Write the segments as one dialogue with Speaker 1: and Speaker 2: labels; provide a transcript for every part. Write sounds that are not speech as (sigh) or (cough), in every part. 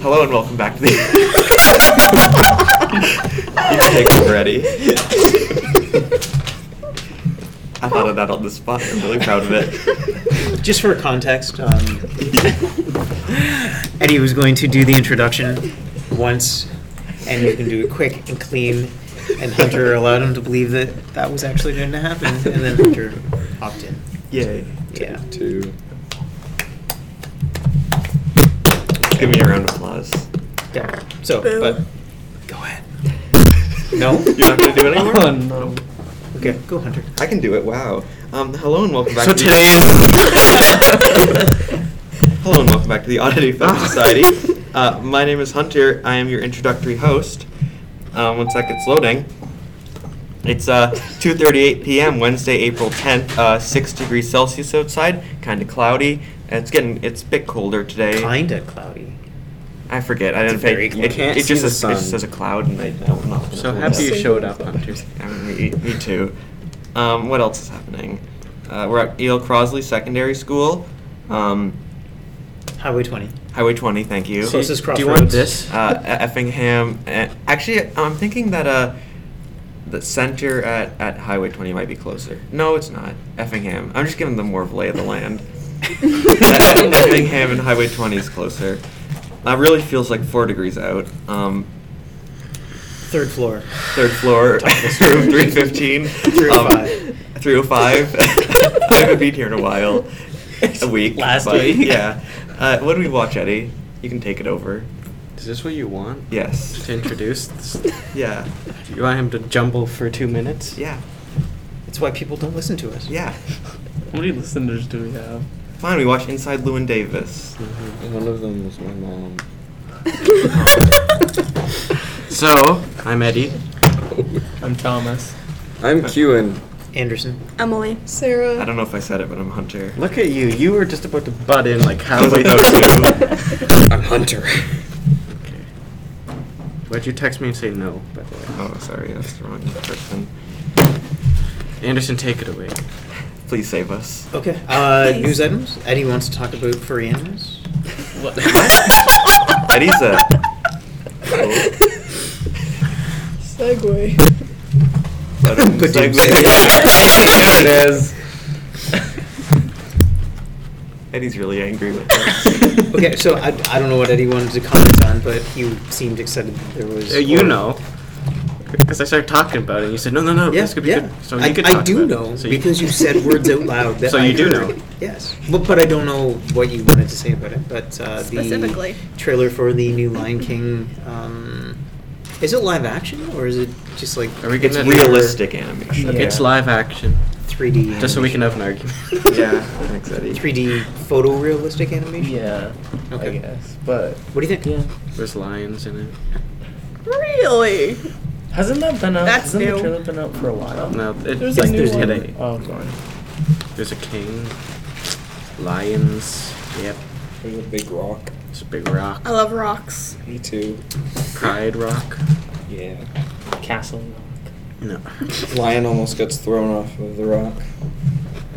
Speaker 1: Hello and welcome back to the. you can take it already. I thought of that on the spot. I'm really proud of it.
Speaker 2: Just for context, um, (laughs) Eddie was going to do the introduction once, and you can do it quick and clean. And Hunter allowed him to believe that that was actually going to happen, and then Hunter opt in.
Speaker 1: Yay.
Speaker 2: Yeah.
Speaker 3: Two.
Speaker 1: Give me a round of applause.
Speaker 2: yeah. So,
Speaker 4: Boo.
Speaker 2: but go ahead. (laughs)
Speaker 1: No? You're not going to do it anymore?
Speaker 3: Oh, no.
Speaker 2: Okay, go Hunter.
Speaker 1: I can do it. Wow. Um, hello and welcome back.
Speaker 2: So
Speaker 1: to
Speaker 2: today
Speaker 1: the-
Speaker 2: is-
Speaker 1: (laughs) hello and welcome back to the Oddity Film
Speaker 2: Ah.
Speaker 1: Society. Uh, my name is Hunter. I am your introductory host. Um, one sec, it's loading. It's uh, 2:38 p.m. Wednesday, April 10th. Uh, six degrees Celsius outside. Kind of cloudy. It's getting. It's a bit colder today.
Speaker 2: Kinda cloudy.
Speaker 1: I forget. I
Speaker 2: It's
Speaker 1: didn't. Think,
Speaker 2: very
Speaker 1: it,
Speaker 2: cloudy.
Speaker 1: it,
Speaker 3: Can't
Speaker 1: it
Speaker 3: see
Speaker 1: just
Speaker 3: the
Speaker 1: says, it just
Speaker 3: sun.
Speaker 1: says a cloud, and I, I'm not.
Speaker 3: So
Speaker 1: gonna-
Speaker 3: happy you
Speaker 4: Same.
Speaker 3: showed up, Hunter.
Speaker 1: I mean, me, me too. Um, what else is happening? Uh, we're at Eel Crosley Secondary School, um,
Speaker 2: Highway 20.
Speaker 1: Highway 20. Thank you.
Speaker 2: So- Closest
Speaker 3: Do you
Speaker 2: crossroads.
Speaker 3: want this?
Speaker 1: Uh, E- Effingham. eh, actually, I'm thinking that uh, the center at, at Highway 20 might be closer. No, it's not. Effingham. I'm just giving them more of a lay of the
Speaker 2: (laughs)
Speaker 1: land. Eff- Effingham and Highway 20 is closer. Uh, really feels like four degrees out. Um,
Speaker 2: Third floor.
Speaker 1: third floor,
Speaker 2: Top
Speaker 1: (laughs)
Speaker 2: of the oh
Speaker 1: room um,
Speaker 2: stairs. (laughs)
Speaker 1: 315.
Speaker 2: 305.
Speaker 5: (laughs)
Speaker 1: 305. (laughs) I haven't been here in a while. A week.
Speaker 2: Last
Speaker 1: but,
Speaker 2: week.
Speaker 1: Yeah. Uh, what do we watch, Eddie? You can take it over.
Speaker 3: Is this what you want?
Speaker 1: Yes.
Speaker 3: To introduce? This?
Speaker 1: Yeah.
Speaker 3: You want him to jumble for two minutes?
Speaker 1: Yeah.
Speaker 2: That's why people don't listen to us.
Speaker 1: Yeah.
Speaker 5: How many listeners do we have?
Speaker 1: Fine, we watched Inside Lewin Davis.
Speaker 3: Mm-hmm. One of them was my mom.
Speaker 1: (laughs) So,
Speaker 3: I'm (laughs) Eddie.
Speaker 5: I'm Thomas.
Speaker 6: I'm Kewen.
Speaker 2: Anderson.
Speaker 4: Emily.
Speaker 1: I
Speaker 4: Sarah.
Speaker 1: don't know (laughs) if I said it, but I'm Hunter.
Speaker 3: Look at you. You were just about to butt in like
Speaker 1: I was
Speaker 3: halfway
Speaker 1: like,
Speaker 3: (laughs) through.
Speaker 1: oh, two.
Speaker 6: I'm Hunter.
Speaker 3: Okay. Why'd you text me and say no, by the way?
Speaker 1: Oh, sorry, that's the wrong person.
Speaker 3: Anderson, take it away.
Speaker 1: Please save us.
Speaker 2: Okay. Uh,
Speaker 4: Please.
Speaker 2: news items. Eddie wants to talk about furry animals.
Speaker 1: Eddie's a.
Speaker 4: Segway.
Speaker 1: But, um, (laughs)
Speaker 2: Good
Speaker 1: segue.
Speaker 2: dude.
Speaker 1: There it is. Eddie's really angry with us.
Speaker 2: Okay, so I, I don't know what Eddie wanted to comment on, but he seemed excited that there was.
Speaker 3: Uh, you
Speaker 2: or-
Speaker 3: know. Because I started talking about it, and you said, no, no, no,
Speaker 2: Yeah,
Speaker 3: this could be
Speaker 2: yeah.
Speaker 3: good. So
Speaker 2: I,
Speaker 3: you could
Speaker 2: I
Speaker 3: talk
Speaker 2: do
Speaker 3: about it.
Speaker 2: know
Speaker 3: So
Speaker 2: because you said words out loud. That
Speaker 3: (laughs) So
Speaker 2: I
Speaker 3: you do
Speaker 2: heard.
Speaker 3: know.
Speaker 2: Yes, but, but I don't know what you wanted to say about it. But uh,
Speaker 4: Specifically.
Speaker 2: the trailer for the new Lion King. Um, is it live action or is it just like
Speaker 3: Are we
Speaker 1: It's
Speaker 3: gonna-
Speaker 1: realistic animation.
Speaker 2: Yeah.
Speaker 3: It's live action.
Speaker 2: 3D?
Speaker 3: Just so we can have an argument.
Speaker 1: Yeah, thanks, Eddie.
Speaker 2: 3D photorealistic animation.
Speaker 5: Yeah,
Speaker 2: Okay.
Speaker 5: I guess. But
Speaker 2: What do you think?
Speaker 5: yeah,
Speaker 3: There's lions in it.
Speaker 4: Really?
Speaker 5: hasn't that been out?
Speaker 4: That's
Speaker 5: hasn't
Speaker 4: new.
Speaker 5: the trailer been out for a while?
Speaker 3: No, it,
Speaker 5: there's
Speaker 3: it's
Speaker 5: a new
Speaker 3: there's
Speaker 5: one.
Speaker 3: today.
Speaker 5: Oh, sorry.
Speaker 3: There's a king. Lions. Yep.
Speaker 6: There's a big rock.
Speaker 3: It's a big rock.
Speaker 4: I love rocks.
Speaker 6: Me too.
Speaker 3: Pride rock.
Speaker 6: Yeah.
Speaker 5: Castle.
Speaker 3: No.
Speaker 6: Lion almost gets thrown off of the rock.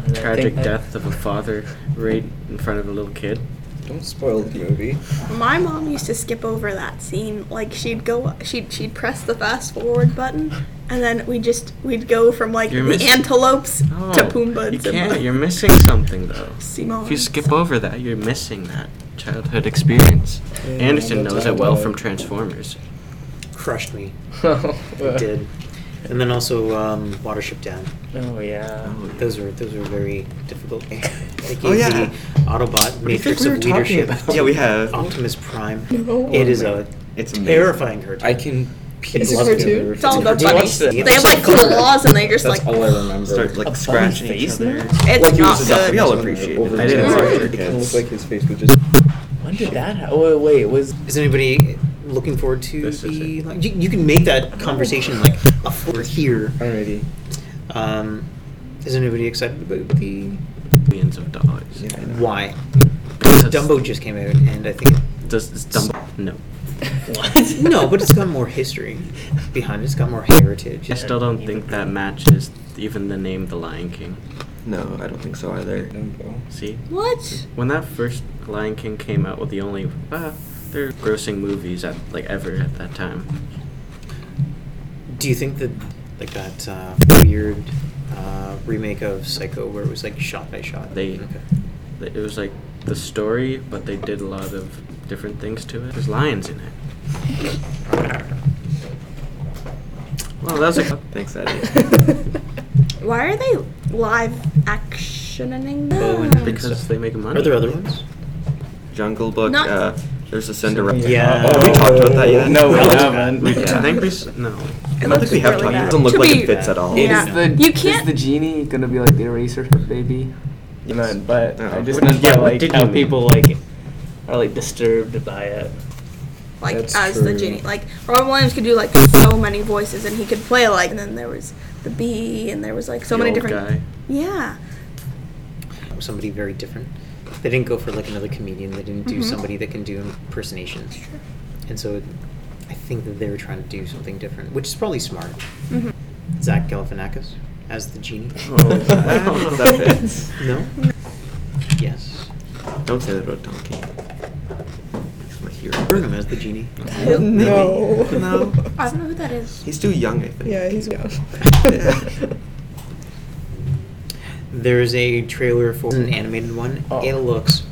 Speaker 5: Rock.
Speaker 3: Tragic death
Speaker 5: (laughs)
Speaker 3: of a father right in front of a little kid.
Speaker 6: Don't spoil the movie.
Speaker 4: My mom used to skip over that scene. Like she'd go, she'd she'd press the fast forward button, and then we just we'd go from like
Speaker 3: You're
Speaker 4: the
Speaker 3: miss-
Speaker 4: antelopes
Speaker 3: No,
Speaker 4: to Pumbaa. and
Speaker 3: Oh, You
Speaker 4: Simba.
Speaker 3: can't. You're missing something though.
Speaker 4: Simon.
Speaker 3: If you skip over that, you're missing that childhood experience. Anderson knows it well from Transformers.
Speaker 2: Crushed me.
Speaker 5: it
Speaker 1: (laughs)
Speaker 2: It did. And then also um, Watership Down.
Speaker 5: Oh yeah.
Speaker 2: Those were those were very difficult. (laughs) They gave
Speaker 1: Oh, yeah.
Speaker 2: the Autobot
Speaker 1: do you think
Speaker 2: Matrix
Speaker 1: we were
Speaker 2: of
Speaker 1: talking
Speaker 2: Leadership.
Speaker 1: about? Yeah, we have.
Speaker 2: Optimus Prime.
Speaker 4: No.
Speaker 2: It is a
Speaker 1: It's amazing.
Speaker 2: terrifying cartoon.
Speaker 6: I can piece
Speaker 4: It's a
Speaker 6: together
Speaker 4: cartoon. It's
Speaker 6: the
Speaker 4: all about
Speaker 5: We
Speaker 4: bunnies.
Speaker 5: watched
Speaker 4: They
Speaker 5: it.
Speaker 4: went through the laws and they just
Speaker 6: That's
Speaker 4: like
Speaker 6: all I remember.
Speaker 1: Start like
Speaker 5: A
Speaker 1: scratching
Speaker 5: funny
Speaker 1: each
Speaker 5: face
Speaker 1: other.
Speaker 5: there?
Speaker 4: it's
Speaker 6: Like, he
Speaker 4: not
Speaker 6: was a zombie.
Speaker 4: good.
Speaker 1: We all appreciate it.
Speaker 6: Over
Speaker 3: I didn't
Speaker 6: his
Speaker 3: watch
Speaker 6: head.
Speaker 3: it.
Speaker 6: It looks like his face was just.
Speaker 5: When did that happen? Oh wait, was
Speaker 2: Is anybody looking forward to
Speaker 3: This is
Speaker 2: the?
Speaker 3: it.
Speaker 2: Like, you, you can make that conversation like a floor here.
Speaker 6: Alrighty.
Speaker 2: Um, is anybody excited about the?
Speaker 3: Millions of dollars.
Speaker 6: Yeah. I know.
Speaker 2: Why?
Speaker 3: Because
Speaker 2: Dumbo just came out, and I think it,
Speaker 3: Does is Dumbo? No.
Speaker 5: (laughs) what?
Speaker 2: no, but it's got more history behind it. It's got more heritage.
Speaker 3: I still don't think that matches even the name The Lion King.
Speaker 1: No, I don't think so either.
Speaker 6: Dumbo.
Speaker 3: See,
Speaker 4: What?
Speaker 3: when that first Lion King came out, with the only uh, they're grossing movies at like ever at that time.
Speaker 2: Do you think that like that uh, weird uh, remake of Psycho where it was like shot by shot?
Speaker 3: They- It was like the story, but they did a lot of different things to it. There's lions in it. Well, that was a
Speaker 1: Thanks, Eddie.
Speaker 6: (laughs)
Speaker 4: Why are they live actioning
Speaker 2: Oh,
Speaker 4: them?
Speaker 2: and
Speaker 3: because they make money.
Speaker 2: Are there other ones?
Speaker 1: Jungle Book.
Speaker 4: Not-
Speaker 1: Uh, there's a Cinderella.
Speaker 2: Yeah.
Speaker 1: Oh, we talked about that yet?
Speaker 5: No, we
Speaker 1: Yeah.
Speaker 5: haven't.
Speaker 3: We-
Speaker 1: Yeah.
Speaker 3: I think we s- no.
Speaker 1: I don't think we have
Speaker 4: It looks
Speaker 1: talked.
Speaker 4: really
Speaker 1: It doesn't look
Speaker 4: bad.
Speaker 1: like
Speaker 4: To
Speaker 1: it
Speaker 4: be-
Speaker 1: fits at all.
Speaker 5: Is
Speaker 4: Yeah.
Speaker 5: the
Speaker 4: You can't-
Speaker 5: is the genie gonna be like the eraser baby? You know, but
Speaker 1: No.
Speaker 5: I just
Speaker 1: What-
Speaker 5: meant
Speaker 3: yeah,
Speaker 5: by,
Speaker 3: what
Speaker 5: like um,
Speaker 3: did
Speaker 5: how
Speaker 3: you mean?
Speaker 5: people like are like disturbed by it.
Speaker 4: like
Speaker 6: That's
Speaker 4: as the
Speaker 6: true.
Speaker 4: genie. Like Robin Williams could do like so many voices, and he could play like. And then there was the bee, and there was like so
Speaker 3: The
Speaker 4: many
Speaker 3: old
Speaker 4: different.
Speaker 3: guy.
Speaker 4: Yeah,
Speaker 2: Somebody very different. They didn't go for like another comedian. They didn't do
Speaker 4: Mhm.
Speaker 2: somebody that can do impersonations. And so it, I think that they were trying to do something different, which is probably smart.
Speaker 4: Mhm.
Speaker 2: Zach Galifianakis as the genie.
Speaker 3: Oh, that-
Speaker 1: that fits.
Speaker 2: No. Yes.
Speaker 1: Don't say that about Donkey. He's my
Speaker 2: Burnham
Speaker 1: hero.
Speaker 2: as the genie.
Speaker 7: No.
Speaker 1: No.
Speaker 6: (laughs)
Speaker 4: I don't know who that is.
Speaker 1: He's too young, I think.
Speaker 7: Yeah, he's young.
Speaker 2: There's a trailer for an animated one.
Speaker 5: Oh.
Speaker 2: It looks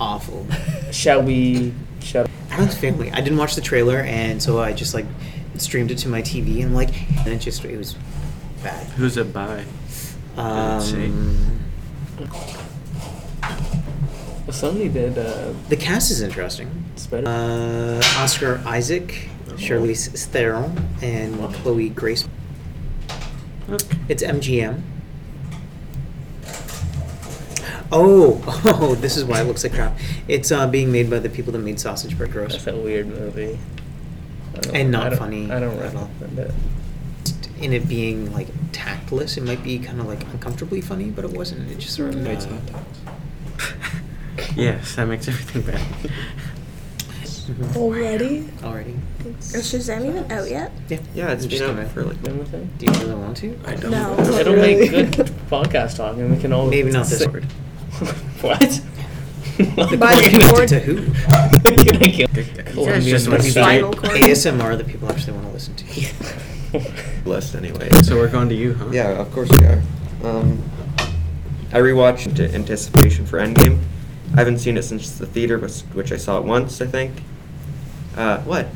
Speaker 2: awful.
Speaker 5: Shall we shut
Speaker 2: Adam's Family. I didn't watch the trailer, and so I just like streamed it to my TV, and like, and it just it was bad.
Speaker 3: Who's it by? Let's see.
Speaker 2: Um,
Speaker 5: Well, somebody did uh,
Speaker 2: the cast is interesting.
Speaker 5: Spider.
Speaker 2: Uh, Oscar Isaac,
Speaker 3: Oh.
Speaker 2: Charlize Theron, and Chloe Grace.
Speaker 3: Okay.
Speaker 2: It's MGM. Oh, (laughs) oh, this is why it looks like crap. It's uh, being made by the people that made Sausage Party Gross.
Speaker 5: That's a weird movie. I don't-
Speaker 2: And not
Speaker 5: I don't-
Speaker 2: funny
Speaker 5: I don't
Speaker 2: at all.
Speaker 5: recommend it.
Speaker 2: in it being like tactless, it might be kind of like uncomfortably funny, but it wasn't. It just sort of.
Speaker 6: No, it's not
Speaker 2: uh,
Speaker 3: Yes, that makes everything bad.
Speaker 1: Mm-hmm.
Speaker 2: mhm.
Speaker 7: Already?
Speaker 2: Already.
Speaker 4: Is Shazam even out yet?
Speaker 2: Yeah.
Speaker 1: yeah, it's
Speaker 2: Just
Speaker 1: been
Speaker 2: a
Speaker 1: out
Speaker 2: minute.
Speaker 1: for like.
Speaker 5: Remember that?
Speaker 2: Do you really want to?
Speaker 1: I don't
Speaker 4: No.
Speaker 1: know.
Speaker 5: It'll
Speaker 7: really.
Speaker 5: make good podcast talk, and we can all
Speaker 2: Maybe not this
Speaker 1: (laughs)
Speaker 5: sit-
Speaker 2: word.
Speaker 5: (laughs) what?
Speaker 4: By
Speaker 5: We're
Speaker 4: the
Speaker 5: gonna- (laughs)
Speaker 4: cord.
Speaker 2: To who?
Speaker 5: we're gonna kill-
Speaker 3: You guys just
Speaker 5: Colombian
Speaker 3: must be
Speaker 4: Spinal
Speaker 5: style.
Speaker 4: cord.
Speaker 2: ASMR that people actually want to listen to. (laughs)
Speaker 1: Blessed anyway.
Speaker 3: So we're going to you, huh?
Speaker 1: Yeah, of course we are. Um, I rewatched into anticipation for Endgame. I haven't seen it since the theater, but- which I saw it once, I think. Uh, what?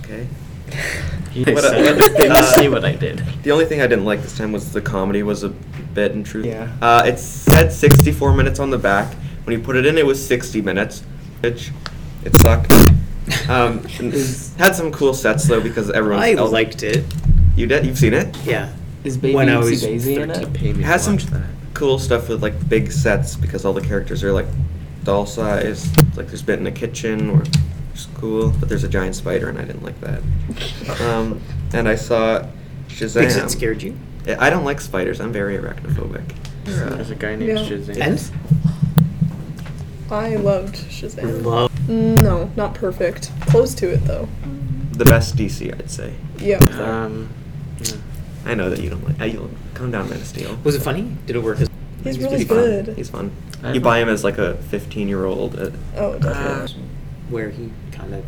Speaker 1: Okay.
Speaker 3: You
Speaker 1: What
Speaker 3: said
Speaker 1: a-
Speaker 3: it. Did you
Speaker 1: uh,
Speaker 3: see what I did.
Speaker 1: The only thing I didn't like this time was the comedy was a bit intrusive.
Speaker 5: Yeah.
Speaker 1: Uh, it said 64 minutes on the back. When you put it in, it was 60 minutes, which it sucked. Um, (laughs) had some cool sets though because everyone
Speaker 2: I
Speaker 1: else-
Speaker 2: liked it.
Speaker 1: You did? You've seen it?
Speaker 2: Yeah.
Speaker 5: Is baby
Speaker 2: When I
Speaker 5: Itsy
Speaker 2: was
Speaker 5: Daisy in
Speaker 3: To
Speaker 5: it?
Speaker 3: pay me
Speaker 1: It has
Speaker 3: to
Speaker 1: some
Speaker 3: watch that.
Speaker 1: cool stuff with like big sets because all the characters are like doll size. Like there's a bit in the kitchen or school, but there's a giant spider and I didn't like that.
Speaker 7: (laughs)
Speaker 1: Um, and I saw Shazam.
Speaker 2: Because it scared you.
Speaker 1: Yeah, I don't like spiders. I'm very arachnophobic. Uh,
Speaker 3: There's a guy named
Speaker 7: Yeah.
Speaker 3: Shazam.
Speaker 2: And
Speaker 7: I loved Shazam.
Speaker 2: love.
Speaker 7: no, not perfect. Close to it though.
Speaker 1: The best DC, I'd say.
Speaker 7: Yeah.
Speaker 3: Um, yeah.
Speaker 1: I know that you don't like. Uh, you'll calm down, Man of Steel.
Speaker 2: Was it funny? Did it work? As-
Speaker 7: He's
Speaker 1: He's
Speaker 7: really
Speaker 1: fun.
Speaker 7: good.
Speaker 1: He's fun.
Speaker 3: I
Speaker 1: You
Speaker 3: have-
Speaker 1: buy him as like a 15 year old. Uh,
Speaker 7: oh,
Speaker 3: Uh,
Speaker 7: definitely.
Speaker 2: where he kind of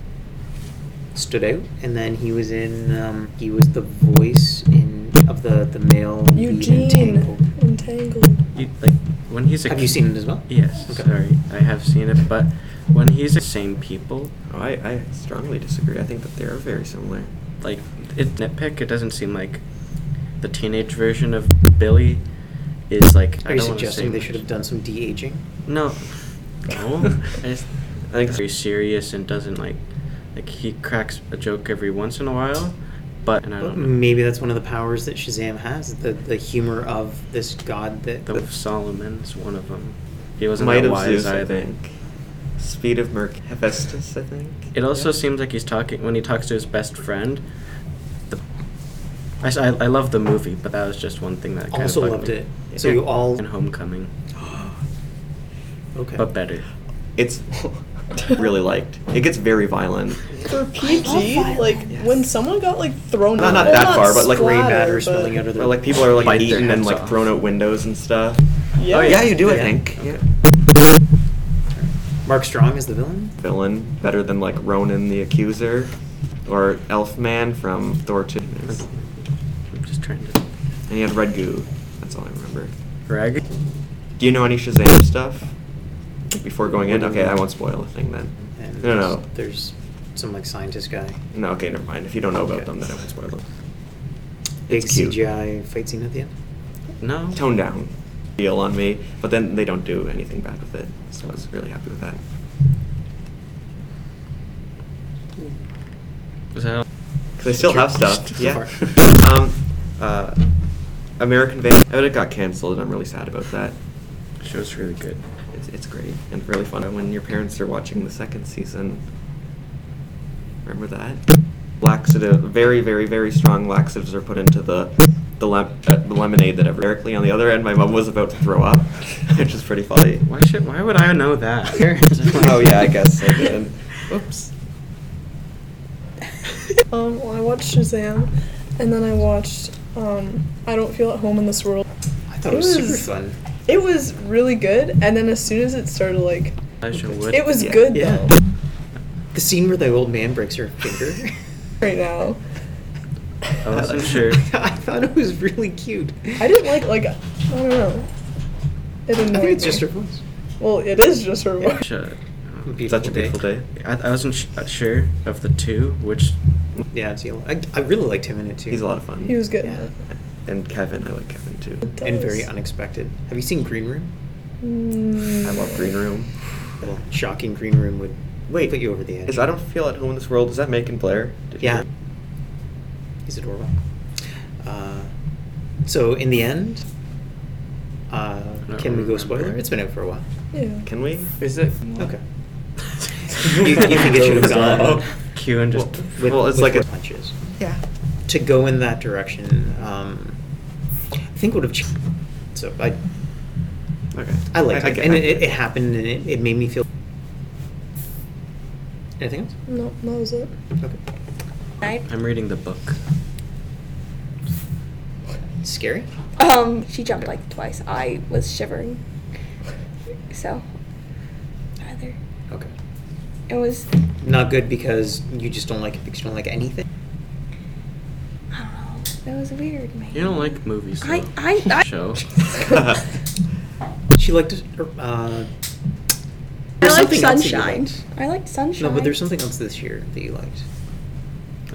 Speaker 2: stood out, and then he was in. Um, he was the voice in of the the male lead in
Speaker 7: Eugene
Speaker 2: Tangled.
Speaker 7: entangled.
Speaker 3: You, like when he's a
Speaker 2: Have you seen it as well?
Speaker 3: Yes.
Speaker 2: Okay.
Speaker 3: Sorry, I have seen it, but when he's the same people,
Speaker 1: oh, I, I strongly disagree. I think that they are very similar.
Speaker 3: like it nitpick, it doesn't seem like the teenage version of Billy is like. I
Speaker 2: Are you
Speaker 3: don't wanna say
Speaker 2: suggesting they
Speaker 3: much.
Speaker 2: should have done some de aging?
Speaker 3: No. No. I just I think it's very serious and doesn't like like he cracks a joke every once in a while, but and I don't know
Speaker 2: Maybe that's one of the powers that Shazam has the, the humor of this god that.
Speaker 3: the Solomon's one of them. He wasn't
Speaker 1: Might
Speaker 3: that
Speaker 1: of
Speaker 3: wise
Speaker 1: Zeus, I
Speaker 3: either.
Speaker 1: think. Speed of Merc. Hephaestus, I think.
Speaker 3: It also
Speaker 1: Yeah.
Speaker 3: seems like he's talking when he talks to his best friend. The, I, s- I- I love the movie, but that was just one thing that kind
Speaker 2: also
Speaker 3: of
Speaker 2: loved
Speaker 3: bugged me.
Speaker 2: it. So you all.
Speaker 3: and Homecoming,
Speaker 2: Okay.
Speaker 3: but better.
Speaker 1: It's (laughs) really liked. It gets very violent.
Speaker 7: (laughs) For PG, like when someone got like thrown
Speaker 1: Not-
Speaker 7: out,
Speaker 1: not
Speaker 7: well,
Speaker 1: that far, but, like,
Speaker 2: Gray
Speaker 7: splatter,
Speaker 2: batter
Speaker 7: but-
Speaker 2: spilling out of the.
Speaker 1: Where, like people are like
Speaker 3: Bite their
Speaker 1: eaten and
Speaker 3: heads
Speaker 1: like
Speaker 3: off.
Speaker 1: thrown out windows and stuff.
Speaker 7: Yeah.
Speaker 1: Oh yeah, you do. I
Speaker 2: Yeah.
Speaker 1: think. Yeah.
Speaker 2: Mark Strong is the villain.
Speaker 1: Villain better than like Ronan the Accuser, or Elfman from Thor Two. And
Speaker 3: I'm just trying to.
Speaker 1: he had red goo. That's all I remember.
Speaker 3: Rag.
Speaker 1: Do you know any Shazam stuff? Before going in, okay, I won't spoil a thing then.
Speaker 2: And
Speaker 1: No,
Speaker 2: there's,
Speaker 1: no,
Speaker 2: there's some like scientist guy.
Speaker 1: no. Okay, never mind. If you don't know about
Speaker 2: Okay.
Speaker 1: them, then I won't spoil them.
Speaker 2: Big
Speaker 1: It's cute.
Speaker 2: CGI fight scene at the end.
Speaker 3: No.
Speaker 1: Tone down deal on me, but then they don't do anything bad with it, so I was really happy with that.
Speaker 3: Is that all?
Speaker 1: Because I still have stuff.
Speaker 2: Just
Speaker 1: Yeah.
Speaker 2: fart.
Speaker 1: um, uh, American Van. Oh, it got canceled, and I'm really sad about that.
Speaker 3: Show's really good.
Speaker 1: It's, it's great and really fun when your parents are watching the second season. Remember that? Laxative, very, very, very strong laxatives are put into the the, lem- uh, the lemonade that ever. Directly on the other end, my mom was about to throw up, (laughs) which is pretty funny.
Speaker 3: Why should? Why would I know that?
Speaker 1: (laughs) oh yeah, I guess I did. Oops.
Speaker 7: (laughs) Um, well, I watched Shazam, and then I watched um, I Don't Feel at Home in This World.
Speaker 2: I thought
Speaker 7: It
Speaker 2: it was,
Speaker 7: was-
Speaker 2: super fun.
Speaker 7: It was really good, and then as soon as it started, like
Speaker 3: Elijah Wood.
Speaker 7: it was
Speaker 1: Yeah.
Speaker 7: good
Speaker 2: Yeah.
Speaker 7: though.
Speaker 2: The scene where the old man breaks her finger.
Speaker 7: Right now,
Speaker 3: I wasn't sure.
Speaker 2: (laughs) I thought it was really cute.
Speaker 7: I didn't like like I don't know. It annoyed
Speaker 2: (laughs) I think it's
Speaker 7: me.
Speaker 2: just her voice.
Speaker 7: Well, it is just her voice.
Speaker 3: Such a-
Speaker 1: Such a beautiful day.
Speaker 3: I, I wasn't sh- uh, sure of the two, which
Speaker 2: Yeah, it's yellow. I, I really liked him in it too.
Speaker 1: He's a lot of fun.
Speaker 7: He was good. in
Speaker 2: Yeah.
Speaker 7: it.
Speaker 1: And Kevin, I like Kevin too.
Speaker 7: It
Speaker 2: and
Speaker 7: does.
Speaker 2: very unexpected. Have you seen Green Room?
Speaker 7: Mm.
Speaker 1: I love Green Room.
Speaker 2: Well, shocking Green Room would
Speaker 1: Wait,
Speaker 2: put you over the edge.
Speaker 1: Is I don't feel at home in this world. Is that Macon Blair? Did
Speaker 2: Yeah.
Speaker 1: you-
Speaker 2: He's adorable. Uh, so in the end, uh,
Speaker 3: don't
Speaker 2: can we go
Speaker 3: remember.
Speaker 2: spoiler? It's been out for a while.
Speaker 7: Yeah.
Speaker 1: Can we?
Speaker 5: Is it?
Speaker 2: Okay. you, (laughs) you think it should have gone
Speaker 1: Oh.
Speaker 3: Q and just
Speaker 1: Well, well, it's like a-
Speaker 2: what punches. Yeah. To go in that direction, um, I think would have changed. So I,
Speaker 1: Okay.
Speaker 2: I liked it,
Speaker 1: get
Speaker 2: and
Speaker 1: that.
Speaker 2: it, it, happened, and it, it made me feel. Anything else?
Speaker 7: No, that was it.
Speaker 2: Okay.
Speaker 4: Right?
Speaker 3: I'm reading the book.
Speaker 2: Scary.
Speaker 4: Um, she jumped like twice. I was shivering. So, either
Speaker 1: (laughs)
Speaker 2: Okay.
Speaker 4: it was,
Speaker 2: Not good because you just don't like it because you don't like anything.
Speaker 4: I don't know. It was weird, man.
Speaker 3: You don't like movies.
Speaker 4: I-
Speaker 3: though.
Speaker 4: I- I-
Speaker 3: show.
Speaker 4: (laughs)
Speaker 2: She liked. Uh,
Speaker 4: I
Speaker 2: there's
Speaker 4: liked
Speaker 2: something else that you
Speaker 4: sunshine.
Speaker 2: liked.
Speaker 4: I liked sunshine.
Speaker 2: No, but there's something else this year that you liked.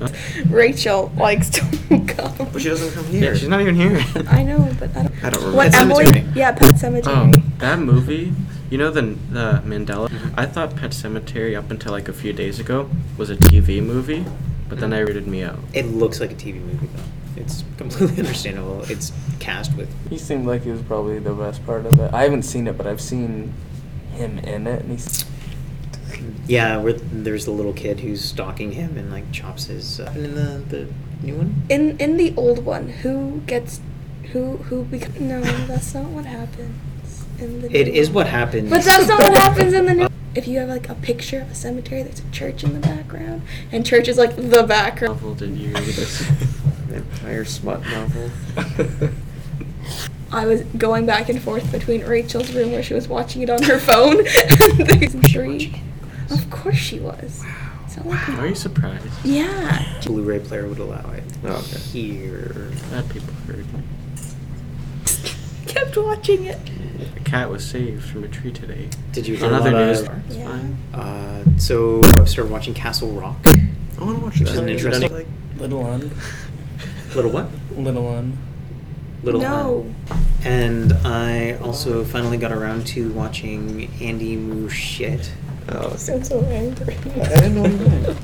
Speaker 3: Uh,
Speaker 4: Rachel likes to (laughs) come.
Speaker 1: But she doesn't come here.
Speaker 3: yeah, she's not even here.
Speaker 4: (laughs) I know, but I don't.
Speaker 1: I don't remember.
Speaker 4: What
Speaker 2: Pet
Speaker 4: Emily?
Speaker 2: Sematary.
Speaker 4: Yeah, Pet Cemetery.
Speaker 3: Oh, that movie. You know the the Mandela.
Speaker 2: Mm-hmm.
Speaker 3: I thought Pet Cemetery up until like a few days ago was a TV movie, but then I rated me out.
Speaker 2: Mm-hmm. It looks like a TV movie though. It's completely (laughs) understandable. It's cast with
Speaker 5: He seemed like he was probably the best part of it. I haven't seen it, but I've seen him in it, and he's.
Speaker 2: yeah, where there's the little kid who's stalking him and like chops his. Uh, and in the the new one.
Speaker 4: In in the old one, who gets, who who becomes? No, that's not what happens in the.
Speaker 2: It
Speaker 4: new
Speaker 2: is
Speaker 4: one.
Speaker 2: what happens.
Speaker 4: But that's not what happens in the new. If you have like a picture of a cemetery, there's a church in the background, and church is like the background.
Speaker 3: Novel did you read this?
Speaker 2: (laughs)
Speaker 1: Vampire smut novel.
Speaker 4: I was going back and forth between Rachel's room where she was watching it on her phone (laughs) and the tree. Of course she was. It's not like we-
Speaker 3: Are you surprised?
Speaker 4: Yeah. (laughs)
Speaker 2: Blu-ray player would allow it.
Speaker 1: Oh, okay.
Speaker 2: Here.
Speaker 3: Bad people heard me.
Speaker 4: Kept watching it.
Speaker 3: A cat was saved from a tree today.
Speaker 2: Did you hear
Speaker 3: On other
Speaker 2: about,
Speaker 3: news?
Speaker 2: uh, (laughs)
Speaker 3: It's
Speaker 4: Yeah.
Speaker 3: fine.
Speaker 2: Uh, so I started watching Castle Rock.
Speaker 1: I want to watch
Speaker 2: Which
Speaker 1: that.
Speaker 2: is an interesting-
Speaker 1: Like,
Speaker 5: Little one.
Speaker 2: Little what?
Speaker 5: Little one.
Speaker 2: Little
Speaker 4: no.
Speaker 2: Arm. And I also finally got around to watching Andy Muschietti.
Speaker 1: oh,
Speaker 7: Sounds so angry.
Speaker 6: I didn't know you meant.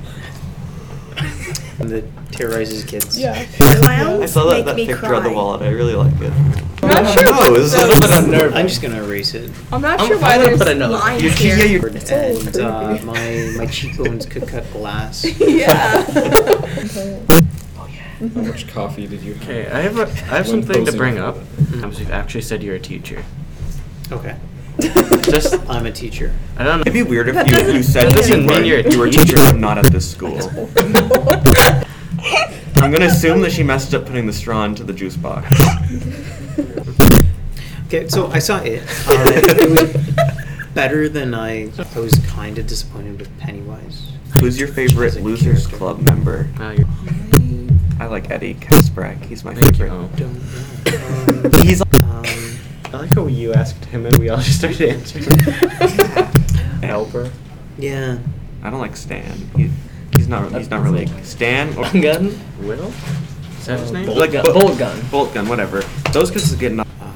Speaker 2: that terrorizes kids.
Speaker 7: Yeah.
Speaker 1: I
Speaker 7: (laughs) Clowns
Speaker 1: saw that,
Speaker 4: make
Speaker 1: that
Speaker 4: me
Speaker 1: picture on the
Speaker 4: cry.
Speaker 1: wall, and I really like it.
Speaker 4: I'm not sure.
Speaker 1: No,
Speaker 4: what
Speaker 1: this is a
Speaker 4: those-
Speaker 1: little bit unnerving.
Speaker 2: I'm just gonna erase it.
Speaker 4: I'm not
Speaker 1: I'm-
Speaker 4: sure why
Speaker 1: I'm gonna
Speaker 4: there's
Speaker 1: put a note.
Speaker 4: lines
Speaker 1: You-
Speaker 4: here.
Speaker 1: yeah, you-
Speaker 7: It's all
Speaker 2: and uh,
Speaker 7: creepy.
Speaker 2: my my cheekbones could cut
Speaker 7: (laughs)
Speaker 2: glass.
Speaker 4: (laughs) Yeah.
Speaker 6: How much coffee did you have?
Speaker 3: Okay, I have a, I have
Speaker 6: When
Speaker 3: something to
Speaker 6: posing
Speaker 3: bring
Speaker 6: for
Speaker 3: up.
Speaker 6: that.
Speaker 3: Um, so you actually said you're a teacher.
Speaker 2: Okay.
Speaker 3: Just-
Speaker 2: I'm a teacher.
Speaker 3: I don't know.
Speaker 1: It'd be weird if
Speaker 7: That
Speaker 1: you,
Speaker 7: doesn't
Speaker 1: you said
Speaker 7: mean
Speaker 1: that you were,
Speaker 3: anything. You're
Speaker 1: (laughs)
Speaker 3: a
Speaker 1: you were a
Speaker 3: teacher.
Speaker 1: teacher but not at this
Speaker 4: (laughs)
Speaker 1: school. (laughs) I'm gonna assume that she messed up putting the straw into the juice box. (laughs)
Speaker 2: Okay, so I saw
Speaker 7: (laughs)
Speaker 2: it. Um, it was better than I. I was kind of disappointed with Pennywise.
Speaker 1: Who's your favorite
Speaker 2: She's a
Speaker 1: Losers
Speaker 2: character.
Speaker 1: Club member?
Speaker 3: Now Oh, you're-
Speaker 1: I like Eddie Kasprek. He's my
Speaker 3: Thank you.
Speaker 1: favorite.
Speaker 3: Oh.
Speaker 2: Don't know. Um,
Speaker 1: He's-
Speaker 2: Um,
Speaker 3: I like how you asked him and we all (laughs) just started answering. Helper.
Speaker 2: yeah.
Speaker 1: I don't like Stan. He, he's not. He's not really Stan or
Speaker 6: Gun gun.
Speaker 3: Will? Is that his
Speaker 6: Uh,
Speaker 3: name?
Speaker 6: Bolt
Speaker 1: Like
Speaker 6: gun.
Speaker 1: Bo-
Speaker 6: Bolt gun.
Speaker 1: bolt gun, whatever. Those kids get no-
Speaker 2: Um,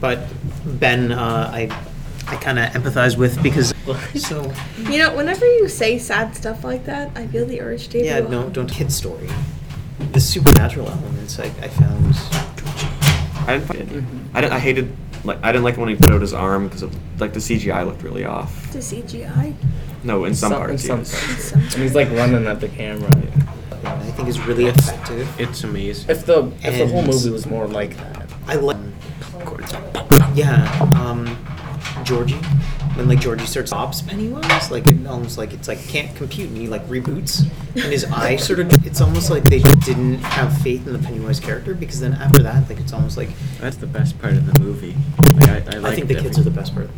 Speaker 2: but Ben, uh, I, I kind of empathize with because. So
Speaker 4: You know, whenever you say sad stuff like that, I feel the urge to.
Speaker 2: yeah, no, don't kid story. The supernatural elements I, I found.
Speaker 1: I didn't. Find I didn't. I hated. Like I didn't like when he put out his arm because like the CGI looked really off.
Speaker 4: To CGI.
Speaker 1: No, in some,
Speaker 5: Some- in
Speaker 1: parts.
Speaker 5: some
Speaker 1: yes.
Speaker 5: parts.
Speaker 4: Some
Speaker 5: And he's like running at the camera.
Speaker 2: I think is really effective.
Speaker 3: It's amazing.
Speaker 5: If the if the whole
Speaker 2: And-
Speaker 5: movie was more like that.
Speaker 2: I like.
Speaker 3: um,
Speaker 2: Yeah, um, Georgie. When like Georgie starts ops Pennywise, like it almost like it's like can't compute and he like reboots and his
Speaker 3: (laughs)
Speaker 2: eye sort of it's almost like they didn't have faith in the Pennywise character because then after that like it's almost like
Speaker 3: That's the best part of the movie. Like, I, I,
Speaker 2: I,
Speaker 3: liked
Speaker 2: think the kids are the
Speaker 3: everything.
Speaker 2: best part.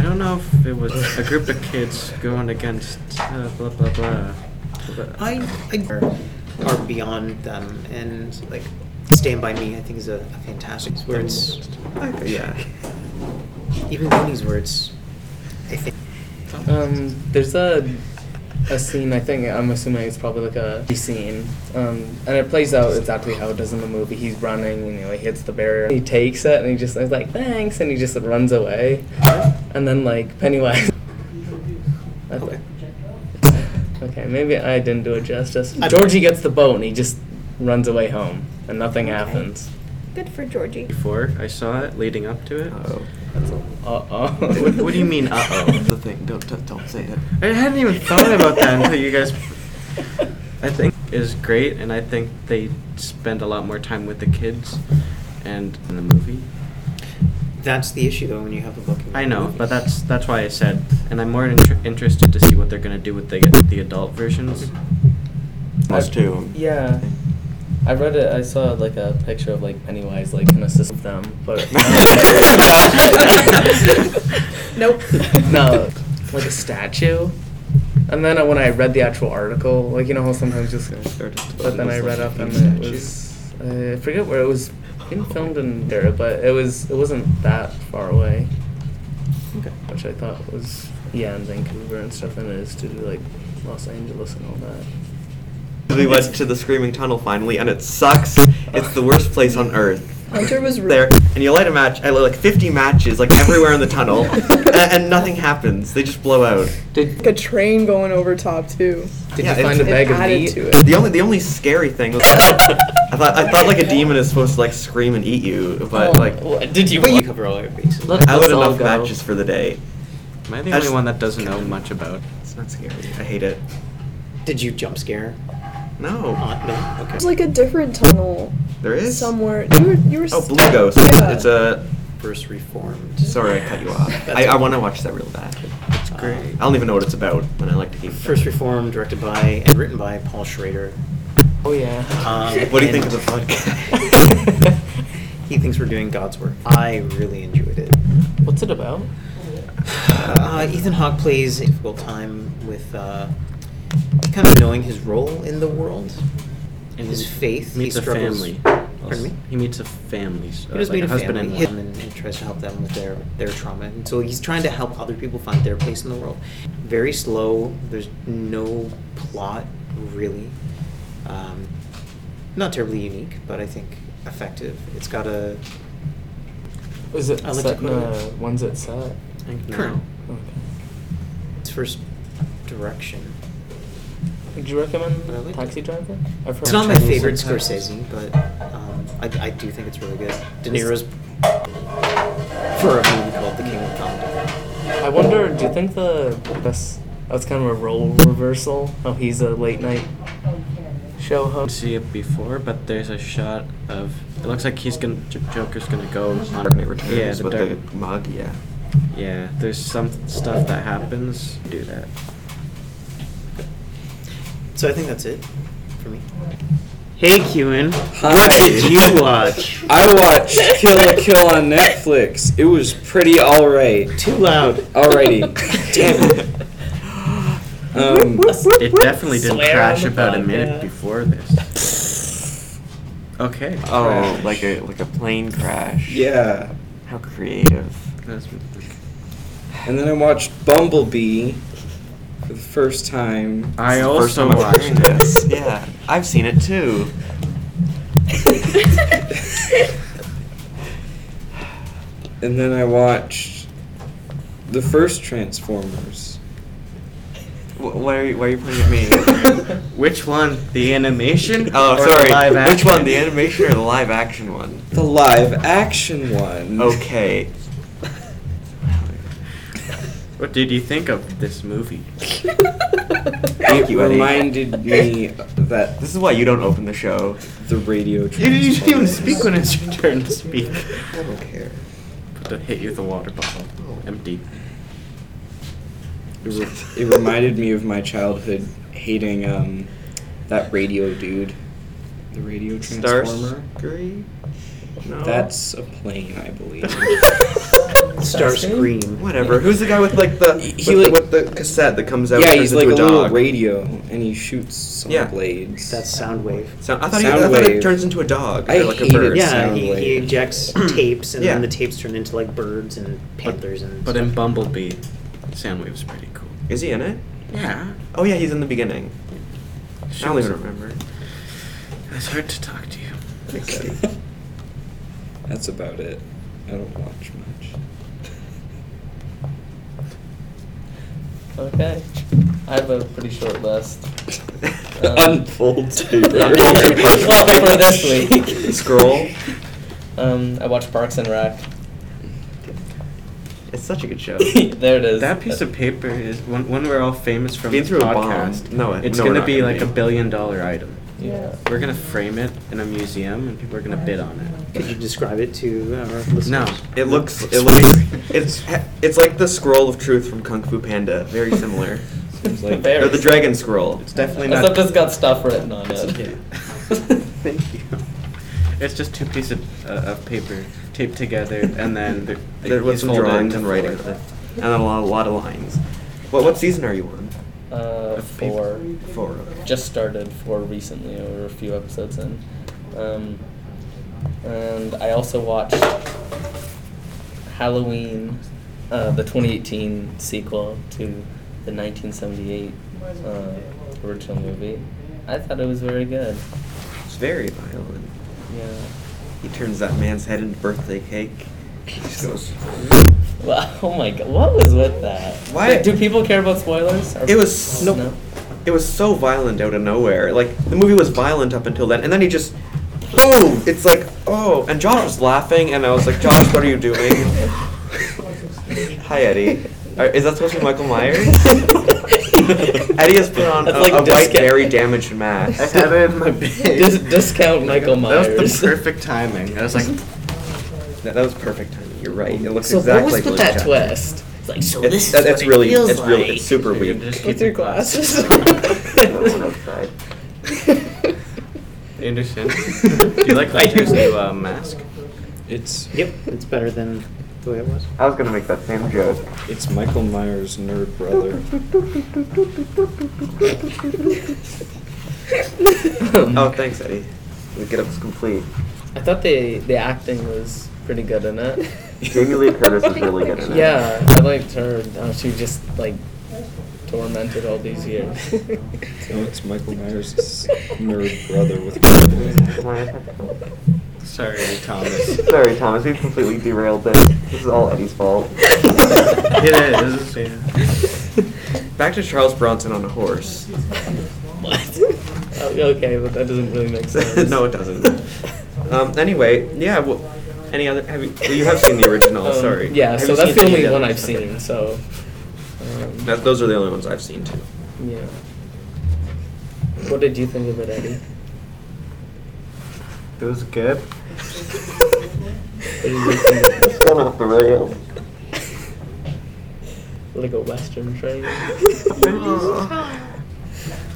Speaker 3: I don't know if it was a group of kids going against uh, blah blah blah. But (laughs)
Speaker 2: I I are beyond them and like Stand by Me I think is a, a fantastic where it's
Speaker 1: Yeah.
Speaker 2: even Goonies where it's I think
Speaker 5: Um, there's a a scene. I think I'm assuming it's probably like a scene, um, and it plays out exactly how it does in the movie. He's running and he like hits the barrier. He takes it and he just is like thanks, and he just runs away, and then like Pennywise. (laughs) I think- Okay, maybe I didn't do it justice.
Speaker 2: I-
Speaker 5: Georgie gets the boat and he just runs away home, and nothing
Speaker 2: Okay.
Speaker 5: happens.
Speaker 4: Good for
Speaker 3: (laughs)
Speaker 4: Georgie.
Speaker 3: before I saw it, leading up to it,
Speaker 1: Oh.
Speaker 5: Uh oh.
Speaker 3: What- what do you
Speaker 5: (laughs)
Speaker 3: mean,
Speaker 1: (laughs)
Speaker 3: uh-oh?
Speaker 1: The thing. Don't don't- don't say it.
Speaker 3: I hadn't even thought about that until you guys. I think is great, and I think they spend a lot more time with the kids, and in the movie.
Speaker 2: that's the issue though when you have a book and
Speaker 3: I know,
Speaker 2: movies.
Speaker 3: but that's that's why I said, and I'm more inter- interested to see what they're gonna do with the the adult versions.
Speaker 1: Those two.
Speaker 5: Yeah. I read it. I saw like a picture of like Pennywise like an assist with them, (laughs) but
Speaker 7: Nope.
Speaker 5: (laughs) no, like a statue. And then uh, when I read the actual article, like you know how sometimes just. But then I read up and it was. I forget where it was. Being filmed in there, but it was it wasn't that far away,
Speaker 1: Okay.
Speaker 5: which I thought was yeah in Vancouver and stuff, and it is to do like Los Angeles and all that.
Speaker 1: We went to the Screaming Tunnel finally, and it sucks. It's the worst place on earth.
Speaker 7: Hunter was rude.
Speaker 1: there, and you light a match. I lit like 50 matches, like everywhere in the
Speaker 7: (laughs)
Speaker 1: tunnel, and, and nothing happens. They just blow out.
Speaker 7: Like a train going over top too.
Speaker 5: Did
Speaker 1: Yeah,
Speaker 5: you find a
Speaker 1: it's-
Speaker 5: bag of
Speaker 7: added
Speaker 5: meat?
Speaker 7: to it.
Speaker 1: The only the only scary thing was I thought I thought like a demon is supposed to like scream and eat you, but
Speaker 5: Oh,
Speaker 1: like
Speaker 5: what did you?
Speaker 2: but you
Speaker 5: want?
Speaker 2: cover all your bases.
Speaker 3: Let-
Speaker 1: I lit
Speaker 3: let's all
Speaker 1: enough
Speaker 3: go.
Speaker 1: matches for the day.
Speaker 3: Am I the
Speaker 1: That's-
Speaker 3: only one that doesn't know much about?
Speaker 1: It's not scary. I hate it.
Speaker 2: Did you jump scare?
Speaker 1: No,
Speaker 3: Oh,
Speaker 2: Uh, no. Okay.
Speaker 7: There's like a different tunnel
Speaker 1: there is
Speaker 7: somewhere. You were you were.
Speaker 1: Oh, Blue Ghost. It's,
Speaker 7: Yeah.
Speaker 1: it's a
Speaker 2: first reformed.
Speaker 1: sorry I cut you off.
Speaker 2: That's
Speaker 1: I, I
Speaker 2: okay.
Speaker 1: want to watch that real bad.
Speaker 2: It's
Speaker 1: I don't even know what it's about, but I like to keep.
Speaker 2: First reformed, directed by and written by Paul Schrader.
Speaker 5: Oh yeah.
Speaker 2: (laughs) Um,
Speaker 1: What do you think
Speaker 2: and
Speaker 1: of the podcast?
Speaker 2: (laughs) He thinks we're doing God's work. I really enjoyed it.
Speaker 5: What's it about?
Speaker 2: Uh, Ethan Hawke plays a difficult time with uh, kind of knowing his role in the world and his faith.
Speaker 3: meets
Speaker 2: he
Speaker 3: a
Speaker 2: struggles.
Speaker 3: family.
Speaker 2: Pardon me.
Speaker 3: He meets a family. So
Speaker 2: He just
Speaker 3: Uh, like
Speaker 2: made
Speaker 3: a
Speaker 2: a
Speaker 3: husband
Speaker 2: family
Speaker 3: and
Speaker 2: him
Speaker 3: wife.
Speaker 2: and, and tries to help them with their, their trauma. And so he's trying to help other people find their place in the world. Very slow. There's no plot really. Um, not terribly unique, but I think effective. It's got a
Speaker 5: Is it
Speaker 2: I like
Speaker 5: set
Speaker 2: to
Speaker 5: in
Speaker 2: go
Speaker 5: a,
Speaker 2: to-
Speaker 5: when's it set?
Speaker 3: I think
Speaker 2: Current.
Speaker 3: no.
Speaker 5: Okay.
Speaker 2: its first direction.
Speaker 5: Would you recommend
Speaker 2: I like
Speaker 5: Taxi
Speaker 2: it.
Speaker 5: Driver? I've
Speaker 2: It's
Speaker 5: heard
Speaker 2: not my
Speaker 5: Chinese
Speaker 2: favorite
Speaker 5: sometimes.
Speaker 2: Scorsese, but um, I, I do think it's really good. De Niro's for a movie called The King of Comedy.
Speaker 5: I wonder. Do you think the best? That's kind of a role reversal. How he's a late night
Speaker 3: I
Speaker 5: show
Speaker 3: didn't
Speaker 5: host.
Speaker 3: see it before, but there's a shot of. It looks like he's gonna. J- Joker's gonna go. on-
Speaker 1: Dark Knight Returns
Speaker 3: Yeah, the
Speaker 1: with
Speaker 3: dark,
Speaker 1: the mug. Yeah.
Speaker 3: Yeah, there's some stuff that happens. Do that.
Speaker 2: So I think that's it for me.
Speaker 3: Hey, Kewen.
Speaker 6: Hi.
Speaker 3: What did you watch?
Speaker 6: I watched Kill a Kill on Netflix. It was pretty alright.
Speaker 2: Too loud.
Speaker 6: Alrighty.
Speaker 1: (laughs)
Speaker 6: Damn it. Um,
Speaker 3: It definitely didn't
Speaker 5: Swear on
Speaker 3: crash
Speaker 5: the
Speaker 3: about a
Speaker 5: podcast.
Speaker 3: minute before this. Okay.
Speaker 1: Oh,
Speaker 3: crash.
Speaker 1: like a like a plane crash.
Speaker 6: yeah.
Speaker 1: How creative.
Speaker 3: That's-
Speaker 6: And then I watched Bumblebee for the first time.
Speaker 3: I
Speaker 1: It's the first
Speaker 3: also
Speaker 1: time I've
Speaker 3: watched
Speaker 1: seen
Speaker 3: this.
Speaker 1: this. Yeah, I've seen it too.
Speaker 6: And then I watched the first Transformers.
Speaker 1: Wh- Why are you, why are you pointing at me?
Speaker 3: Which one? The animation?
Speaker 1: Oh,
Speaker 3: or the
Speaker 1: sorry.
Speaker 3: live
Speaker 1: Which
Speaker 3: action?
Speaker 1: one, the animation or the live action one?
Speaker 6: The live action one.
Speaker 3: Oh.
Speaker 1: Okay.
Speaker 3: What did you think of this movie?
Speaker 6: It
Speaker 1: Thank you, Eddie.
Speaker 6: reminded me that
Speaker 1: This is why you don't open the show.
Speaker 6: the radio.
Speaker 3: (laughs) You didn't even
Speaker 6: Transformers-
Speaker 3: speak when it's your turn to speak.
Speaker 6: I don't care.
Speaker 3: Put the hit you with a water bottle. Empty.
Speaker 6: It, re- it reminded me of my childhood hating um, that radio dude. The radio transformer.
Speaker 1: Starscream? No.
Speaker 6: That's a plane, I believe.
Speaker 3: (laughs)
Speaker 2: Star Scream.
Speaker 1: whatever. Who's the guy with like the
Speaker 6: He-
Speaker 1: with,
Speaker 6: he,
Speaker 1: the,
Speaker 6: like-
Speaker 1: with the cassette that comes out?
Speaker 6: yeah,
Speaker 1: and
Speaker 6: he's
Speaker 1: turns
Speaker 6: like a,
Speaker 1: into a,
Speaker 6: little
Speaker 1: dog?
Speaker 6: radio, and he shoots some
Speaker 1: Yeah.
Speaker 6: blades.
Speaker 2: That's Soundwave.
Speaker 1: So, I thought he I thought
Speaker 6: Soundwave.
Speaker 1: it turns into a dog.
Speaker 6: I
Speaker 1: or like a
Speaker 6: hated
Speaker 1: bird.
Speaker 2: Yeah,
Speaker 6: sound
Speaker 2: he, he
Speaker 6: wave.
Speaker 2: ejects (clears throat) tapes, and
Speaker 1: Yeah.
Speaker 2: then the tapes turn into like birds and panthers and.
Speaker 3: But in Bumblebee, Soundwave's pretty cool.
Speaker 1: Is he in it?
Speaker 3: Yeah.
Speaker 1: Oh yeah, he's in the beginning.
Speaker 3: She
Speaker 1: I don't
Speaker 3: was-
Speaker 1: even
Speaker 3: (laughs)
Speaker 1: remember.
Speaker 3: It's hard to
Speaker 1: (laughs)
Speaker 3: talk to you. (laughs)
Speaker 6: That's about it. I don't watch much.
Speaker 5: Okay. I have a pretty
Speaker 2: (laughs)
Speaker 5: short list. (laughs)
Speaker 1: (laughs)
Speaker 5: Um,
Speaker 6: Unfold
Speaker 1: Unfolded paper.
Speaker 5: for this week.
Speaker 1: Scroll.
Speaker 5: Um, I watched Parks and
Speaker 2: (laughs)
Speaker 5: Rec.
Speaker 1: It's such a
Speaker 6: (laughs)
Speaker 1: good show.
Speaker 5: there it is.
Speaker 3: That piece of paper is when, when we're all famous from
Speaker 1: Been
Speaker 3: this
Speaker 1: through a bomb.
Speaker 3: podcast.
Speaker 1: No, it-
Speaker 3: it's
Speaker 1: no, we're
Speaker 3: gonna
Speaker 1: not
Speaker 3: be
Speaker 1: gonna
Speaker 3: like
Speaker 1: be.
Speaker 3: a billion dollar item.
Speaker 5: Yeah.
Speaker 3: We're gonna frame it in a museum, and people are gonna bid on it.
Speaker 2: Could you describe it to our listeners?
Speaker 3: No.
Speaker 1: It looks. It looks. It's. It's like the scroll of truth from Kung Fu Panda. Very similar.
Speaker 6: Seems like-
Speaker 5: Very
Speaker 1: or the dragon scroll.
Speaker 3: It's definitely not.
Speaker 5: Except it's got stuff written on
Speaker 3: It's
Speaker 5: it.
Speaker 3: okay.
Speaker 1: (laughs)
Speaker 3: Thank you. It's just two pieces of, uh, of paper taped together, and then they're,
Speaker 1: (laughs)
Speaker 3: they-
Speaker 1: There was
Speaker 3: it's
Speaker 1: some
Speaker 3: folded
Speaker 1: drawings
Speaker 3: into
Speaker 1: and writing,
Speaker 3: four.
Speaker 1: on it. and then a lot, a lot of lines. What what season are you on?
Speaker 5: (laughs) Uh,
Speaker 3: Of paper.
Speaker 5: four.
Speaker 1: Four. okay.
Speaker 5: Just started four recently, or a few episodes in. Um, and I also watched Halloween, uh, the 2018 sequel to the 1978 uh, original movie. I thought it was very good.
Speaker 1: It's very violent.
Speaker 5: Yeah. (laughs)
Speaker 1: He turns that man's head into birthday cake. He just goes.
Speaker 5: Well, oh my god, what was with that?
Speaker 1: Why-
Speaker 5: Do, do people care about spoilers? Or-
Speaker 1: It was no,
Speaker 5: no.
Speaker 1: It was so violent out of nowhere. Like the movie was violent up until then, and then he just boom. It's like oh, and Josh was laughing, and I was like, Josh, what are you doing? (laughs) Hi, Eddie. Are- Is that supposed to be Michael Myers? Eddie has put on a,
Speaker 5: That's like
Speaker 1: a white,
Speaker 5: disca-
Speaker 1: very damaged (laughs)
Speaker 3: I
Speaker 1: mask.
Speaker 3: had it in my bag.
Speaker 5: (laughs) Dis- discount Michael
Speaker 3: That was
Speaker 5: Myers.
Speaker 3: the
Speaker 5: (laughs)
Speaker 3: perfect timing. I was like,
Speaker 1: That, that was perfect timing. You're right. It looks
Speaker 5: so
Speaker 1: exactly
Speaker 5: what was
Speaker 1: like
Speaker 5: with
Speaker 1: Blue
Speaker 5: that
Speaker 1: Jasmine.
Speaker 5: twist?
Speaker 1: (laughs)
Speaker 5: (laughs)
Speaker 2: It's like so.
Speaker 1: It's-
Speaker 2: this is
Speaker 1: that-
Speaker 2: what
Speaker 1: it's
Speaker 2: it
Speaker 1: really,
Speaker 2: feels
Speaker 1: it's
Speaker 2: like.
Speaker 1: really, it's super weak.
Speaker 3: just keep
Speaker 7: With your
Speaker 3: it closed.
Speaker 7: glasses.
Speaker 1: (laughs)
Speaker 3: Anderson, do you like Hunter's new uh, mask?
Speaker 6: It's
Speaker 2: Yep, it's better than the way it was.
Speaker 1: I was gonna make that same joke.
Speaker 6: it's Michael Myers' nerd
Speaker 5: (laughs)
Speaker 6: brother.
Speaker 1: Oh, thanks, Eddie. The get up is complete.
Speaker 5: I thought the the acting was pretty good in it.
Speaker 1: Jamie
Speaker 5: (laughs)
Speaker 1: Lee Curtis is really good in it.
Speaker 5: Yeah, I liked her. How she just like tormented all these years.
Speaker 1: (laughs)
Speaker 6: No, it's Michael Myers' nerd brother (laughs) with glasses.
Speaker 3: Sorry, Thomas.
Speaker 1: Sorry, Thomas. We've completely derailed this. This is all Eddie's fault.
Speaker 2: (laughs)
Speaker 3: it is. Yeah.
Speaker 1: Back to Charles Bronson on a horse. (laughs)
Speaker 5: what? Oh, okay, but that doesn't
Speaker 1: (laughs)
Speaker 5: really make sense.
Speaker 1: no, it doesn't. Um, anyway, yeah. Well, any other? Have you, well, you have seen the original?
Speaker 5: Um,
Speaker 1: sorry.
Speaker 5: Yeah,
Speaker 1: Have
Speaker 5: so
Speaker 1: you
Speaker 5: that's
Speaker 1: seen
Speaker 5: the
Speaker 1: any
Speaker 5: only
Speaker 1: others?
Speaker 5: one I've
Speaker 1: Okay.
Speaker 5: seen. So. Um,
Speaker 1: That, those are the only ones I've seen too.
Speaker 5: Yeah. What did you think of it, Eddie?
Speaker 3: It was good.
Speaker 5: What did you think of it?
Speaker 1: It's gone off the rails.
Speaker 5: like a western train.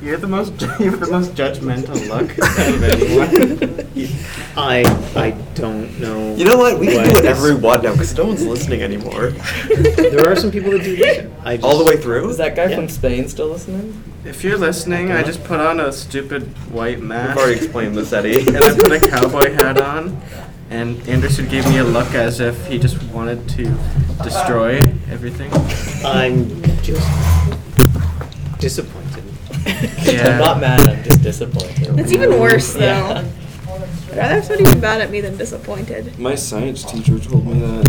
Speaker 3: You're the most (laughs) you have the most judgmental
Speaker 2: (laughs)
Speaker 3: look out of
Speaker 7: (laughs)
Speaker 3: anyone.
Speaker 2: I I don't know.
Speaker 1: You know what? We can do whatever
Speaker 2: is-
Speaker 1: we want now because no one's listening anymore.
Speaker 2: There are some people that do listen. I just,
Speaker 1: All the way through?
Speaker 5: Is that guy
Speaker 2: Yeah.
Speaker 5: from Spain still listening?
Speaker 3: If you're listening, I just put on a stupid white mask.
Speaker 1: I've already explained this,
Speaker 5: (laughs)
Speaker 1: Eddie.
Speaker 3: (laughs) and I put a cowboy hat on. And Anderson gave me a look as if he just wanted to destroy everything.
Speaker 2: I'm just disappointed.
Speaker 3: Yeah.
Speaker 5: I'm not mad. I'm just disappointed.
Speaker 4: That's even worse, though.
Speaker 5: Yeah.
Speaker 4: I'd rather have somebody be mad at me than disappointed. (laughs)
Speaker 6: My science teacher told me that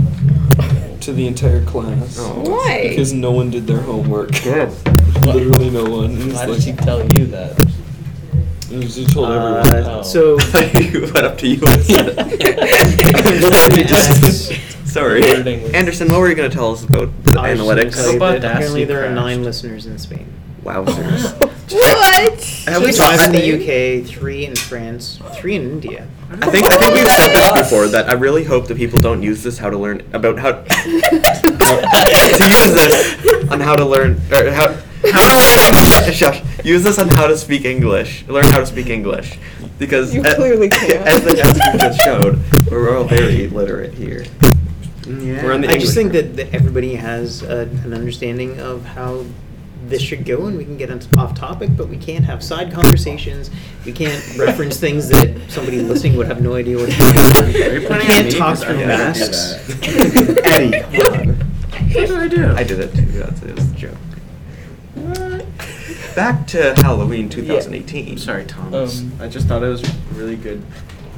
Speaker 6: to the entire class.
Speaker 1: Oh.
Speaker 4: Why?
Speaker 6: Because no one did their homework.
Speaker 1: Good.
Speaker 6: Literally no one. It was
Speaker 5: Why
Speaker 6: like-
Speaker 5: did she tell you that?
Speaker 6: it was- She told everyone.
Speaker 5: Oh.
Speaker 2: Uh, So
Speaker 5: (laughs)
Speaker 1: you (laughs) went up to you and said
Speaker 2: looking
Speaker 1: it.
Speaker 2: at-
Speaker 1: (laughs) Sorry.
Speaker 5: Wording was-
Speaker 1: Anderson, what were you going to tell us about the
Speaker 2: I was
Speaker 1: analytics?
Speaker 2: gonna say
Speaker 3: How about
Speaker 2: that apparently
Speaker 3: Dacia
Speaker 2: there are
Speaker 3: crashed?
Speaker 2: nine listeners in Spain.
Speaker 1: Wowzers.
Speaker 4: What?
Speaker 1: I have we
Speaker 2: Five in
Speaker 1: talked-
Speaker 2: the UK, three in France, three in India.
Speaker 1: I think I think we've said this before that I really hope that people don't use this how to learn about
Speaker 2: (laughs)
Speaker 1: how
Speaker 4: (laughs)
Speaker 1: to use this on how to learn or how how to shush use this on how to speak English learn how to speak English because
Speaker 7: You
Speaker 1: a-
Speaker 7: clearly can't.
Speaker 1: as the as you just showed we're all very literate here
Speaker 3: Yeah.
Speaker 1: We're in the
Speaker 2: I just think
Speaker 1: English
Speaker 2: that, that everybody has a, an understanding of how this should go, and we can get on, off topic, but we can't have side conversations. We can't reference things that somebody listening would have no idea what's going on.
Speaker 3: Are you
Speaker 2: We
Speaker 3: pointing at
Speaker 2: can't
Speaker 3: me?
Speaker 2: talk
Speaker 3: 'Cause I
Speaker 2: through
Speaker 3: don't do
Speaker 2: masks. (laughs)
Speaker 1: (laughs) that. Eddie, come on.
Speaker 3: What did I do?
Speaker 1: I did it too that's it was a joke back to Halloween 2018
Speaker 3: I'm sorry, Thomas.
Speaker 5: Um,
Speaker 3: I just thought it was a really good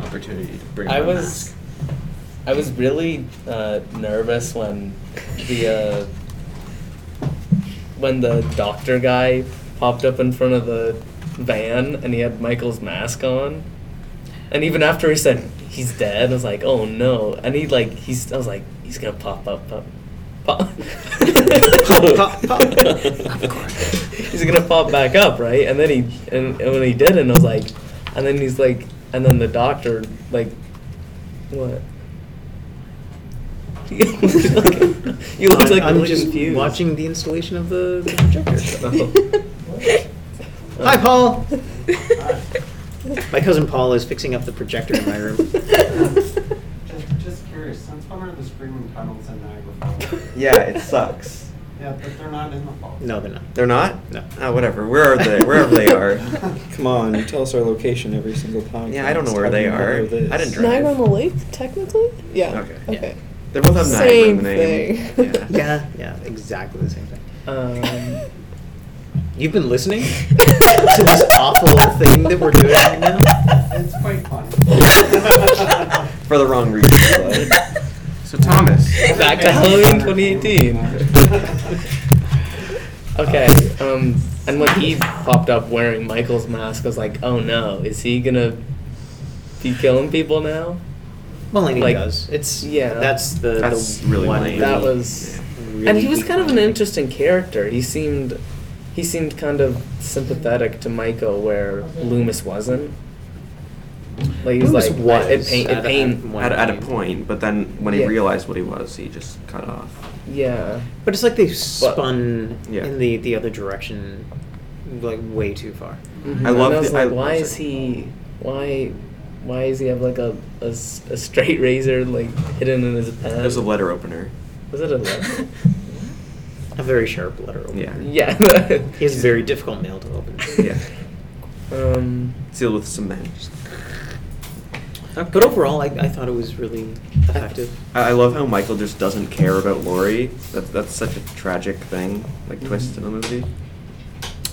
Speaker 3: opportunity to bring.
Speaker 5: I
Speaker 3: up a
Speaker 5: was, I was really uh, nervous when the uh, when the doctor guy popped up in front of the van and he had Michael's mask on, and even after he said he's dead, I was like, oh no, and he like he's I was like he's gonna pop up pop. Pop. (laughs)
Speaker 2: Pop, pop. Of
Speaker 6: course.
Speaker 5: He's gonna pop back up, right? And then he and, and when he did, and I was like, and then he's like, and then the doctor like,
Speaker 2: (laughs)
Speaker 5: what? (laughs) you look like
Speaker 2: I'm
Speaker 5: really
Speaker 2: just
Speaker 5: confused.
Speaker 2: watching the installation of the the
Speaker 7: (laughs)
Speaker 2: projector. Hi,
Speaker 5: Um,
Speaker 2: Paul. My cousin Paul is fixing up the projector in my
Speaker 7: (laughs)
Speaker 2: room.
Speaker 8: Just, just curious, since when are the screaming tunnels in Niagara Falls?
Speaker 1: yeah it sucks
Speaker 8: Yeah, but they're not in the falls.
Speaker 2: No, they're not.
Speaker 1: they're not
Speaker 2: No.
Speaker 1: oh, whatever where are they wherever they
Speaker 3: (laughs)
Speaker 1: are
Speaker 6: Come on, you tell us our location every single time.
Speaker 1: Yeah, I don't know where they are. I didn't drive.
Speaker 7: (laughs) Niagara on the Lake, technically? Yeah.
Speaker 1: Okay.
Speaker 7: Okay. (laughs)
Speaker 1: They both have Niagara in the name.
Speaker 7: Same thing.
Speaker 1: Yeah.
Speaker 7: (laughs)
Speaker 2: Yeah, yeah, exactly the same thing. (laughs)
Speaker 5: Um,
Speaker 2: You've been listening (laughs) to this awful thing that we're doing right now.
Speaker 8: It's quite funny.
Speaker 1: For the wrong reasons. but-
Speaker 3: mask. So Thomas,
Speaker 5: back to Halloween 2018. Okay, um, and when he popped up wearing Michael's mask, I was like, oh no, is he gonna be killing people now?
Speaker 2: Well, and he
Speaker 5: Like,
Speaker 2: does. It's
Speaker 5: yeah.
Speaker 2: That's the
Speaker 1: That's
Speaker 2: the
Speaker 1: really
Speaker 2: one
Speaker 1: lame.
Speaker 5: That
Speaker 2: really-
Speaker 5: was.
Speaker 2: really
Speaker 5: and he was kind of an
Speaker 2: deeply-
Speaker 5: interesting character. He seemed, he seemed kind of sympathetic to Michael, where Loomis wasn't. Like he was
Speaker 2: Loomis
Speaker 5: like,
Speaker 2: was
Speaker 5: it pain,
Speaker 2: at
Speaker 5: it
Speaker 2: a-
Speaker 3: (laughs)
Speaker 5: pain.
Speaker 1: At, at a point, but then when he
Speaker 5: Yeah.
Speaker 1: realized what he was, he just cut off.
Speaker 5: Yeah,
Speaker 2: But it's like they spun
Speaker 1: Yeah.
Speaker 2: in the the other direction, like way too far.
Speaker 5: Mhm.
Speaker 1: I
Speaker 5: And
Speaker 1: love
Speaker 5: I was
Speaker 1: the- I-
Speaker 5: like, why
Speaker 1: I'm
Speaker 5: is
Speaker 1: sorry.
Speaker 5: he? Why? Why does he have like a, a s- a straight razor like hidden in his pen?
Speaker 1: It was a letter opener.
Speaker 7: (laughs)
Speaker 5: Was it
Speaker 2: (laughs)
Speaker 5: a letter?
Speaker 2: A very sharp letter opener.
Speaker 1: Yeah.
Speaker 5: yeah.
Speaker 2: He has a very difficult mail to open. (laughs)
Speaker 1: Yeah.
Speaker 5: Um,
Speaker 1: Sealed with cement.
Speaker 2: But overall, I, I thought it was really effective.
Speaker 1: I, I love how Michael just doesn't care about Lori. That, that's such a tragic thing, like twist
Speaker 3: Mm-hmm.
Speaker 1: in the movie.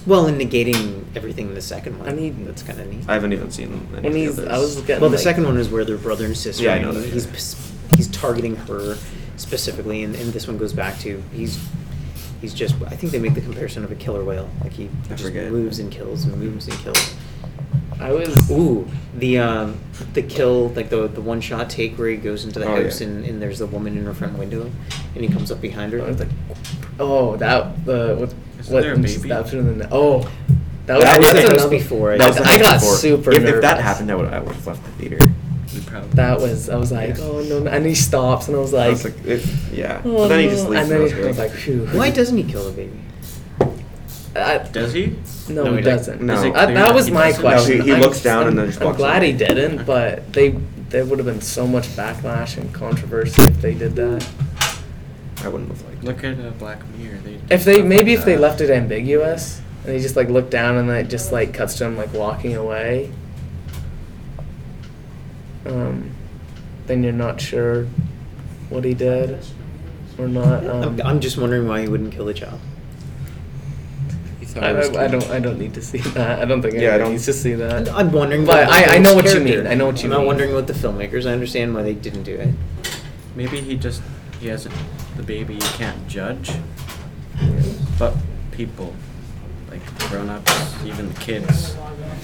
Speaker 2: Well, in negating everything in the second one.
Speaker 5: I need-
Speaker 2: that's kind of neat.
Speaker 1: I haven't even seen any
Speaker 5: when
Speaker 1: of
Speaker 5: he's,
Speaker 1: the others.
Speaker 5: I was getting.
Speaker 2: Well, the
Speaker 5: like-
Speaker 2: second one is where they're brother and sister.
Speaker 1: Yeah, I
Speaker 2: and
Speaker 1: know that,
Speaker 2: He's
Speaker 1: yeah.
Speaker 2: pers- he's targeting her specifically, and, and this one goes back to he's he's just. I think they make the comparison of a killer whale. Like he
Speaker 1: I
Speaker 2: just
Speaker 1: forget.
Speaker 2: moves and kills and moves and kills.
Speaker 5: I was.
Speaker 2: Ooh, the um, the kill, like the the one shot take where he goes into the
Speaker 1: Oh,
Speaker 2: house
Speaker 1: yeah.
Speaker 2: and, and there's the woman in her front window, and he comes up behind her.
Speaker 5: I was like, oh, that the what?
Speaker 3: Isn't
Speaker 5: what
Speaker 3: there a baby?
Speaker 5: That in the, oh, that was,
Speaker 2: That was
Speaker 5: that's
Speaker 2: the house
Speaker 5: another-
Speaker 2: before.
Speaker 5: That was
Speaker 1: the
Speaker 5: I
Speaker 1: night
Speaker 5: got
Speaker 1: before.
Speaker 5: super.
Speaker 1: If, if that
Speaker 5: nervous.
Speaker 1: happened, I would I would have left the theater.
Speaker 3: probably.
Speaker 5: That was I was like,
Speaker 1: Yeah.
Speaker 5: oh no, no," and he stops, and I was
Speaker 1: I
Speaker 5: like,
Speaker 1: was like, if, yeah.
Speaker 5: oh,
Speaker 1: but then he
Speaker 5: no,"
Speaker 1: just leaves.
Speaker 5: and then
Speaker 1: and
Speaker 5: he
Speaker 1: I was
Speaker 5: was like, phew.
Speaker 2: Why doesn't he kill the baby?
Speaker 5: I,
Speaker 3: Does he?
Speaker 5: no,
Speaker 3: No,
Speaker 5: he
Speaker 3: he
Speaker 5: doesn't.
Speaker 1: doesn't. No.
Speaker 5: I- that was
Speaker 3: He
Speaker 5: my
Speaker 3: doesn't?
Speaker 5: question.
Speaker 1: No, he- he
Speaker 5: I'm-
Speaker 1: looks down
Speaker 5: I'm-
Speaker 1: and then just
Speaker 5: I'm
Speaker 1: walks
Speaker 5: glad
Speaker 1: away.
Speaker 5: he didn't, but they there would have been so much backlash and controversy if they did that.
Speaker 1: I wouldn't have liked. it.
Speaker 3: Look at uh, Black Mirror. They
Speaker 5: If they maybe if they
Speaker 3: Uh,
Speaker 5: left it ambiguous and he just like looked down and then it just like cuts to him like walking away. Um, then you're not sure what he did or not. Um,
Speaker 2: I'm- I'm just wondering why he wouldn't kill the child.
Speaker 6: He thought
Speaker 5: I,
Speaker 6: it was
Speaker 5: I, I
Speaker 6: cute.
Speaker 5: don't. I don't need to see that. I don't think
Speaker 1: Yeah, I
Speaker 5: anyone
Speaker 1: don't-
Speaker 5: needs to see that.
Speaker 2: I'm wondering.
Speaker 5: But
Speaker 2: about
Speaker 5: I- I
Speaker 2: the
Speaker 5: know what you
Speaker 2: character.
Speaker 5: mean, I know what you
Speaker 2: I'm not
Speaker 5: mean.
Speaker 2: wondering what the filmmakers. I understand why they didn't do it.
Speaker 3: Maybe he just he has a, the baby. You can't judge, but people, like grown-ups, even the kids,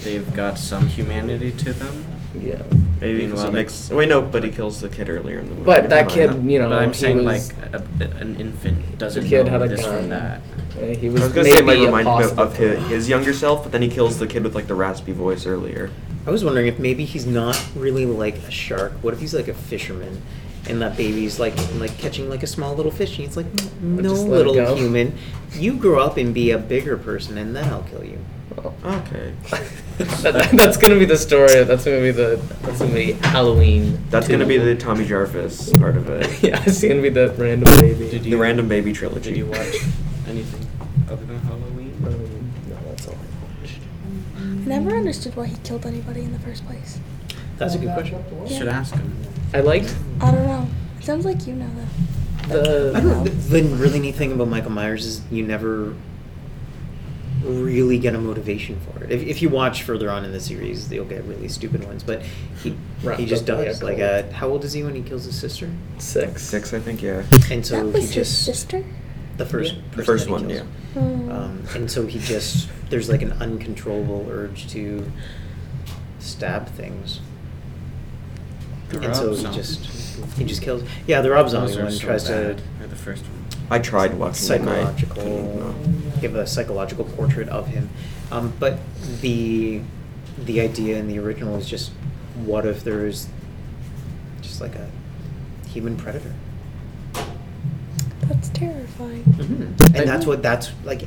Speaker 3: they've got some humanity to them.
Speaker 5: Yeah.
Speaker 1: Maybe he
Speaker 3: Meanwhile,
Speaker 1: was
Speaker 3: like-
Speaker 1: next. Wait, no, but he kills the kid earlier in the movie.
Speaker 5: But that
Speaker 1: Never
Speaker 5: kid,
Speaker 1: mind.
Speaker 5: you know,
Speaker 3: but I'm
Speaker 5: he
Speaker 3: saying
Speaker 5: was,
Speaker 3: like a, an infant doesn't
Speaker 5: The kid
Speaker 3: know
Speaker 5: had a
Speaker 3: this
Speaker 5: gun.
Speaker 3: from that.
Speaker 5: uh, he
Speaker 1: I
Speaker 5: was,
Speaker 1: was gonna
Speaker 5: maybe
Speaker 1: say it might remind him of,
Speaker 5: impossible
Speaker 1: of
Speaker 5: for
Speaker 1: his, his younger self, but then he kills the kid with like the raspy voice earlier.
Speaker 2: I was wondering if maybe he's not really like a shark. What if he's like a fisherman, and that baby's like like catching like a small little fish, and he's like, no
Speaker 5: just let it go."
Speaker 2: little human, you grow up and be a bigger person, and then I'll kill you.
Speaker 5: Oh.
Speaker 1: (laughs)
Speaker 5: (laughs)
Speaker 1: Okay.
Speaker 5: That- that's gonna be the story. That's gonna be the. That's gonna be Halloween.
Speaker 1: That's gonna
Speaker 5: two.
Speaker 1: be the Tommy Jarvis part of it.
Speaker 5: (laughs) yeah, it's gonna be the random baby.
Speaker 3: Did
Speaker 1: The
Speaker 3: you-
Speaker 1: Random Baby
Speaker 3: Did
Speaker 1: trilogy.
Speaker 3: you watch anything other than Halloween?
Speaker 5: Um, no, that's all. I watched.
Speaker 4: Never understood why he killed anybody in the first place.
Speaker 2: That's a good question.
Speaker 3: You should ask him.
Speaker 5: I liked
Speaker 4: I don't know. It sounds like you know though.
Speaker 5: the.
Speaker 2: I don't know. The the really neat thing about Michael Myers is you never really get a motivation for it. If, if you watch further on in the series, you'll get really stupid ones. But he he
Speaker 5: Wrapped
Speaker 2: just
Speaker 5: up like
Speaker 2: does.
Speaker 5: a
Speaker 2: Like, uh, how old is he when he kills his sister?
Speaker 1: (laughs)
Speaker 5: Six.
Speaker 1: Six, I think. Yeah.
Speaker 2: And so
Speaker 4: that was
Speaker 2: he
Speaker 4: his
Speaker 2: just
Speaker 4: sister.
Speaker 2: the first
Speaker 5: Yeah.
Speaker 2: person
Speaker 1: The first
Speaker 2: that he
Speaker 1: one.
Speaker 2: kills.
Speaker 1: Yeah.
Speaker 4: Hmm.
Speaker 2: Um, and so he just there's like an uncontrollable urge to stab things.
Speaker 3: The
Speaker 2: and so
Speaker 3: Rob
Speaker 2: he
Speaker 3: Zombie
Speaker 2: just
Speaker 3: two.
Speaker 2: he just kills. Yeah, the Rob Zombie
Speaker 3: Those are
Speaker 2: one
Speaker 3: so
Speaker 2: tries to
Speaker 3: bad. Or the first one.
Speaker 1: I tried watching it and I couldn't,
Speaker 2: psychological
Speaker 1: no.
Speaker 2: give a psychological portrait of him um, but the the idea in the original is just what if there is just like a human predator
Speaker 4: That's terrifying.
Speaker 2: and that's what that's like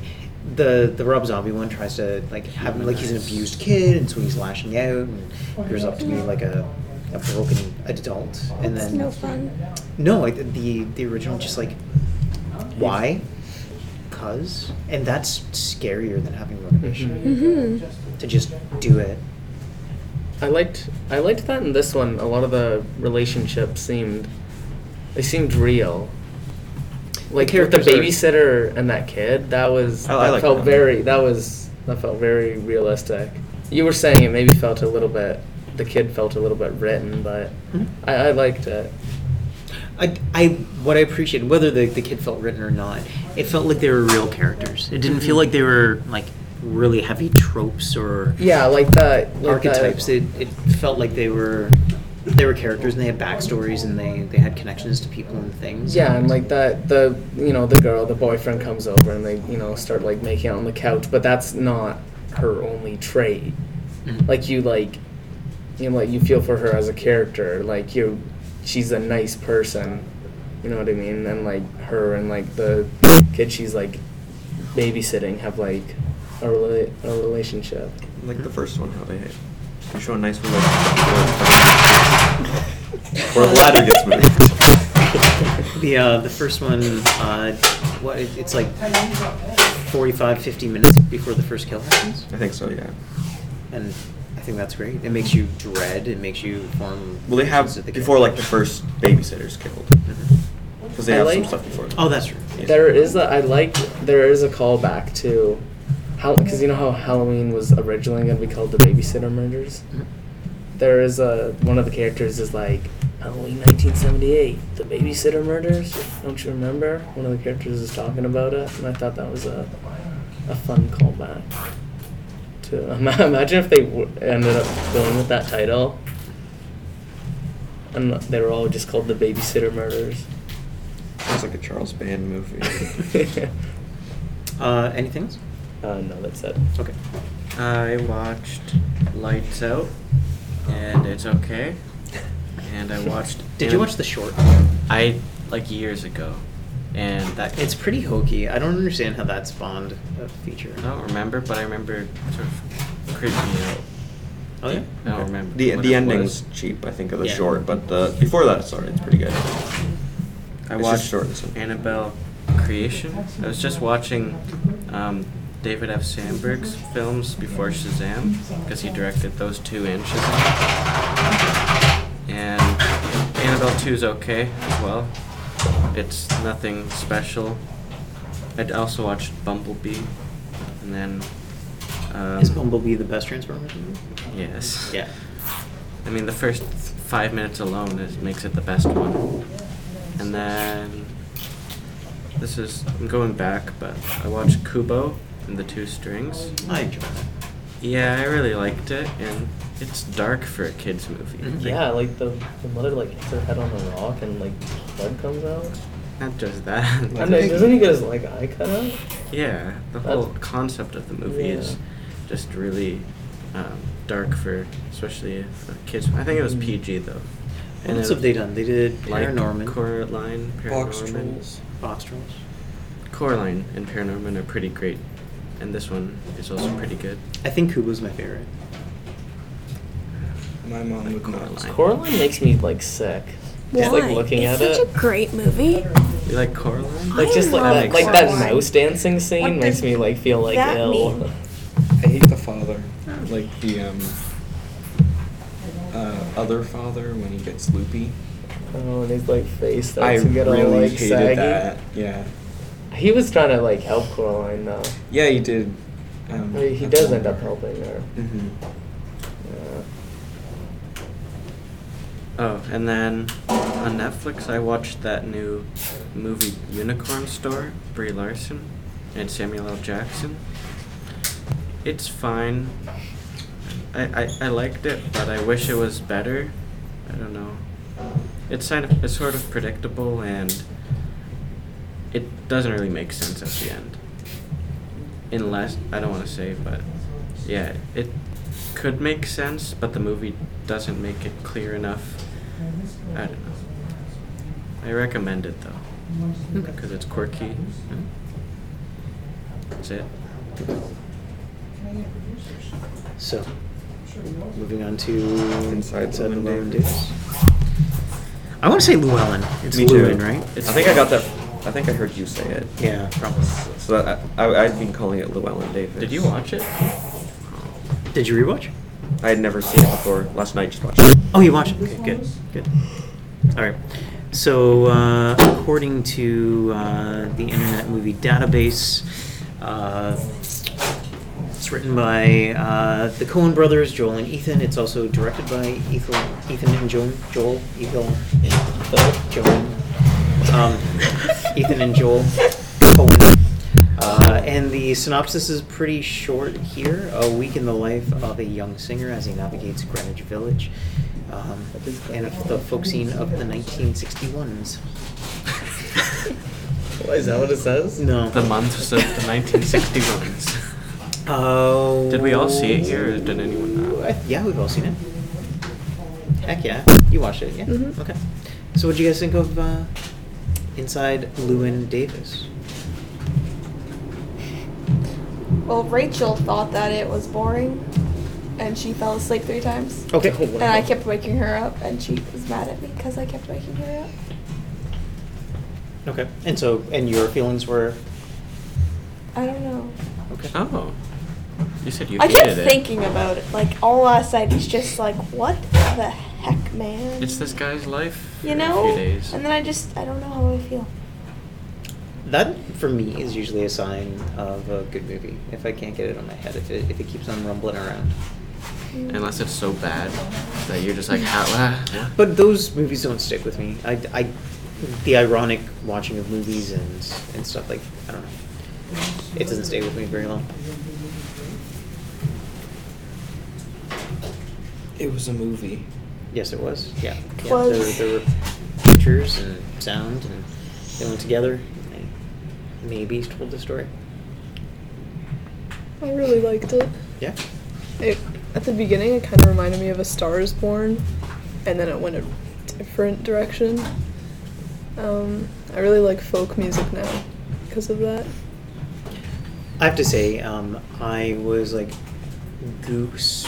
Speaker 2: the the rob zombie one tries to like have like he's an abused kid and so he's lashing out and grows up to be like a, a broken adult and
Speaker 4: That's
Speaker 2: then
Speaker 4: no fun.
Speaker 2: No, I- the the original just like why, cause, and that's scarier than having
Speaker 5: Mm-hmm.
Speaker 2: motivation
Speaker 4: hmm
Speaker 2: to just do it.
Speaker 5: I liked I liked that in this one. A lot of the relationships seemed they seemed real. Like with the
Speaker 2: characters are-
Speaker 5: babysitter and that kid, that was
Speaker 1: I- I
Speaker 5: that
Speaker 1: like
Speaker 5: felt
Speaker 1: that.
Speaker 5: very that was that felt very realistic. You were saying it maybe felt a little bit the kid felt a little bit written, but I, I liked it.
Speaker 2: I, I what I appreciated, whether the, the kid felt written or not, it felt like they were real characters. It didn't feel
Speaker 5: Mm-hmm.
Speaker 2: like they were like really heavy tropes or
Speaker 5: Yeah, like uh, that like that-
Speaker 2: archetypes. It, it felt like they were they were characters and they had backstories and they, they had connections to people and things.
Speaker 5: Yeah, and like that, the you know the girl, the boyfriend comes over and they you know start like making out on the couch, but that's not her only trait.
Speaker 2: Mhm.
Speaker 5: Like you like, you know, like you feel for her as a character. Like you, she's a nice person. You know what I mean? And like her and like the kid she's like babysitting have like a rela- a relationship.
Speaker 1: Like the first one, how they you show a nice
Speaker 2: (laughs)
Speaker 1: relationship. Where the ladder gets moved.
Speaker 2: The uh, the first one, uh, what it, it's like 45, 50 minutes before the first kill happens,
Speaker 1: I think so. Yeah.
Speaker 2: and I think that's great. It makes you dread. It makes you form.
Speaker 1: Well, they have
Speaker 2: connections with the
Speaker 1: before like the
Speaker 2: characters.
Speaker 1: first babysitter's killed
Speaker 2: Mhm.
Speaker 1: because they
Speaker 5: I
Speaker 1: have some
Speaker 5: like-
Speaker 1: stuff before. that.
Speaker 2: Oh, that's true.
Speaker 5: There is a I like there is a callback to how because you know how Halloween was originally going to be called the Babysitter Murders.
Speaker 2: Mm-hmm.
Speaker 5: There is a one of the characters is like oh, Halloween 1978, the Babysitter Murders. Don't you remember? One of the characters is talking about it, and I thought that was a a fun callback. To (laughs) imagine if they w- ended up going with that title, and they were all just called the
Speaker 3: (laughs)
Speaker 5: Babysitter Murders.
Speaker 1: Sounds like a Charles Band
Speaker 2: (laughs)
Speaker 1: movie.
Speaker 2: Uh, anything else?
Speaker 5: Uh, no, that's it.
Speaker 2: Okay.
Speaker 3: I watched Lights Out, and it's okay. and I watched.
Speaker 2: Did you watch the short?
Speaker 3: I like years ago, and that
Speaker 2: It's pretty hokey. I don't understand how that spawned a feature.
Speaker 3: I don't remember, but I remember sort of creeping out.
Speaker 2: Oh yeah.
Speaker 3: I don't remember.
Speaker 1: The,
Speaker 3: what
Speaker 1: the
Speaker 3: it
Speaker 1: ending
Speaker 3: was.
Speaker 1: was cheap, I think, of the
Speaker 2: Yeah.
Speaker 1: short, but the, before that, sorry, it's pretty good.
Speaker 3: I
Speaker 1: It's just
Speaker 3: watched
Speaker 1: short, so-
Speaker 3: Annabelle Creation. I was just watching um, David F. Sandberg's films before Shazam because he directed those two and Shazam. And Annabelle 2 is okay as well. It's nothing special. I'd also watched Bumblebee, and then. Um,
Speaker 2: Is Bumblebee the best Transformers movie?
Speaker 3: Yes.
Speaker 2: Yeah.
Speaker 3: I mean, the first five minutes alone is, makes it the best one. And then this is I'm going back, but I watched Kubo and the Two Strings.
Speaker 2: I enjoy that.
Speaker 3: Yeah, I really liked it, and it's dark for a kids movie.
Speaker 2: Mhm.
Speaker 5: (laughs) Yeah, like the, the mother like hits her head on a rock and like blood comes out.
Speaker 3: Not just that.
Speaker 5: I know, doesn't he get his like eye cut out?
Speaker 3: Yeah, the
Speaker 5: That-
Speaker 3: whole concept of the movie is
Speaker 5: Yeah.
Speaker 3: just really um, dark for especially for kids. I think it was
Speaker 5: Mm.
Speaker 3: PG though.
Speaker 2: What else
Speaker 3: it-
Speaker 2: have they done? They did
Speaker 3: Like
Speaker 2: Paranorman,
Speaker 3: Coraline,
Speaker 6: Box
Speaker 3: Paranorman.
Speaker 6: trolls.
Speaker 2: Box Trolls.
Speaker 3: Coraline and Paranorman are pretty great, and this one is also pretty good.
Speaker 2: I think Kubo's my favorite.
Speaker 6: My mom would not.
Speaker 3: Coraline.
Speaker 5: Coraline makes me like sick. Just
Speaker 9: Why?
Speaker 5: like looking
Speaker 9: it's
Speaker 5: at
Speaker 9: such
Speaker 5: it.
Speaker 9: a great movie.
Speaker 3: You like Coraline?
Speaker 5: like
Speaker 9: I
Speaker 5: just like
Speaker 9: love
Speaker 5: that, like
Speaker 9: Coraline.
Speaker 5: that mouse dancing scene
Speaker 9: What
Speaker 5: makes
Speaker 9: does
Speaker 5: me like feel like
Speaker 9: that
Speaker 5: ill.
Speaker 9: mean?
Speaker 6: I hate the father, like the um, uh, other father when he gets loopy.
Speaker 5: (laughs) Oh, and his like face
Speaker 6: I
Speaker 5: starts to get
Speaker 6: really
Speaker 5: all like
Speaker 6: hated
Speaker 5: saggy.
Speaker 6: that. Yeah,
Speaker 5: He was trying to like help Coraline though.
Speaker 6: yeah, he did.
Speaker 5: I
Speaker 6: Um,
Speaker 5: mean, he does end up helping her.
Speaker 6: hmm
Speaker 1: Mm-hmm.
Speaker 5: Yeah.
Speaker 3: Oh, and then on Netflix, I watched that new movie Unicorn Store, Brie Larson and Samuel L. Jackson. It's fine. I, I, I liked it, but I wish it was better. I don't know. It's kind of it's sort of predictable and it doesn't really make sense at the end. Unless I don't want to say, but yeah, it could make sense, but the movie doesn't make it clear enough. I don't know. I recommend it though, because it's quirky. That's it.
Speaker 2: So, moving on to
Speaker 1: Inside Llewyn Davis.
Speaker 2: Davis. I want to say Llewellyn. It's
Speaker 1: Me too.
Speaker 2: Llewellyn, right?
Speaker 1: I think I got that. I think I heard you say it.
Speaker 2: Yeah, probably.
Speaker 1: So that, I, I'd been calling it Llewellyn Davis.
Speaker 3: Did you watch it?
Speaker 2: Did you rewatch?
Speaker 1: I had never seen it before. Last night, just watched it.
Speaker 2: Oh, you watched it. Okay, good, good. All right. So, uh, according to uh, the Internet Movie Database, uh, it's written by uh, the Coen brothers, Joel and Ethan. It's also directed by Ethel, Ethan and Joel. Joel, Ethel, and Joel. Um, Ethan and Joel Coen. Uh, and the synopsis is pretty short here. A week in the life of a young singer as he navigates Greenwich Village um, and of the folk scene of the 1961s.
Speaker 5: What, (laughs) is that what it says?
Speaker 2: No.
Speaker 3: The months
Speaker 4: (laughs)
Speaker 3: of the 1961s.
Speaker 2: Oh.
Speaker 3: Did we all see it here, or did anyone not?
Speaker 2: I- yeah, we've all seen it. Heck yeah. You watched it, yeah?
Speaker 5: Mm-hmm.
Speaker 4: Mhm.
Speaker 2: Okay. So, what'd you guys think of uh, Inside Lewin Davis?
Speaker 4: Well, Rachel thought that it was boring, and she fell asleep three times.
Speaker 2: Okay.
Speaker 4: And
Speaker 5: Uh,
Speaker 4: I kept waking her up, and she was mad at me because I kept waking her up.
Speaker 2: Okay. And so, and your feelings were.
Speaker 4: I don't know.
Speaker 2: Okay.
Speaker 3: Oh, you said you
Speaker 4: I
Speaker 3: hated
Speaker 4: kept
Speaker 3: it.
Speaker 4: thinking about it. Like, all last night was just like, what the heck, man?
Speaker 3: It's this guy's life.
Speaker 4: You
Speaker 3: for
Speaker 4: know?
Speaker 3: A few days.
Speaker 4: And then I just, I don't know how I feel.
Speaker 2: That for me is usually a sign of a good movie. If I can't get it on my head, if it if it keeps on rumbling around.
Speaker 4: Mm.
Speaker 3: Unless (laughs) it's so bad that you're just like, ah, ah,
Speaker 2: But those movies don't stick with me. I, I- the ironic watching of movies and and stuff like I don't know. It doesn't stay with me very long.
Speaker 6: It was a movie.
Speaker 2: Yes, it was. Yeah. yeah.
Speaker 4: Was.
Speaker 2: There, there were pictures and sound, and they went together. And they maybe told the story.
Speaker 7: (laughs) I really liked it.
Speaker 2: Yeah.
Speaker 7: It at the beginning, it kind of reminded me of A Star Is Born, and then it went a different direction. Um, I really like folk music now because of that.
Speaker 2: I have to say, um, I was like goose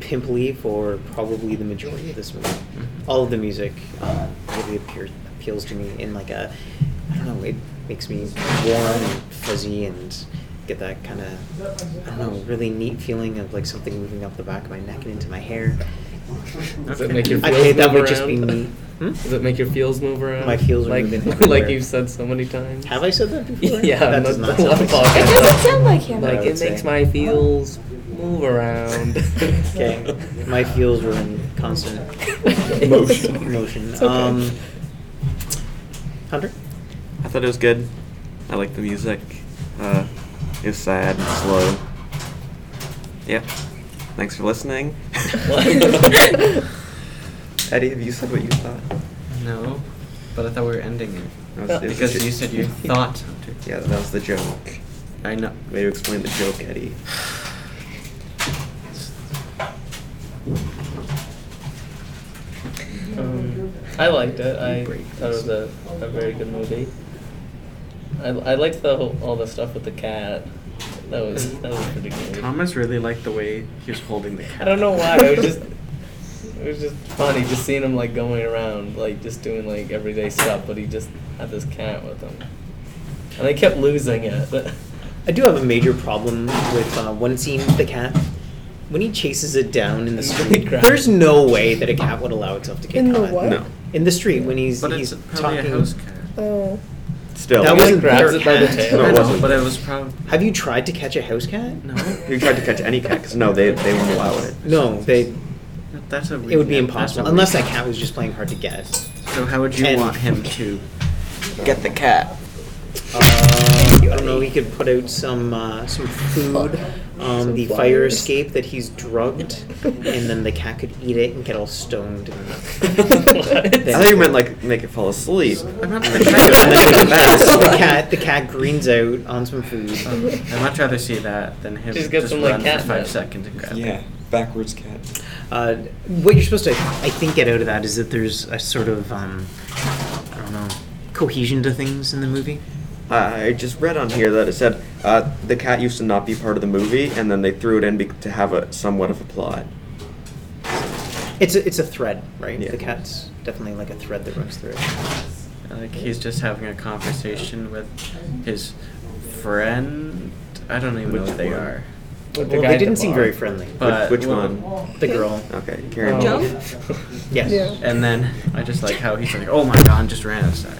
Speaker 2: pimply for probably the majority of this movie.
Speaker 7: Mm-hmm.
Speaker 2: All of the music um, really appear, appeals to me in like a, I don't know, it makes me warm and fuzzy and get that kind of, I don't know, really neat feeling of like something moving up the back of my neck and into my hair.
Speaker 7: (laughs)
Speaker 5: Does it make your
Speaker 2: I
Speaker 5: feels
Speaker 2: think
Speaker 5: move
Speaker 2: that
Speaker 5: around?
Speaker 2: would just be me. Hmm?
Speaker 5: Does it make your feels move around?
Speaker 2: My feels are
Speaker 5: like,
Speaker 2: moving
Speaker 5: (laughs) Like
Speaker 2: everywhere.
Speaker 5: you've said so many times.
Speaker 2: Have I said that
Speaker 5: (laughs)
Speaker 2: before?
Speaker 5: Yeah,
Speaker 2: that
Speaker 5: on
Speaker 2: does
Speaker 5: the-
Speaker 2: not
Speaker 5: the
Speaker 2: sound
Speaker 5: one
Speaker 2: like-
Speaker 4: It doesn't sound like him.
Speaker 2: That I
Speaker 5: Like
Speaker 2: would
Speaker 5: it
Speaker 2: say.
Speaker 5: makes my feels move around.
Speaker 2: (laughs)
Speaker 5: (laughs)
Speaker 2: Okay, my feels were in constant
Speaker 5: Motion.
Speaker 2: (laughs) motion.
Speaker 7: It's okay.
Speaker 2: Um, Hunter,
Speaker 1: I thought it was good. I liked the music. Uh, it was sad and slow. Yep. Thanks for
Speaker 5: (laughs)
Speaker 1: listening. Eddie, have you said what you thought?
Speaker 3: No, but I thought we were ending it.
Speaker 1: That was- it was
Speaker 3: Because
Speaker 1: ju-
Speaker 3: you said you thought.
Speaker 1: Yeah, that was the joke.
Speaker 3: I know.
Speaker 1: Way to explain the joke, Eddie.
Speaker 5: Um, I liked it. I thought it was a, a very good movie. I, I liked the whole, all the stuff with the cat. That was that was pretty good.
Speaker 3: Thomas really liked the way he was holding the cat.
Speaker 5: I don't know why. (laughs) It was just it was just funny just seeing him like going around like just doing like everyday stuff, but he just had this cat with him, and I kept losing it. (laughs)
Speaker 2: I do have a major problem with uh, one scene with the cat. When he chases it down in the
Speaker 5: He
Speaker 2: street,
Speaker 5: cried.
Speaker 2: there's no way that a cat would allow itself to get
Speaker 7: In the
Speaker 2: caught.
Speaker 7: what?
Speaker 1: No.
Speaker 2: In the street when he's
Speaker 3: (laughs) But
Speaker 2: he's
Speaker 3: it's probably
Speaker 2: talking.
Speaker 3: a house cat.
Speaker 7: Oh,
Speaker 1: Still.
Speaker 2: That
Speaker 5: He,
Speaker 2: wasn't
Speaker 5: like, grabs
Speaker 2: their
Speaker 5: it by the
Speaker 2: cat.
Speaker 5: tail.
Speaker 1: No, it
Speaker 3: I know,
Speaker 1: wasn't.
Speaker 3: but it was probably.
Speaker 2: Have you tried to catch a house cat?
Speaker 3: No.
Speaker 1: You tried to catch any cat, because no, they, they won't allow it.
Speaker 2: No, they.
Speaker 3: That's a.
Speaker 2: It would be
Speaker 3: recap.
Speaker 2: impossible
Speaker 3: That's a
Speaker 2: unless that
Speaker 3: recap.
Speaker 2: cat was just playing hard to get.
Speaker 3: So how would you
Speaker 2: And-
Speaker 3: want him to?
Speaker 6: Get the cat.
Speaker 2: Uh, I don't know. He could put out some uh, some food, um, the fire
Speaker 7: flyers.
Speaker 2: escape that he's drugged, and then the cat could eat it and get all stoned. And
Speaker 1: I thought you meant, like, make
Speaker 2: (laughs)
Speaker 1: it fall asleep. (laughs)
Speaker 3: I'm not
Speaker 2: then
Speaker 1: Make it a mess.
Speaker 2: the cat the cat greens out on some food.
Speaker 1: (laughs)
Speaker 3: Um, I'd much rather see that than him just,
Speaker 5: Just get some, like,
Speaker 3: run
Speaker 5: cat
Speaker 3: for five
Speaker 5: nap.
Speaker 3: seconds and grab
Speaker 6: Yeah,
Speaker 3: it.
Speaker 6: backwards cat.
Speaker 2: Uh, what you're supposed to, I think, get out of that is that there's a sort of um, I don't know cohesion to things in the movie.
Speaker 1: I just read on here that it said uh, the cat used to not be part of the movie, and then they threw it in be- to have a somewhat of a plot.
Speaker 2: It's a, it's a thread, right?
Speaker 1: Yeah.
Speaker 2: The cat's definitely like a thread that runs through it.
Speaker 3: Like he's just having a conversation with his friend. I don't even know
Speaker 1: Which
Speaker 3: what they
Speaker 1: one?
Speaker 3: are.
Speaker 5: With the
Speaker 2: well,
Speaker 5: guy at
Speaker 2: they
Speaker 5: the
Speaker 2: didn't seem
Speaker 5: bar.
Speaker 2: very friendly.
Speaker 3: But
Speaker 1: which
Speaker 3: well,
Speaker 1: one?
Speaker 2: The girl.
Speaker 1: Okay, Karen.
Speaker 5: Oh. (laughs)
Speaker 4: Jump?
Speaker 2: Yes. Uh,
Speaker 7: Yeah.
Speaker 3: And then I just like how he's like, "Oh my god!" and just ran outside.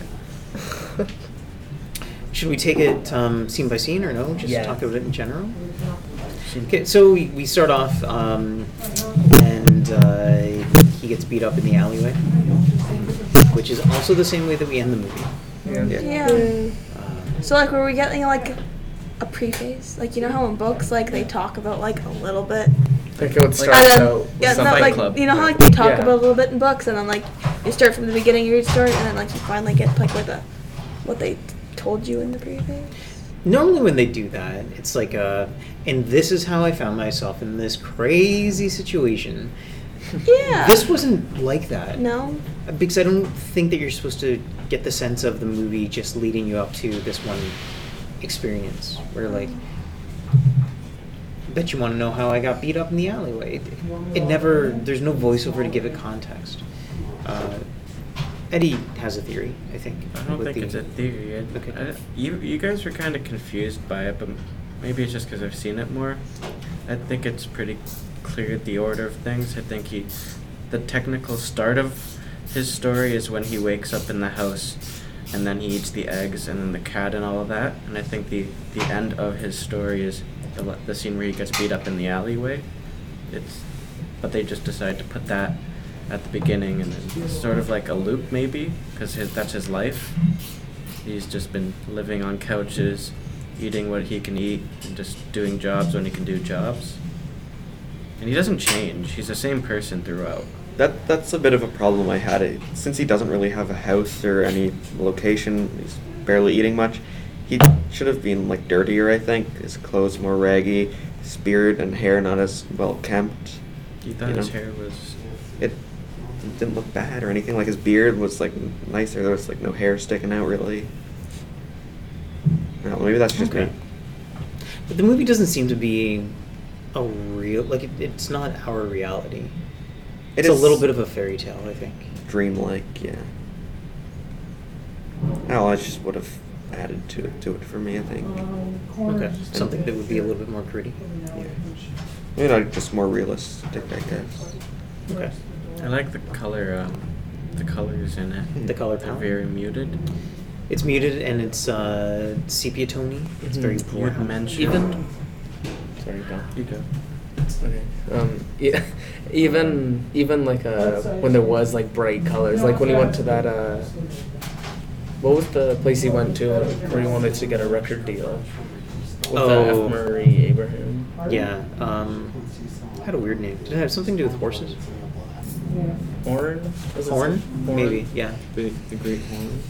Speaker 2: Should we take it um, scene by scene or no? Just
Speaker 5: Yeah.
Speaker 2: talk about it in general? Okay, so we, we start off, um, and uh, he gets beat up in the alleyway, which is also the same way that we end the movie.
Speaker 1: Yeah.
Speaker 4: Yeah.
Speaker 2: Uh,
Speaker 4: So like, were we getting like a preface? Like you know how in books like they talk about like a little bit.
Speaker 5: Like it would start
Speaker 4: And then-
Speaker 5: out.
Speaker 4: yeah, it's
Speaker 3: some
Speaker 4: not
Speaker 3: Fight
Speaker 4: like
Speaker 3: Club.
Speaker 4: you know how like they talk
Speaker 5: Yeah.
Speaker 4: about a little bit in books, and then like you start from the beginning, you read the story, and then like you finally get like what the what they told you in the preface.
Speaker 2: normally, when they do that, it's like, uh, and this is how I found myself in this crazy situation.
Speaker 4: Yeah.
Speaker 2: This wasn't like that.
Speaker 4: No.
Speaker 2: Because I don't think that you're supposed to get the sense of the movie just leading you up to this one experience where like bet you want to know how I got beat up in the alleyway. It, it never there's no voiceover to give it context. Uh, Eddie has a theory, I think.
Speaker 3: I don't
Speaker 2: with
Speaker 3: think
Speaker 2: the-
Speaker 3: it's a theory. I,
Speaker 2: Okay.
Speaker 3: I don't- you, you guys were kind of confused by it, but m- maybe it's just because I've seen it more. I think it's pretty clear the order of things. I think he, the technical start of his story is when he wakes up in the house, and then he eats the eggs and then the cat and all of that. And I think the the end of his story is the le- the scene where he gets beat up in the alleyway. It's, but they just decide to put that at the beginning and then it's sort of like a loop maybe because his, that's his life he's just been living on couches eating what he can eat and just doing jobs when he can do jobs and he doesn't change he's the same person throughout
Speaker 1: That that's a bit of a problem I had. It, since he doesn't really have a house or any location, he's barely eating much. He should have been like dirtier, I think. His clothes more raggy, his beard and hair not as well kempt.
Speaker 3: he thought
Speaker 1: You
Speaker 3: his
Speaker 1: know?
Speaker 3: hair was
Speaker 1: It it didn't look bad or anything. Like his beard was like nicer. There was like no hair sticking out really. I don't know, maybe that's just
Speaker 2: Okay.
Speaker 1: me.
Speaker 2: But the movie doesn't seem to be a real like it, it's not our reality.
Speaker 1: It
Speaker 2: it's
Speaker 1: is-
Speaker 2: a little bit of a fairy tale, I think.
Speaker 1: dreamlike. Yeah. Oh, I just would have added to to it for me. I think.
Speaker 2: Okay, something that would be a little bit more gritty.
Speaker 1: Yeah. You know, just more realistic, I guess.
Speaker 2: Okay,
Speaker 3: I like the color. Um, the colors in it.
Speaker 2: the color
Speaker 3: They're
Speaker 2: palette.
Speaker 3: very muted.
Speaker 2: It's muted and it's uh, sepia tony. It's very
Speaker 5: Mhm.
Speaker 2: brown.
Speaker 3: You'd mentioned-
Speaker 2: Even
Speaker 5: Sorry, go.
Speaker 3: You go.
Speaker 5: Okay. Um, e- (laughs) even even like uh, when there was like bright colors, like when he went to that uh, what was the place he went to where he wanted to get a record deal with the
Speaker 2: Oh.
Speaker 5: F. Murray Abraham?
Speaker 2: yeah, um, it had a weird name. Did it have something to do with horses?
Speaker 5: Horn? Was it
Speaker 2: Horn,
Speaker 5: some-
Speaker 2: maybe. Yeah.
Speaker 6: The, the Great Horn.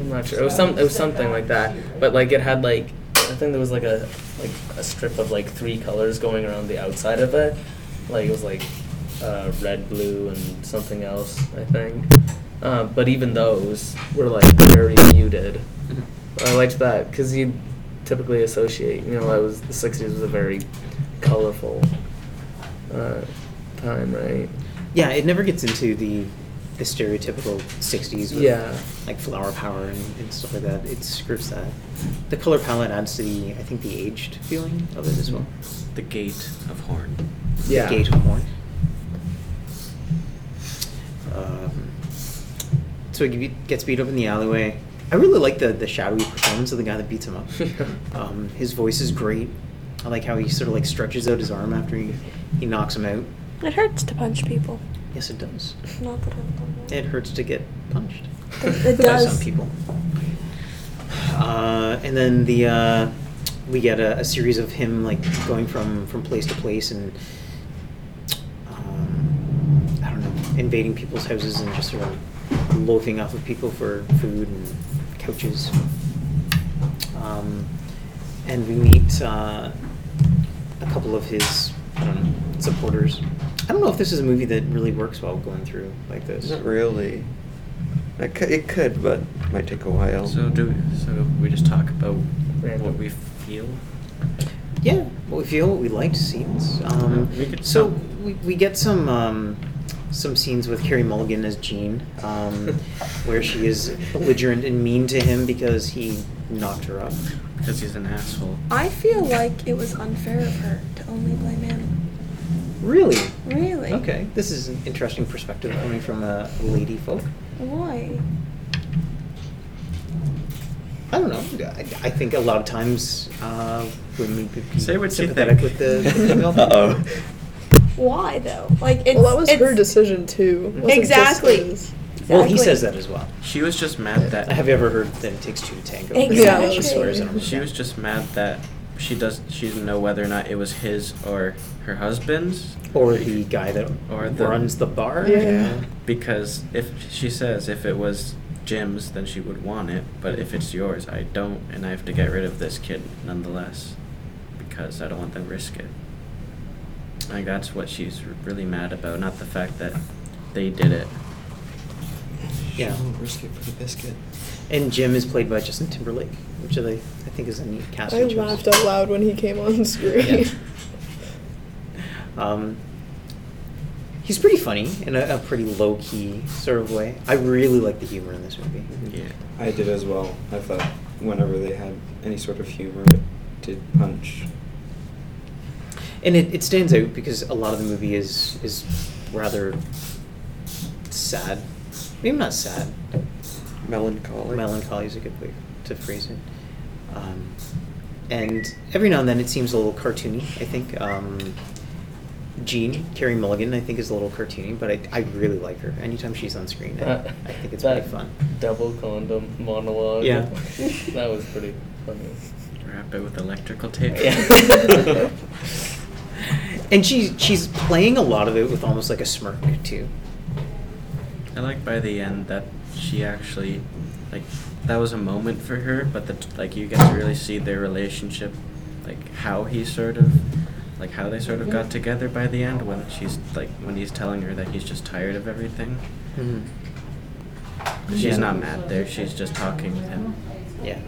Speaker 5: I'm not sure. It was some. It was something like that. But like it had like I think there was like a like a strip of like three colors going around the outside of it. Like it was like uh, red, blue, and something else. I think. Uh, but even those were like very muted. I liked that because you typically associate. You know, I was the '60s was a very colorful uh, time, right?
Speaker 2: Yeah, it never gets into the the stereotypical '60s. With
Speaker 5: Yeah.
Speaker 2: Like flower power and, and stuff like that. It scripts that. The color palette adds to the I think the aged feeling of it as well.
Speaker 3: The gate of horn.
Speaker 5: Yeah.
Speaker 2: The gate
Speaker 5: (laughs)
Speaker 2: horn. Um, so he be- gets beat up in the alleyway. I really like the the shadowy performance of the guy that beats him up. (laughs) Um, his voice is great. I like how he sort of like stretches out his arm after he, he knocks him out.
Speaker 7: It hurts to punch people.
Speaker 2: Yes, it does.
Speaker 7: Not that I'm done
Speaker 2: It hurts to get punched.
Speaker 7: It, it
Speaker 2: by
Speaker 7: does.
Speaker 2: some people. Uh, and then the uh, we get a, a series of him like going from from place to place and um, I don't know invading people's houses and just sort of loafing off of people for food and couches. Um, and we meet uh, a couple of his I don't know supporters. I don't know if this is a movie that really works well going through like this.
Speaker 1: Not really. It could, it could, but it might take a while.
Speaker 3: So do so we just talk about what
Speaker 5: Random.
Speaker 3: we feel.
Speaker 2: Yeah, what we feel, what we liked scenes. Um,
Speaker 3: We could-
Speaker 2: so we, we get some um, some scenes with Carrie Mulligan as Jean,
Speaker 3: (laughs)
Speaker 2: um, where she is belligerent and mean to him because he knocked her up.
Speaker 3: Because he's an asshole.
Speaker 4: I feel like it was unfair of her to only blame him.
Speaker 2: Really?
Speaker 4: Really?
Speaker 2: Okay, this is an interesting perspective coming from a lady folk.
Speaker 4: Why?
Speaker 2: I don't know. I, I think a lot of times uh, women could be
Speaker 3: Say what you
Speaker 2: sympathetic with
Speaker 3: think. (laughs)
Speaker 2: the, the female.
Speaker 1: Uh-oh.
Speaker 4: Why though? Like it's
Speaker 7: well, that was her
Speaker 4: it's-
Speaker 7: decision too. It wasn't just
Speaker 4: Exactly.
Speaker 7: his.
Speaker 2: Well, he
Speaker 4: Exactly.
Speaker 2: says that as well.
Speaker 3: She was just mad that
Speaker 2: (laughs) Have you ever heard that it takes two to tango?
Speaker 7: Exactly.
Speaker 2: She swears at him.
Speaker 3: She was just mad that she does. She didn't know whether or not it was his or her husband's.
Speaker 2: Or the guy that
Speaker 3: Or the-
Speaker 2: runs the bar.
Speaker 7: Yeah. Yeah.
Speaker 3: Because if she says if it was Jim's, then she would want it. But if it's yours, I don't, and I have to get rid of this kid nonetheless, because I don't want them to risk it. I think that's what she's r- really mad about, not the fact that they did it.
Speaker 2: Yeah.
Speaker 6: risk it for the biscuit.
Speaker 2: And Jim is played by Justin Timberlake, which I, I think is a neat
Speaker 7: I
Speaker 2: casting choice.
Speaker 7: laughed out loud when he came on (laughs) screen.
Speaker 2: Yeah. Um, he's pretty funny in a, a pretty low key sort of way. I really like the humor in this movie.
Speaker 3: Yeah.
Speaker 6: I did as well. I thought whenever they had any sort of humor, it did punch.
Speaker 2: And it, it stands out because a lot of the movie is is rather sad. Maybe not sad.
Speaker 1: Melancholy.
Speaker 2: Melancholy is a good way to phrase it. Um, and every now and then it seems a little cartoony, I think. Um, Jean, Carrie Mulligan, I think is a little cartoony, but I, I really like her. Anytime she's on screen, I,
Speaker 5: (laughs) That-
Speaker 2: I think it's
Speaker 5: that
Speaker 2: pretty fun.
Speaker 5: Double condom monologue.
Speaker 2: Yeah.
Speaker 5: (laughs) that was pretty funny.
Speaker 3: Wrap it with electrical tape. (laughs)
Speaker 5: Yeah.
Speaker 2: And she, she's playing a lot of it with almost like a smirk, too.
Speaker 3: I like by the end that she actually, like, that was a moment for her, but that like you get to really see their relationship, like how he sort of like how they sort of
Speaker 7: Mm-hmm.
Speaker 3: got together by the end when she's like when he's telling her that he's just tired of everything.
Speaker 7: Mm-hmm.
Speaker 2: Mhm.
Speaker 3: She's
Speaker 2: Yeah.
Speaker 3: not mad there. She's just talking with him.
Speaker 2: Yeah.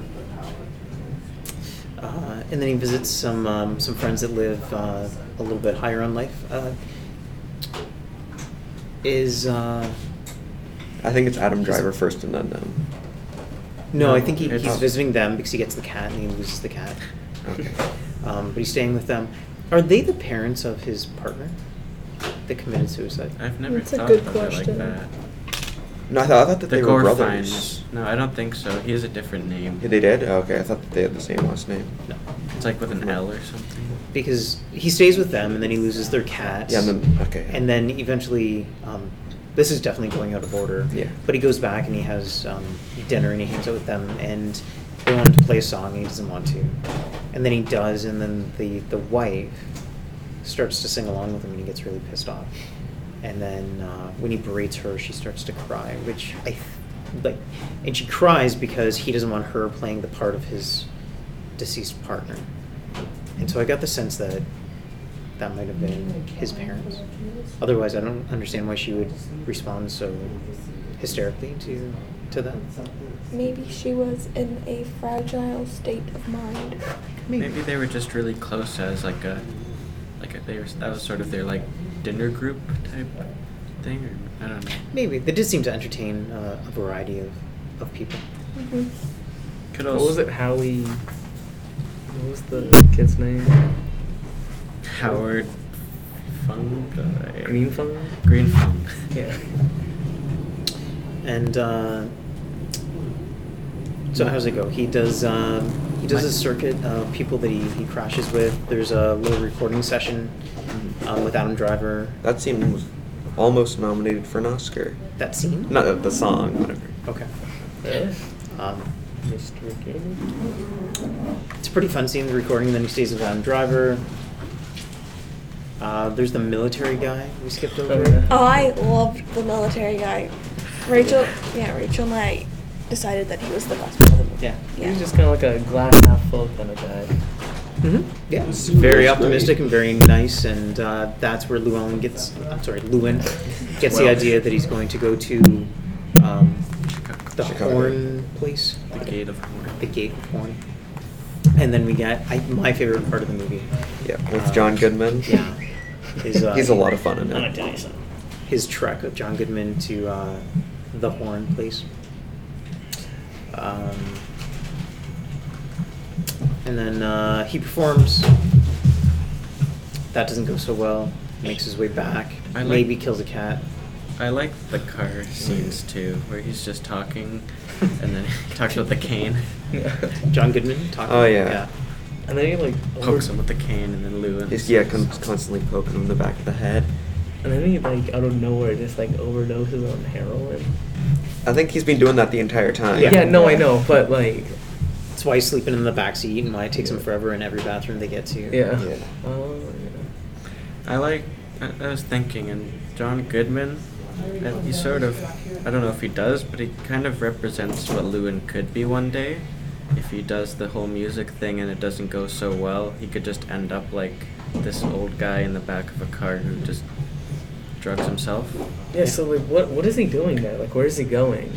Speaker 2: Uh, and then he visits some um, some friends that live uh, a little bit higher on life. Uh, is uh,
Speaker 1: I think it's Adam Driver first and then them.
Speaker 2: no, I think he,
Speaker 3: It's-
Speaker 2: he's visiting them because he gets the cat and he loses the cat.
Speaker 1: Okay.
Speaker 2: Um, but he's staying with them. Are they the parents of his partner that committed suicide?
Speaker 3: I've never
Speaker 7: That's a
Speaker 3: thought
Speaker 7: good
Speaker 3: of
Speaker 7: question.
Speaker 3: it like that.
Speaker 1: No, I thought, I thought that
Speaker 3: the
Speaker 1: they were
Speaker 3: Gorfines.
Speaker 1: brothers.
Speaker 3: No, I don't think so. He has a different name.
Speaker 1: Yeah, they did? Okay, I thought that they had the same last name.
Speaker 2: No,
Speaker 3: It's like with an L or something.
Speaker 2: because he stays with them and then he loses their cat.
Speaker 1: Yeah, and then, okay.
Speaker 2: and then eventually um, this is definitely going out of order
Speaker 1: Yeah.
Speaker 2: but he goes back and he has um, dinner and he hangs out with them and they want him to play a song and he doesn't want to and then he does and then the, the wife starts to sing along with him and he gets really pissed off and then uh, when he berates her she starts to cry which i th- like and she cries because he doesn't want her playing the part of his deceased partner and so i got the sense that that might have been his parents Otherwise, I don't understand why she would respond so hysterically to to that.
Speaker 4: Maybe she was in a fragile state of mind.
Speaker 3: Maybe they were just really close as like a, like a, they were that was sort of their like dinner group type thing. Or, I don't know.
Speaker 2: Maybe they did seem to entertain uh, a variety of, of people.
Speaker 4: Mhm.
Speaker 7: Mm-hmm.
Speaker 3: Could
Speaker 5: What
Speaker 3: also-
Speaker 5: was it? Howie. What was the kid's name?
Speaker 3: Howard Fungi.
Speaker 5: Green Fungi?
Speaker 3: Green Fungi.
Speaker 5: Yeah.
Speaker 2: And uh, so how's it go? He does um, he does a circuit of people that he, he crashes with. There's a little recording session um, with Adam Driver.
Speaker 1: That scene was almost nominated for an Oscar.
Speaker 2: That scene.
Speaker 1: Not uh, the song, whatever.
Speaker 2: Okay.
Speaker 5: Really?
Speaker 2: Um,
Speaker 5: Mr. Gamer?
Speaker 2: It's a pretty fun scene, the recording. Then he stays with Adam Driver. Uh, there's the military guy we skipped over.
Speaker 5: Oh, yeah.
Speaker 4: Oh, I loved the military guy. Rachel, yeah, Rachel and I decided that he was the best part of the movie.
Speaker 2: Yeah.
Speaker 5: He was just kind of like a glass half full kind
Speaker 2: (laughs)
Speaker 5: of guy.
Speaker 2: hmm Yeah, it's very optimistic and very nice, and uh, that's where Llewellyn gets. I'm sorry, Lewin gets the
Speaker 3: Well.
Speaker 2: idea that he's going to go to um, the
Speaker 1: Chicago.
Speaker 2: Horn place,
Speaker 3: The Gate of Horn.
Speaker 2: the Gate of Horn, and then we get I, my favorite part of the movie.
Speaker 1: Yeah, with
Speaker 2: Uh,
Speaker 1: John Goodman.
Speaker 2: Yeah, is,
Speaker 1: (laughs)
Speaker 2: uh,
Speaker 1: He's a lot of fun in
Speaker 5: Gonna
Speaker 1: it.
Speaker 5: tell you something.
Speaker 2: his trek of John Goodman to uh, the Horn place. Um, and then uh, he performs. That doesn't go so well. Makes his way back.
Speaker 3: I like-
Speaker 2: Maybe kills a cat.
Speaker 3: I like the car scenes too, where he's just talking, and then (laughs) he talks about the
Speaker 5: (laughs)
Speaker 3: cane.
Speaker 5: Yeah.
Speaker 2: John Goodman talking.
Speaker 1: Oh, yeah.
Speaker 5: And then he like
Speaker 3: Pokes him with the cane, and then Lewin.
Speaker 1: He's yeah, con- constantly poking him in the back of the head.
Speaker 5: And then he like out of nowhere just like overdoses on heroin.
Speaker 1: I think he's been doing that the entire time.
Speaker 2: Yeah.
Speaker 5: Yeah, no, I know, but like,
Speaker 2: That's why he's sleeping in the backseat and why it takes him forever in every bathroom they get to.
Speaker 5: yeah.
Speaker 1: Yeah.
Speaker 5: Oh,
Speaker 3: I like. I, I was thinking, and John Goodman, uh, he sort of. I don't know if he does, but he kind of represents what Lewin could be one day. If he does the whole music thing and it doesn't go so well, he could just end up like this old guy in the back of a car who just drugs himself
Speaker 5: yeah. Yeah. So like, what what is he doing there? Like, where is he going?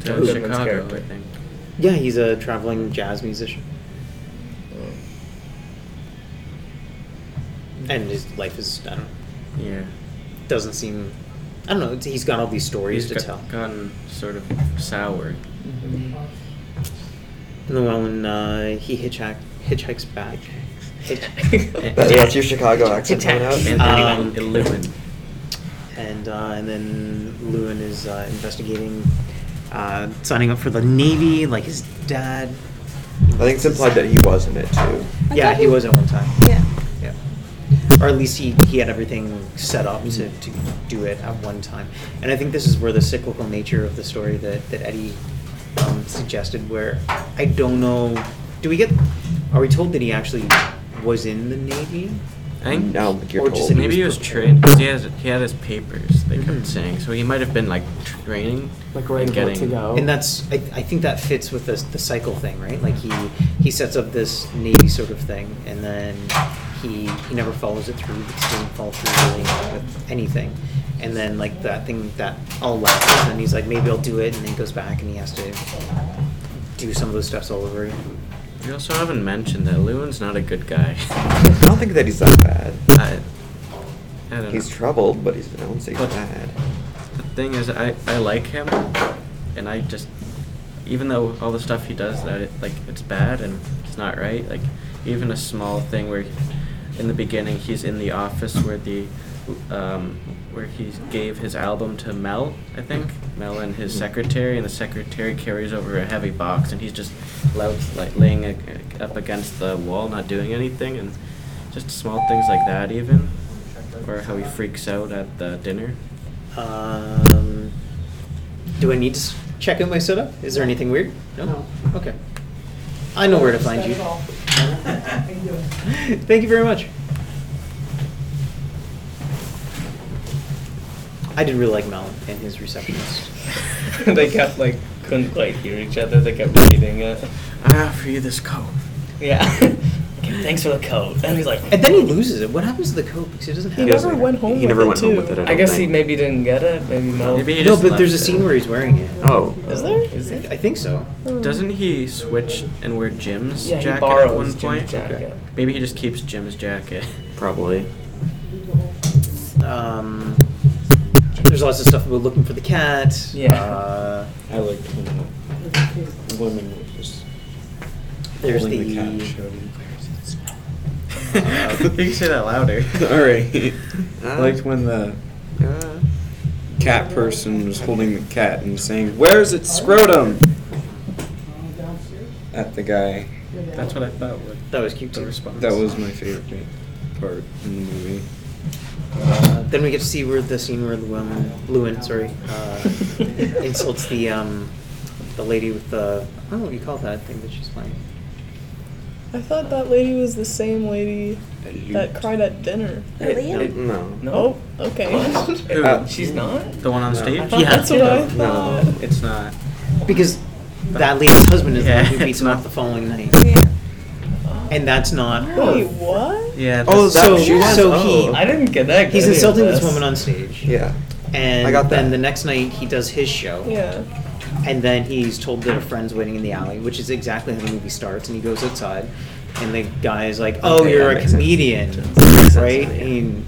Speaker 3: to
Speaker 5: Goodman's
Speaker 3: Chicago,
Speaker 5: character.
Speaker 3: I think.
Speaker 2: Yeah, he's a traveling jazz musician,
Speaker 5: Oh.
Speaker 2: and
Speaker 5: (laughs)
Speaker 2: his life is I don't know,
Speaker 3: Yeah.
Speaker 2: doesn't seem. I don't know. it's- He's got all these stories
Speaker 3: He's
Speaker 2: to
Speaker 3: got-
Speaker 2: tell.
Speaker 3: gotten sort of sour.
Speaker 2: And then when uh, he hitchhike, hitchhikes back,
Speaker 1: That- That's your Chicago accent coming
Speaker 3: And
Speaker 1: out.
Speaker 2: Um,
Speaker 3: um, Lewin.
Speaker 2: and uh, and then Lewin is uh, investigating, uh, signing up for the Navy, like his dad.
Speaker 1: I think it's implied that he was in it too.
Speaker 4: I
Speaker 2: yeah,
Speaker 4: thought
Speaker 2: he was at one time.
Speaker 4: Yeah.
Speaker 2: Yeah. Or at least he, he had everything set up to, to do it at one time. And I think this is where the cyclical nature of the story that, that Eddie um, suggested, where I don't know. Do we get. Are we told that he actually was in the Navy?
Speaker 3: I think
Speaker 1: Now that you're
Speaker 2: Or just
Speaker 1: told.
Speaker 2: an
Speaker 3: maybe he was trained because he has he had his papers. They
Speaker 2: Mhm.
Speaker 3: kept saying so he might have been like training,
Speaker 5: Mm-hmm. Like
Speaker 3: and
Speaker 5: right
Speaker 3: getting
Speaker 5: to go.
Speaker 2: And that's, I, I think that fits with the, the cycle thing, right? Like he, he sets up this Navy sort of thing, and then he he never follows it through because he didn't follow through really with anything. And then like that thing that all lapses, and he's like, maybe I'll do it, and then goes back and he has to do some of those steps all over again.
Speaker 3: You also haven't mentioned that Lewin's not a good guy.
Speaker 1: (laughs) I don't think that he's that bad.
Speaker 3: I, I don't
Speaker 1: He's
Speaker 3: know.
Speaker 1: troubled, but he's I don't say he's
Speaker 3: But-
Speaker 1: bad.
Speaker 3: The thing is, I, I like him, and I just, even though all the stuff he does, that it, like it's bad and it's not right. Like even a small thing where, in the beginning, he's in the office where the, um, where he gave his album to Mel, I think Mel and his secretary, and the secretary carries over a heavy box, and he's just loud, like laying a, up against the wall, not doing anything, and just small things like that even, or how he freaks out at the dinner.
Speaker 2: Um, do I need to s- check in my setup? Is there anything weird?
Speaker 8: No.
Speaker 2: Okay. I know where to find you. Thank you very much. I did really like Malin and his receptionist.
Speaker 5: they kept like couldn't quite hear each other. They kept uh, reading it.
Speaker 3: I offer you Ah, this coat.
Speaker 5: Yeah. (laughs) okay, thanks for the coat. And he's like,
Speaker 2: And then he loses it. What happens to the coat? Because he doesn't
Speaker 7: He
Speaker 2: have
Speaker 7: never
Speaker 2: it.
Speaker 7: went home.
Speaker 1: He
Speaker 7: with
Speaker 1: never
Speaker 7: it
Speaker 1: went
Speaker 7: too.
Speaker 1: home with it. I,
Speaker 5: I
Speaker 1: don't
Speaker 5: guess he
Speaker 1: think.
Speaker 5: maybe didn't get it. Maybe no.
Speaker 3: Maybe he
Speaker 2: No,
Speaker 3: just
Speaker 2: but there's a
Speaker 3: left it.
Speaker 2: scene where he's wearing it.
Speaker 1: Oh,
Speaker 5: Is there?
Speaker 2: I
Speaker 5: Is
Speaker 2: think-
Speaker 5: it?
Speaker 2: I think so.
Speaker 7: Oh.
Speaker 3: Doesn't he switch and wear Jim's
Speaker 5: Yeah, he
Speaker 3: jacket
Speaker 5: borrows
Speaker 3: at one
Speaker 5: Jim's
Speaker 3: point?
Speaker 5: jacket.
Speaker 3: Maybe he just keeps Jim's
Speaker 1: (laughs)
Speaker 3: jacket. (laughs)
Speaker 1: probably.
Speaker 2: Um, there's lots of stuff about looking for the cat.
Speaker 5: Yeah.
Speaker 2: Uh,
Speaker 6: I like when the women were just
Speaker 2: there's
Speaker 6: holding
Speaker 2: the
Speaker 6: the cat and shouting.
Speaker 2: Uh,
Speaker 3: you can say (laughs) that louder.
Speaker 6: All right. (laughs)
Speaker 1: Uh,
Speaker 6: I liked when the cat person was holding the cat and saying, "Where's its scrotum?" At the guy.
Speaker 3: That's what I thought would
Speaker 2: That was cute
Speaker 3: the
Speaker 2: too.
Speaker 3: response.
Speaker 6: That was my favorite part in the movie.
Speaker 2: Uh, then we get to see where the scene where Llewyn, Lewin, sorry, uh,
Speaker 5: (laughs)
Speaker 2: insults the um, the lady with the I don't know what you call that thing that she's playing.
Speaker 7: I thought that lady was the same lady that cried at dinner.
Speaker 4: Really?
Speaker 5: It-
Speaker 1: No.
Speaker 5: (laughs) no.
Speaker 7: Oh, okay.
Speaker 3: Who?
Speaker 1: Uh,
Speaker 5: She's not.
Speaker 3: the one on
Speaker 1: No.
Speaker 3: stage?
Speaker 1: I
Speaker 7: thought that's what I
Speaker 1: No.
Speaker 7: thought.
Speaker 3: It's not.
Speaker 2: Because that lady's husband is the one
Speaker 3: Yeah,
Speaker 2: who beats
Speaker 3: it's
Speaker 2: him up
Speaker 3: not-
Speaker 2: the following night,
Speaker 4: Yeah.
Speaker 2: and that's not
Speaker 7: Wait,
Speaker 2: her.
Speaker 7: what?
Speaker 3: Yeah.
Speaker 1: Oh,
Speaker 3: that's-
Speaker 1: that
Speaker 2: So-
Speaker 1: she was.
Speaker 2: so
Speaker 1: oh.
Speaker 2: he-
Speaker 5: I didn't connect.
Speaker 2: He's
Speaker 5: any of
Speaker 2: insulting this woman on stage,
Speaker 1: Yeah.
Speaker 2: and
Speaker 1: I got that.
Speaker 2: then the next night he does his show,
Speaker 7: Yeah.
Speaker 2: and then he's told that a friend's waiting in the alley, which is exactly how the movie starts, and he goes outside, and the guy is like, "Oh,
Speaker 1: Okay,
Speaker 2: you're
Speaker 1: that
Speaker 2: a
Speaker 1: makes sense.
Speaker 2: comedian,
Speaker 1: sense,
Speaker 2: right?"
Speaker 1: yeah.
Speaker 2: And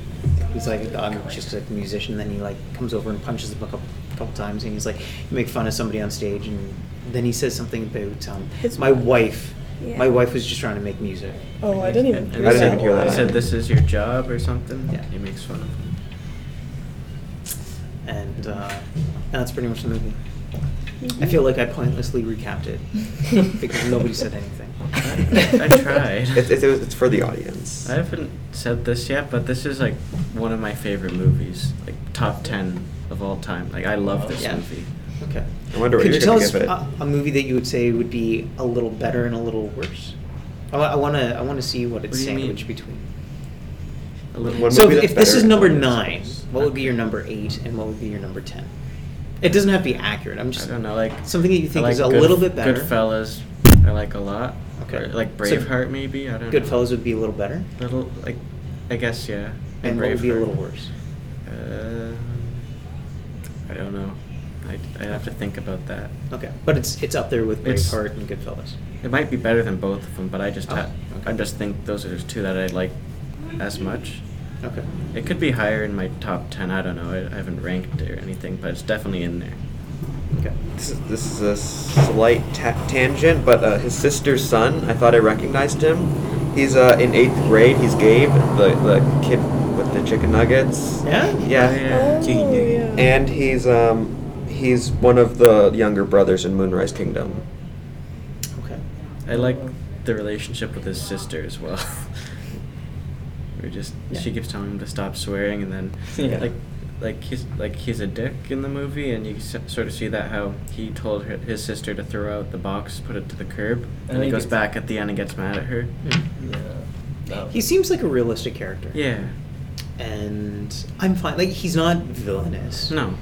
Speaker 2: he's like, "I'm just a musician." Then he like comes over and punches the book a couple times, and he's like, "You make fun of somebody on stage," and then he says something about um,
Speaker 7: His
Speaker 2: my wife.
Speaker 4: Yeah.
Speaker 2: My wife was just trying to make music.
Speaker 7: Oh, I didn't even
Speaker 3: And-
Speaker 7: hear
Speaker 3: and
Speaker 1: I
Speaker 7: that.
Speaker 1: didn't even hear that.
Speaker 3: He said, "This is your job" or something.
Speaker 2: Yeah.
Speaker 3: He makes fun of him.
Speaker 2: and uh, that's pretty much the movie. I feel like I pointlessly recapped it because nobody said anything.
Speaker 3: (laughs) I tried.
Speaker 1: It's, it's, it's for the audience.
Speaker 3: I haven't said this yet, but this is like one of my favorite movies, like top ten of all time. Like I love this
Speaker 2: Yeah.
Speaker 3: movie.
Speaker 2: Okay.
Speaker 1: I wonder what
Speaker 2: Could
Speaker 1: you're
Speaker 2: you tell
Speaker 1: gonna
Speaker 2: us
Speaker 1: give it.
Speaker 2: a, a movie that you would say would be a little better and a little worse? I, wa- I want to. I want to see what it's
Speaker 3: What do you
Speaker 2: sandwiched
Speaker 3: mean?
Speaker 2: between.
Speaker 3: A little
Speaker 1: One
Speaker 2: so,
Speaker 1: movie that's
Speaker 2: if this
Speaker 1: better
Speaker 2: is
Speaker 1: and
Speaker 2: number
Speaker 1: one that's
Speaker 2: nine, what would be your number eight, and what would be your number ten? It doesn't have to be accurate. I'm
Speaker 3: I
Speaker 2: just
Speaker 3: don't know, like
Speaker 2: something that you
Speaker 3: I
Speaker 2: think is a
Speaker 3: like Good-
Speaker 2: little bit better.
Speaker 3: Goodfellas, I like a lot.
Speaker 2: Okay.
Speaker 3: Or, like
Speaker 2: So-
Speaker 3: Braveheart, maybe I don't.
Speaker 2: Goodfellas would be a little better,
Speaker 3: know. Little like, I guess yeah.
Speaker 2: and what would be a
Speaker 3: Braveheart.
Speaker 2: little worse?
Speaker 3: Uh, I don't know. I I have to think about that.
Speaker 2: Okay, but it's it's up there with
Speaker 3: It's-
Speaker 2: Braveheart and Goodfellas.
Speaker 3: It might be better than both of them, but I just
Speaker 2: Oh,
Speaker 3: ha-
Speaker 2: okay.
Speaker 3: I just think those are just two that I like as much.
Speaker 2: Okay.
Speaker 3: It could be higher in my top ten. I don't know. I, I haven't ranked it or anything, but it's definitely in there.
Speaker 2: Okay.
Speaker 1: This is, this is a slight ta- tangent, but uh, his sister's son, I thought I recognized him. He's uh, in eighth grade. He's Gabe, the, the kid with the chicken nuggets.
Speaker 2: Yeah.
Speaker 1: Yeah.
Speaker 7: Oh, yeah.
Speaker 1: And he's um, he's one of the younger brothers in Moonrise Kingdom.
Speaker 2: Okay.
Speaker 3: I like the relationship with his sister as well. (laughs) We're just she keeps telling him to stop swearing, and then
Speaker 5: Yeah.
Speaker 3: like like he's like he's a dick in the movie, and you s- sort of see that how he told her, his sister to throw out the box, put it to the curb, and,
Speaker 5: And
Speaker 3: he
Speaker 5: he
Speaker 3: goes
Speaker 5: gets-
Speaker 3: back at the end and gets mad at her.
Speaker 6: Mm.
Speaker 5: Yeah. No.
Speaker 2: He seems like a realistic character.
Speaker 3: Hmm. Yeah,
Speaker 2: And I'm fine. Like he's not villainous.
Speaker 3: no,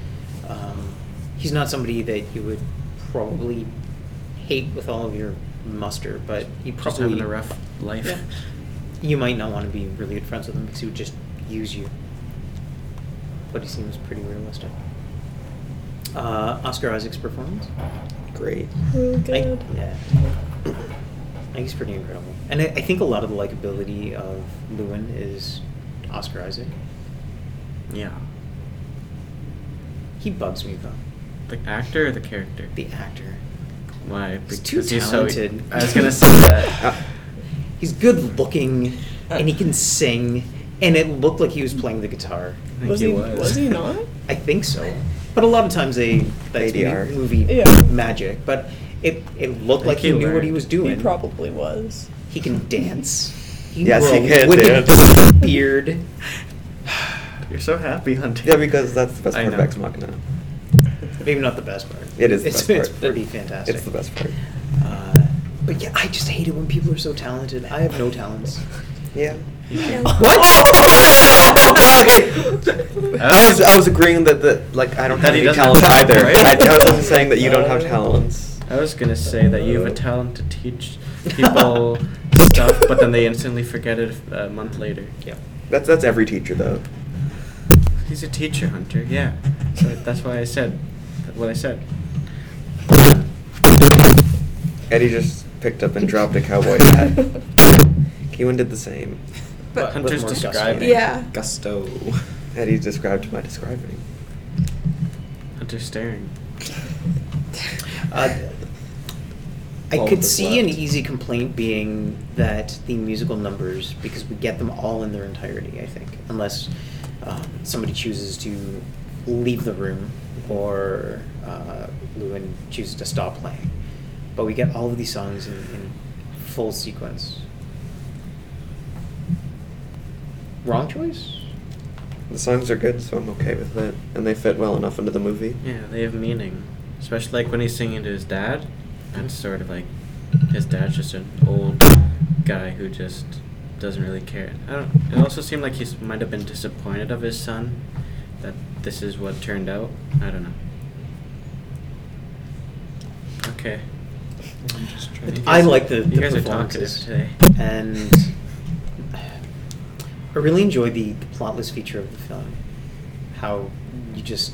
Speaker 2: Um, he's not somebody that you would probably hate with all of your muster, but he
Speaker 3: just
Speaker 2: probably
Speaker 3: having a rough life.
Speaker 2: Yeah. you might not want to be really good friends with him because he would just use you. But he seems pretty realistic. Uh, Oscar Isaac's performance?
Speaker 6: Great.
Speaker 7: Really
Speaker 2: I-
Speaker 7: good.
Speaker 2: yeah. I think he's pretty incredible. And I, I think a lot of the likability of Lewin is Oscar Isaac.
Speaker 3: Yeah.
Speaker 2: He bugs me though.
Speaker 3: The actor or the character?
Speaker 2: The actor.
Speaker 3: Why?
Speaker 2: He's too
Speaker 3: Because he's so-
Speaker 2: talented.
Speaker 3: I was gonna say that.
Speaker 6: (laughs) Uh,
Speaker 2: He's good looking and he can sing. And it looked like he was playing the guitar.
Speaker 3: I think
Speaker 7: was
Speaker 3: he
Speaker 7: he?
Speaker 3: was.
Speaker 7: he not?
Speaker 2: I think so. But a lot of times they that's
Speaker 6: ADR.
Speaker 2: movie movie
Speaker 7: Yeah.
Speaker 2: magic. But it it looked like
Speaker 3: Like
Speaker 2: he,
Speaker 3: he
Speaker 2: knew what he
Speaker 3: learned.
Speaker 2: was doing.
Speaker 7: He probably was.
Speaker 2: He can dance. He
Speaker 6: Yes, he
Speaker 2: will
Speaker 6: can
Speaker 2: with a
Speaker 6: dance.
Speaker 2: Beard.
Speaker 3: You're so happy, Hunter.
Speaker 6: Yeah, because that's the best
Speaker 3: I
Speaker 6: part of
Speaker 3: know.
Speaker 6: Ex Machina.
Speaker 2: Maybe not the best part.
Speaker 6: (laughs) It is the
Speaker 2: It's,
Speaker 6: best part.
Speaker 2: it's pretty fantastic.
Speaker 6: It's the best part.
Speaker 2: Uh, but yeah, I just hate it when people are so talented. I have no talents.
Speaker 6: Yeah.
Speaker 2: (laughs) What? Oh,
Speaker 3: Oh!
Speaker 6: (laughs) I was I was agreeing that the like I don't
Speaker 3: That
Speaker 6: have
Speaker 3: he
Speaker 6: any
Speaker 3: doesn't
Speaker 6: talents
Speaker 3: have
Speaker 6: either.
Speaker 3: talent, right?
Speaker 6: I, I was just saying that you don't have talents.
Speaker 3: I was gonna say that you have a talent to teach people stuff, but then they instantly forget it uh, a month later.
Speaker 2: Yeah.
Speaker 6: That's that's every teacher though.
Speaker 3: He's a teacher, Hunter. Yeah. So that's why I said what I said.
Speaker 6: Eddie just picked up and dropped a
Speaker 5: (laughs)
Speaker 6: cowboy hat.
Speaker 2: (laughs)
Speaker 6: Keelan did the same.
Speaker 2: But with
Speaker 3: Hunter's
Speaker 2: more gusto.
Speaker 3: describing.
Speaker 4: Yeah.
Speaker 6: Gusto. Eddie described my describing.
Speaker 3: Hunter's staring.
Speaker 2: Uh, I
Speaker 6: All
Speaker 2: could
Speaker 6: that's
Speaker 2: see an
Speaker 6: left.
Speaker 2: easy complaint being that the musical numbers, because we get them all in their entirety, I think, unless um, somebody chooses to leave the room or uh, Lewin chooses to stop playing. But we get all of these songs in, in full sequence. Wrong choice?
Speaker 6: The songs are good, so I'm okay with that, and they fit well enough into the movie.
Speaker 3: Yeah, they have meaning. Especially like when he's singing to his dad. That's sort of like his dad's just an old guy who just doesn't really care. I don't. It also seemed like he might have been disappointed of his son that this is what turned out. I don't know. Okay.
Speaker 2: I like the, the
Speaker 3: You guys are talkative
Speaker 2: performances.
Speaker 3: today.
Speaker 2: And I really enjoy the, the plotless feature of the film. How you just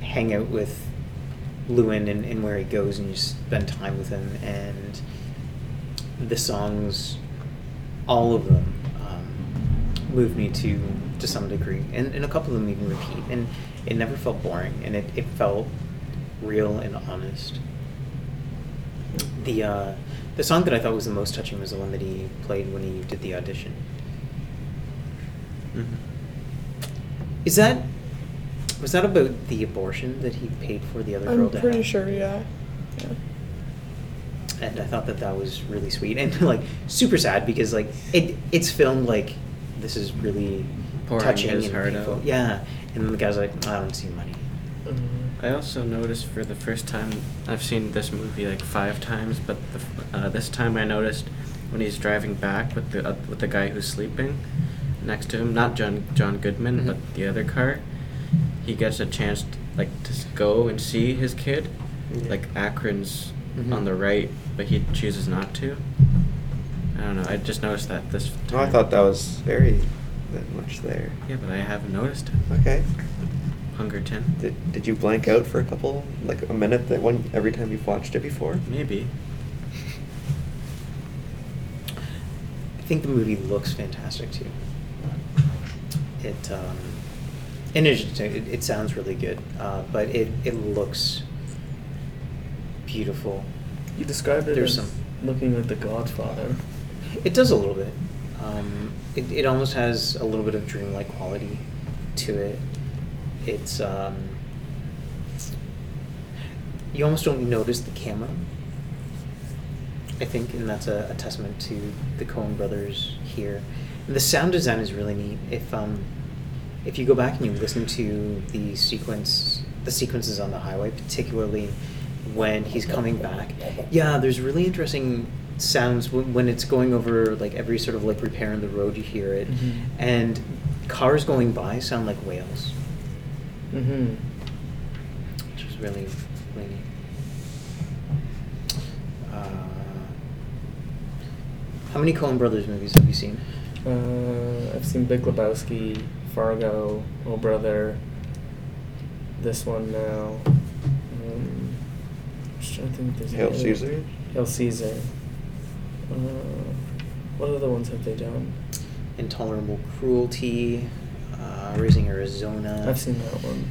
Speaker 2: hang out with Lewin and, and where he goes and you spend time with him and the songs all of them um, moved me to to some degree and, and a couple of them even repeat and it never felt boring and it, it felt real and honest the uh, the song that I thought was the most touching was the one that he played when he did the audition
Speaker 3: Mhm.
Speaker 2: is that was that about the abortion that he paid for the other girl
Speaker 7: I'm
Speaker 2: to
Speaker 7: pretty
Speaker 2: have?
Speaker 7: sure. Yeah. yeah.
Speaker 2: and I thought that that was really sweet and (laughs) like super sad because like it it's filmed like this is really
Speaker 3: Pouring
Speaker 2: touching
Speaker 3: his
Speaker 2: and
Speaker 3: heart
Speaker 2: painful.
Speaker 3: out.
Speaker 2: Yeah, and the guy's like, I don't see money.
Speaker 3: I
Speaker 5: Uh,
Speaker 3: also noticed for the first time I've seen this movie like five times, but the, f- uh, this time I noticed when he's driving back with the uh, with the guy who's sleeping next to him, not John John Goodman,
Speaker 6: Mm-hmm.
Speaker 2: Mhm.
Speaker 3: but the other car. He gets a chance t like to s- go and see his kid, like Akron's
Speaker 6: Mm-hmm.
Speaker 2: Mhm.
Speaker 3: on the right, but he chooses not to. I don't know. I just noticed that this. Time.
Speaker 6: Oh, I thought that was very that much there.
Speaker 3: Yeah, but I haven't noticed it.
Speaker 6: Okay.
Speaker 3: Hungerton.
Speaker 6: Did, did you blank out for a couple, like a minute that one every time you've watched it before?
Speaker 3: Maybe.
Speaker 2: I think the movie looks fantastic too. It um, and it, just- it, it sounds really good, uh, but it it looks beautiful.
Speaker 5: You described it
Speaker 2: There's
Speaker 5: as
Speaker 2: some-
Speaker 5: looking like The Godfather.
Speaker 2: It does a little bit. Um, it, it almost has a little bit of dreamlike quality to it. It's um, you almost don't notice the camera. I think, and that's a, a testament to the Coen Brothers here. And the sound design is really neat. If um, if you go back and you listen to the sequence, the sequences on the highway, particularly when he's coming back, yeah, there's really interesting sounds when, when it's going over like every sort of like repair in the road. You hear it,
Speaker 5: Mhm.
Speaker 2: and cars going by sound like whales,
Speaker 5: Mm-hmm.
Speaker 2: which is really really neat. Uh, How many Coen Brothers movies have you seen?
Speaker 5: Uh, I've seen Big Lebowski, Fargo, Oh Brother, this one now. Um, just trying to think if there's
Speaker 1: Hail
Speaker 5: any-
Speaker 1: Caesar?
Speaker 5: Hail Caesar. Uh, what other ones have they done?
Speaker 2: Intolerable Cruelty, uh, Raising Arizona.
Speaker 5: I've seen that one.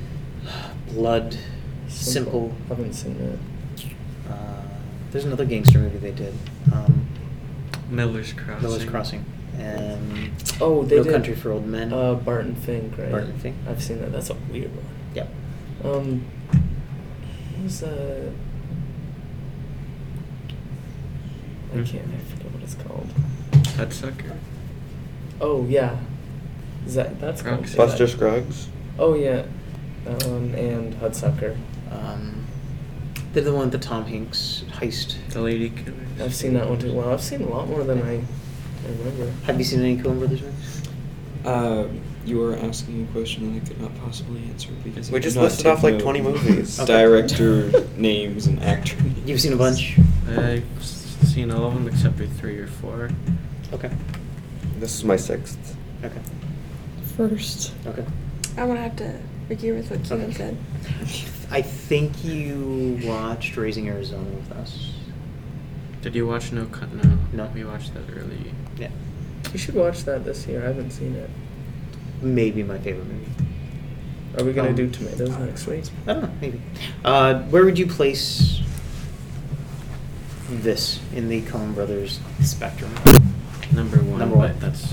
Speaker 2: Blood, Simple.
Speaker 5: Haven't seen it. Oh.
Speaker 2: Uh, there's another gangster movie they did. Um,
Speaker 1: Miller's Crossing.
Speaker 2: Miller's Crossing. And
Speaker 5: Oh, they
Speaker 2: No
Speaker 5: did,
Speaker 2: Country for Old Men.
Speaker 5: Uh, Barton Fink, right?
Speaker 2: Barton Fink.
Speaker 5: I've seen that. That's a weird one.
Speaker 2: yep.
Speaker 5: Um, what was uh? I
Speaker 3: Hmm?
Speaker 5: can't. I forget what it's called.
Speaker 3: Hudsucker.
Speaker 5: Oh yeah, is that that's called
Speaker 3: Proxy.
Speaker 1: Buster Scruggs.
Speaker 5: Oh yeah, that one and Hudsucker.
Speaker 2: Um, they're the one with the Tom Hanks heist.
Speaker 1: Oh.
Speaker 3: The Lady Killers.
Speaker 5: I've seen that one too. Well, I've seen a lot more than I, I remember.
Speaker 2: Have you seen any Coen Brothers movies?
Speaker 6: Uh, you were asking a question that I could not possibly answer because I
Speaker 1: We
Speaker 6: do
Speaker 1: just
Speaker 6: not
Speaker 1: listed
Speaker 6: take
Speaker 1: off, like,
Speaker 6: note
Speaker 1: 20
Speaker 6: of
Speaker 1: (laughs) movies.
Speaker 2: Okay.
Speaker 6: Director (laughs) names and actor names.
Speaker 2: You've seen a bunch.
Speaker 5: Uh,
Speaker 3: I've s- seen all of them except for three or four.
Speaker 2: Okay.
Speaker 1: This is my sixth.
Speaker 2: Okay.
Speaker 7: First.
Speaker 2: Okay.
Speaker 4: I'm gonna have to agree with what Keelan
Speaker 2: Okay.
Speaker 4: said.
Speaker 2: I think you watched Raising Arizona with us.
Speaker 3: Did you watch No Cut? No.
Speaker 2: No.
Speaker 3: We watched that early.
Speaker 2: Yeah.
Speaker 5: You should watch that this year. I haven't seen it.
Speaker 2: Maybe my favorite movie.
Speaker 5: Are we gonna
Speaker 2: Um,
Speaker 5: do tomatoes next week?
Speaker 2: I don't know, maybe. Uh, where would you place this in the Coen Brothers spectrum?
Speaker 3: Number one.
Speaker 2: Number one.
Speaker 3: But that's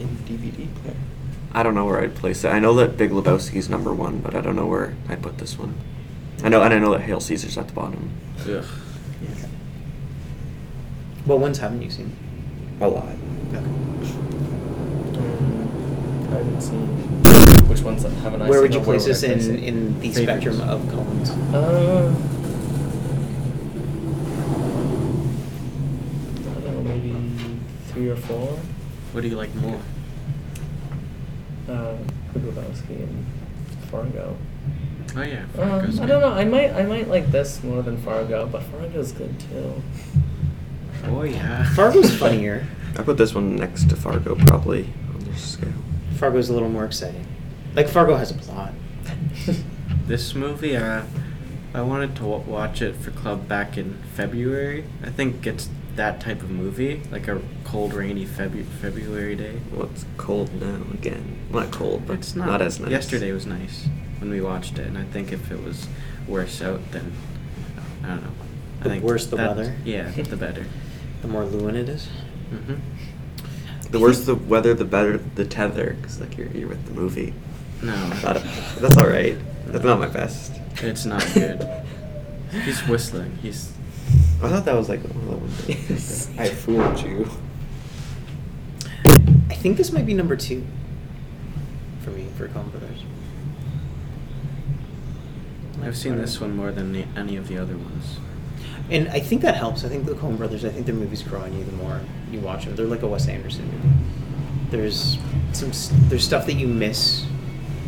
Speaker 6: In DVD player.
Speaker 1: I don't know where I'd place it. I know that Big Lebowski's number one, but I don't know where I'd put this one. I know, and I know that Hail Caesar's at the bottom.
Speaker 3: ugh.
Speaker 2: Okay. What ones haven't you seen?
Speaker 1: A lot.
Speaker 2: Okay.
Speaker 5: Um, I haven't seen. Which ones haven't I seen?
Speaker 2: Where would you
Speaker 5: or
Speaker 2: place this
Speaker 5: I
Speaker 2: in,
Speaker 5: it?
Speaker 2: in the
Speaker 3: Favorites.
Speaker 2: spectrum of Coens?
Speaker 5: Uh, I don't know, maybe three or four.
Speaker 3: What do you like more?
Speaker 5: Uh, Big Lebowski and Fargo.
Speaker 3: Oh yeah.
Speaker 5: Um,
Speaker 3: Fargo's
Speaker 5: I
Speaker 3: good.
Speaker 5: don't know. I might, I might like this more than Fargo, but Fargo's good too.
Speaker 3: Oh yeah.
Speaker 2: Fargo's funnier.
Speaker 1: I put this one next to Fargo, probably on this scale.
Speaker 2: Fargo's a little more exciting. Like Fargo has a plot.
Speaker 3: (laughs)
Speaker 5: (laughs)
Speaker 3: This movie, uh, I wanted to w- watch it for club back in February. I think it's that type of movie, like a cold, rainy Febu- February day.
Speaker 1: Well, it's cold now again. Not cold, but
Speaker 3: It's not,
Speaker 1: as nice.
Speaker 3: Yesterday was nice when we watched it, and I think if it was worse out, then I don't know. I
Speaker 2: The
Speaker 3: think
Speaker 2: worse the
Speaker 3: that-
Speaker 2: weather?
Speaker 3: Yeah,
Speaker 2: (laughs)
Speaker 3: the better.
Speaker 2: The more Lewin it is.
Speaker 3: hmm
Speaker 1: The worse the weather, the better the tether, because like you're, you're with the movie.
Speaker 3: No,
Speaker 1: (laughs) Not a- that's all right. That's not my best.
Speaker 3: it's
Speaker 1: (laughs)
Speaker 3: not good. He's whistling. He's
Speaker 1: I thought that was like one of the ones. that-
Speaker 2: Yes.
Speaker 1: (laughs)
Speaker 6: I fooled you.
Speaker 2: I think this might be number two for me for Coen Brothers.
Speaker 3: I've seen this one more than the, any of the other ones.
Speaker 2: And I think that helps. I think the Coen Brothers. I think their movies grow on you the more you watch them. They're like a Wes Anderson movie. There's some. s- There's stuff that you miss.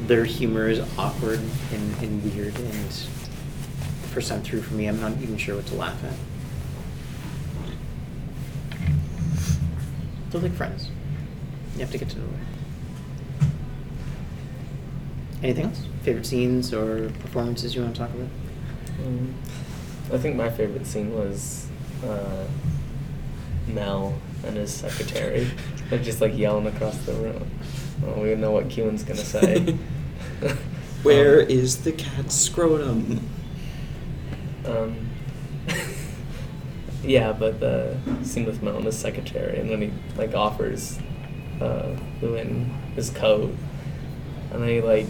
Speaker 2: Their humor is awkward and, and weird. And the first time through for me, I'm not even sure what to laugh at. They're like friends. You have to get to know them. Anything else? Favorite scenes or performances you want to talk about?
Speaker 5: Um, I think my favorite scene was uh, Mel and his secretary. They're just like yelling across the room. Well, we know what Keelan's gonna say.
Speaker 6: (laughs) Where
Speaker 5: Um,
Speaker 6: is the cat's scrotum?
Speaker 5: Um, (laughs) yeah, but the scene with Mel and his secretary, and when he like offers uh, Lewin his coat, and then he like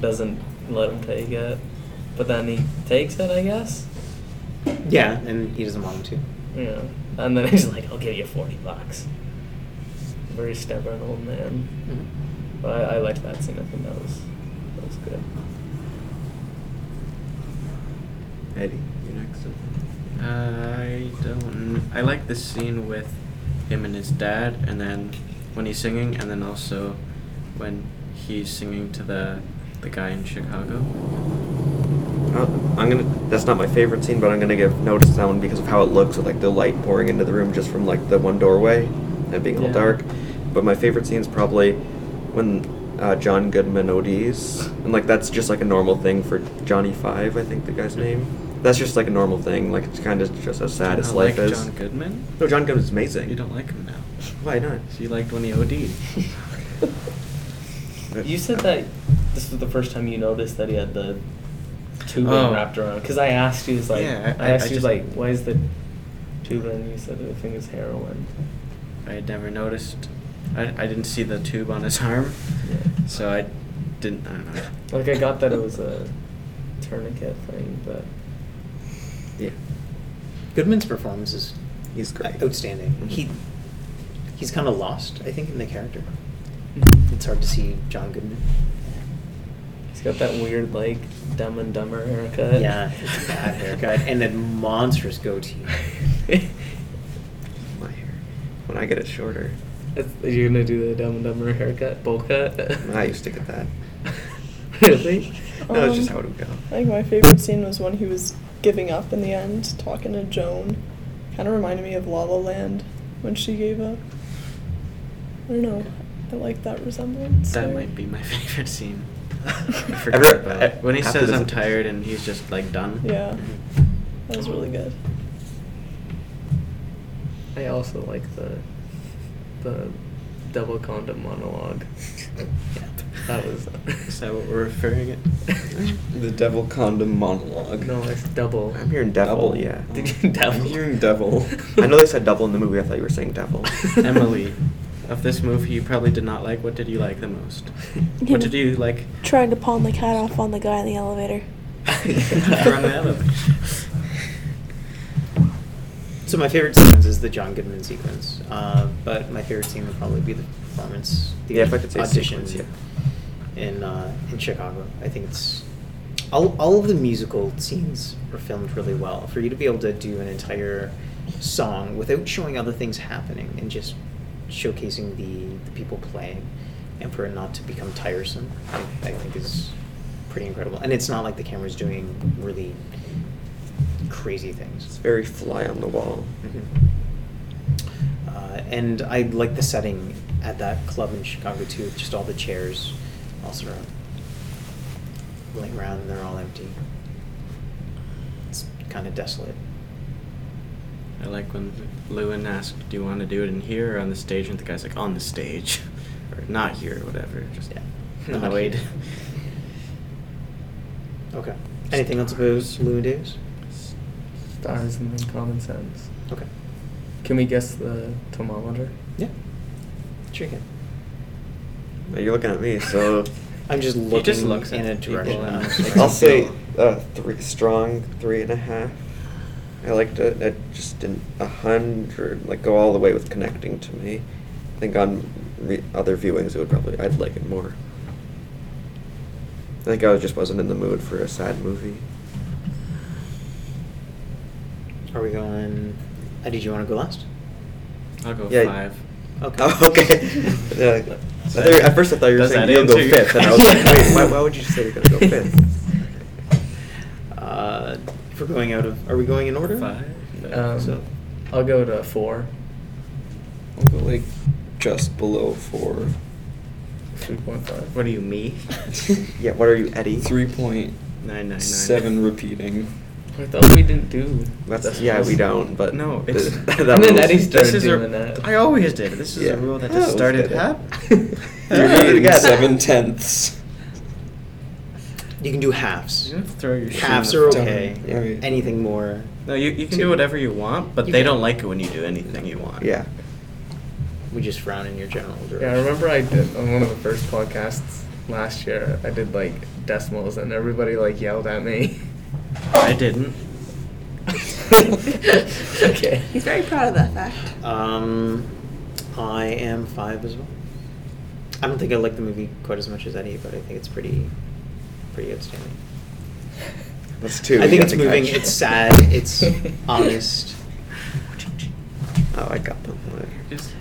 Speaker 5: doesn't let him take it, but then he takes it, I guess.
Speaker 2: Yeah, and he doesn't want him to.
Speaker 5: Yeah, and then he's like, "I'll give you forty bucks." Very stubborn old man.
Speaker 2: Hmm. Mm-hmm.
Speaker 5: But I, I liked that scene. I think that was that was good.
Speaker 1: Eddie, you're next.
Speaker 3: I don't. kn- I like the scene with him and his dad, and then when he's singing, and then also when he's singing to the the guy in Chicago.
Speaker 1: oh, I'm gonna. That's not my favorite scene, but I'm gonna give notice to that one because of how it looks with like the light pouring into the room just from like the one doorway and being all
Speaker 5: Yeah.
Speaker 1: dark. But my favorite scene is probably when uh, John Goodman ODs, and like that's just like a normal thing for Johnny Five, I think the guy's name. That's just like a normal thing. Like it's kind of just how sad his
Speaker 3: Mm-hmm. I
Speaker 1: life
Speaker 3: like
Speaker 1: is.
Speaker 3: John Goodman.
Speaker 1: No, John Goodman's amazing.
Speaker 3: You don't like him now.
Speaker 1: Why not?
Speaker 3: So you liked when
Speaker 1: (laughs)
Speaker 3: he OD'd. (laughs)
Speaker 5: You said that this was the first time you noticed that he had the tubing
Speaker 3: Oh.
Speaker 5: wrapped around. Because I asked you, it's like,
Speaker 3: Yeah, I-
Speaker 5: I,
Speaker 3: I- I
Speaker 5: asked you,
Speaker 3: just-
Speaker 5: like, why is the tubing? And you said, I think it's heroin.
Speaker 3: I had never noticed. I, I didn't see the tube on his arm,
Speaker 5: Yeah.
Speaker 3: so I didn't. I don't know.
Speaker 5: Like, I got that it was a tourniquet thing, but
Speaker 1: Yeah,
Speaker 2: Goodman's performance is
Speaker 1: he's great.
Speaker 2: outstanding.
Speaker 1: Mhm.
Speaker 2: He he's kind of lost, I think, in the character. It's hard to see John Goodman.
Speaker 5: he's got that weird, like, dumb and dumber
Speaker 1: Uh.
Speaker 5: haircut.
Speaker 2: Yeah, it's a bad haircut and a
Speaker 1: (laughs)
Speaker 2: monstrous goatee.
Speaker 1: my hair. When I get it shorter,
Speaker 5: It's- You're gonna do the dumb and dumber haircut, bowl cut.
Speaker 1: I used to get that.
Speaker 5: (laughs) really?
Speaker 1: No, it's just
Speaker 7: Um,
Speaker 1: how it would go.
Speaker 7: I think my favorite scene was when he was giving up in the end, talking to Joan. Kind of reminded me of La La Land when she gave up. I don't know. I like that resemblance.
Speaker 3: That
Speaker 7: there.
Speaker 3: might be my (laughs) favorite scene. I forgot
Speaker 1: Ever-
Speaker 3: about
Speaker 1: uh,
Speaker 3: it. when he
Speaker 1: after
Speaker 3: says
Speaker 1: this-
Speaker 3: I'm tired and he's just like done.
Speaker 7: Yeah, that was really good.
Speaker 5: I also like the the double condom monologue. That was.
Speaker 3: Is that what we're referring it?
Speaker 6: The devil condom monologue.
Speaker 5: (laughs) no, it's double.
Speaker 1: I'm hearing devil.
Speaker 6: Double.
Speaker 1: Yeah.
Speaker 5: (laughs) Did you devil?
Speaker 6: I'm hearing
Speaker 5: (laughs)
Speaker 6: devil.
Speaker 1: I know they said double in the movie. I thought you were saying devil.
Speaker 3: Emily,
Speaker 1: (laughs)
Speaker 3: of this movie you probably did not like. What did you like the most? What did you like
Speaker 9: Trying to pawn the cat off on the guy in the (laughs) elevator.
Speaker 3: from the elevator?
Speaker 2: So my favorite sequence is the John Goodman sequence, uh, but my favorite scene would probably be the performance, the
Speaker 1: Yeah, if I could say
Speaker 2: audition
Speaker 1: sequence,
Speaker 2: in uh, in Chicago. I think it's all, all of the musical scenes are filmed really well. For you to be able to do an entire song without showing other things happening and just showcasing the, the people playing, and for it not to become tiresome, I, I think is pretty incredible. And it's not like the camera's doing really crazy things.
Speaker 1: It's very fly on the wall.
Speaker 5: Mm-hmm.
Speaker 2: Uh, and I like the setting at that club in Chicago too. Just all the chairs, all sort of laying around, and they're all empty. It's kind of desolate.
Speaker 3: I like when Lewin asked, "Do you want to do it in here or on the stage?" And the guy's like, "On the stage, (laughs) or not here, or whatever." Just
Speaker 2: Yeah.
Speaker 3: (laughs) No, wait.
Speaker 2: Okay. Anything else about Lou and Davis?
Speaker 5: Stars and then common sense.
Speaker 2: Okay.
Speaker 5: Can we guess the thermometer?
Speaker 2: Yeah. Sure. you can.
Speaker 1: Now you're looking at me,
Speaker 5: (laughs)
Speaker 1: so
Speaker 2: I'm just looking
Speaker 3: just looks
Speaker 2: in
Speaker 3: at
Speaker 2: a
Speaker 3: the people
Speaker 2: direction. (laughs) Uh,
Speaker 3: and it's like-
Speaker 1: I'll say uh, three strong, three and a half. I liked it. It just didn't a hundred like go all the way with connecting to me. I think on re- other viewings, it would probably I'd like it more. I think I was just wasn't in the mood for a sad movie. (laughs)
Speaker 2: Are we going? Uh, did you want to go last?
Speaker 3: (laughs) I'll go
Speaker 1: Yeah.
Speaker 3: five.
Speaker 2: Okay.
Speaker 1: Oh, okay. (laughs) Yeah, like, I thought you- at first, I thought you were
Speaker 3: Does
Speaker 1: saying
Speaker 3: that
Speaker 1: you'll go
Speaker 3: answer your
Speaker 1: fifth, and I was like,
Speaker 3: question? (laughs)
Speaker 1: wait, why, why would you say you're gonna go fifth?
Speaker 2: Uh, if we're going out of, are we going in order? (laughs)
Speaker 3: (laughs) Five.
Speaker 5: Um,
Speaker 2: So-
Speaker 5: I'll go to four.
Speaker 6: I'll go like just below four.
Speaker 5: 3.5.
Speaker 3: What are
Speaker 2: (laughs)
Speaker 3: you, me?
Speaker 1: Yeah, what are you, Eddie?
Speaker 6: Three point
Speaker 3: Nine nine nine.
Speaker 6: seven repeating.
Speaker 5: I thought we didn't do.
Speaker 1: That's,
Speaker 5: that's
Speaker 1: yeah, we
Speaker 5: awesome.
Speaker 1: don't, but.
Speaker 3: No, it's-
Speaker 1: that
Speaker 5: And then
Speaker 1: rules.
Speaker 5: Eddie started
Speaker 3: (laughs) This is a,
Speaker 5: doing that.
Speaker 3: I always did. it. This is
Speaker 1: Yeah.
Speaker 3: a rule that
Speaker 1: Yeah,
Speaker 3: just
Speaker 1: let's
Speaker 3: started
Speaker 1: get it.
Speaker 3: happening.
Speaker 1: You're right,
Speaker 6: Three
Speaker 1: again.
Speaker 6: and seven tenths.
Speaker 2: You can do halves.
Speaker 3: You have to
Speaker 5: Mm-hmm.
Speaker 3: throw your
Speaker 2: Halves
Speaker 3: shoe.
Speaker 2: are
Speaker 6: Done.
Speaker 2: okay.
Speaker 6: Alright.
Speaker 2: Anything more?
Speaker 3: No, you, you can
Speaker 2: Two.
Speaker 3: do whatever you want, but
Speaker 2: You
Speaker 3: they
Speaker 2: can.
Speaker 3: don't like it when you do anything you want.
Speaker 1: Yeah.
Speaker 2: We just frown in your general direction.
Speaker 5: Yeah, I remember I did on one of the first podcasts last year. I did like decimals, and everybody like yelled at me.
Speaker 3: I didn't.
Speaker 5: (laughs) okay.
Speaker 4: He's very proud of that fact.
Speaker 2: Um, I am five as well. I don't think I like the movie quite as much as Eddie, but I think it's pretty, pretty outstanding.
Speaker 1: That's two.
Speaker 2: I
Speaker 1: you
Speaker 2: think it's
Speaker 1: have to
Speaker 2: moving.
Speaker 1: catch.
Speaker 2: It's sad. It's
Speaker 1: (laughs)
Speaker 5: (laughs)
Speaker 2: honest.
Speaker 1: Oh, I got them.
Speaker 3: Just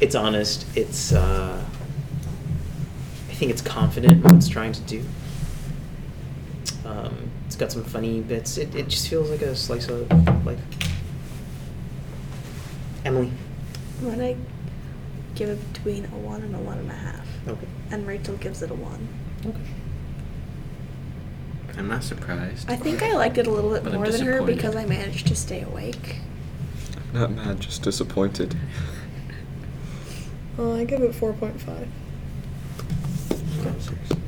Speaker 2: It's honest. It's. Uh, I think it's confident in what it's trying to do. Um, it's got some funny bits. It, it just feels like a slice of life. Emily.
Speaker 9: I'm gonna give it between a one and a one and a half.
Speaker 2: Okay.
Speaker 9: And Rachel gives it a one.
Speaker 2: Okay.
Speaker 3: I'm not surprised.
Speaker 9: I think I liked it a little bit
Speaker 3: But I'm
Speaker 9: more than her
Speaker 3: disappointed.
Speaker 9: because I managed to stay awake.
Speaker 6: I'm not mad, just disappointed.
Speaker 7: Uh, I give it 4.5.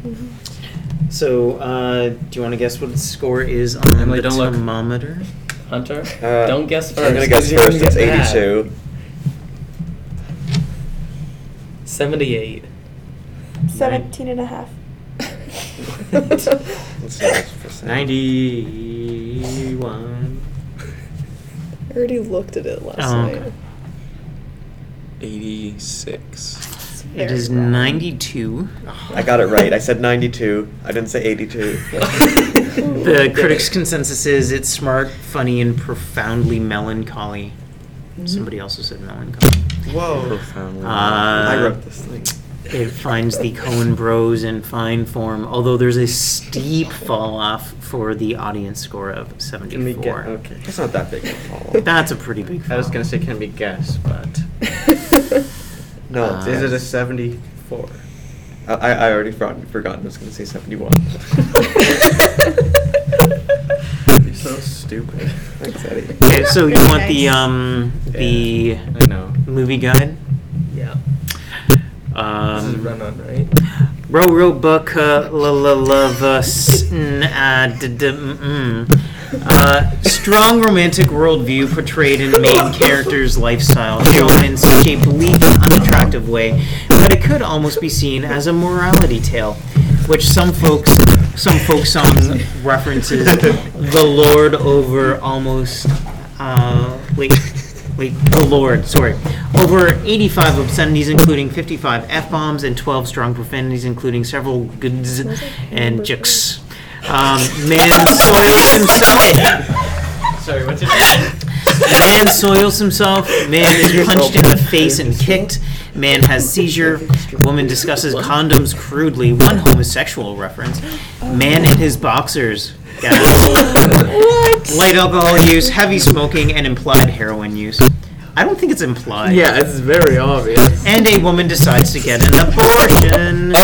Speaker 7: Mm-hmm.
Speaker 2: So, uh, do you want to guess what its score is on
Speaker 3: Emily,
Speaker 2: the
Speaker 3: don't look.
Speaker 2: thermometer?
Speaker 5: Hunter,
Speaker 6: Uh,
Speaker 5: don't guess first.
Speaker 6: I'm gonna guess
Speaker 5: You're
Speaker 6: first. It's
Speaker 5: get mad.
Speaker 6: 82.
Speaker 5: 78.
Speaker 9: 17 and a half.
Speaker 6: (laughs) Let's see what's percent.
Speaker 3: Ninety-one.
Speaker 7: I already looked at it last
Speaker 2: Oh,
Speaker 7: night.
Speaker 2: okay.
Speaker 6: 86.
Speaker 7: It's
Speaker 2: It
Speaker 7: very
Speaker 2: is
Speaker 7: bad.
Speaker 2: 92.
Speaker 6: I got it right. I said 92. I didn't say 82.
Speaker 2: (laughs) The critics' consensus is it's smart, funny, and profoundly melancholy. Somebody also said melancholy.
Speaker 1: Whoa.
Speaker 6: Profoundly.
Speaker 2: Uh,
Speaker 6: I wrote this thing.
Speaker 2: It finds the Cohen Bros in fine form, although there's a steep fall off for the audience score of 74.
Speaker 3: Okay.
Speaker 1: That's not that big of a fall.
Speaker 2: That's a pretty big fall.
Speaker 3: I was gonna say can be guess,
Speaker 9: (laughs)
Speaker 3: but
Speaker 6: No,
Speaker 2: Uh,
Speaker 3: is it a
Speaker 6: it's-
Speaker 3: seventy-four?
Speaker 6: I I I already forgotten, forgotten. I was going to say
Speaker 2: (laughs)
Speaker 6: 71.
Speaker 2: (laughs)
Speaker 3: You're so
Speaker 5: (laughs)
Speaker 3: stupid.
Speaker 6: Thanks, Eddie.
Speaker 2: Okay, so you want the
Speaker 4: Okay.
Speaker 2: um the
Speaker 3: Yeah, I know.
Speaker 2: movie guide?
Speaker 5: Yeah. This is
Speaker 2: Um,
Speaker 5: run on, right?
Speaker 2: row row book uh, la la love uh, s- n- uh, d- d- mm, mm. uh, strong romantic worldview portrayed in main character's lifestyle shown in such a bleak and unattractive way, but it could almost be seen as a morality tale, which some folks some folk song references the Lord over almost uh, wait. Wait, the Lord, sorry. Over 85 obscenities, including 55 F bombs and 12 strong profanities, including several goods and jicks. Um, man soils himself.
Speaker 3: Sorry, what's it?
Speaker 9: (laughs)
Speaker 2: Man soils himself. Man is punched in the face and kicked. Man has seizure. Woman discusses condoms crudely. One homosexual reference. Man in his boxers. Yes
Speaker 4: What?
Speaker 2: light alcohol use, heavy smoking, and implied heroin use. I don't think Um, it's implied.
Speaker 5: it's very obvious.
Speaker 2: And a woman decides to get an abortion.
Speaker 3: (laughs)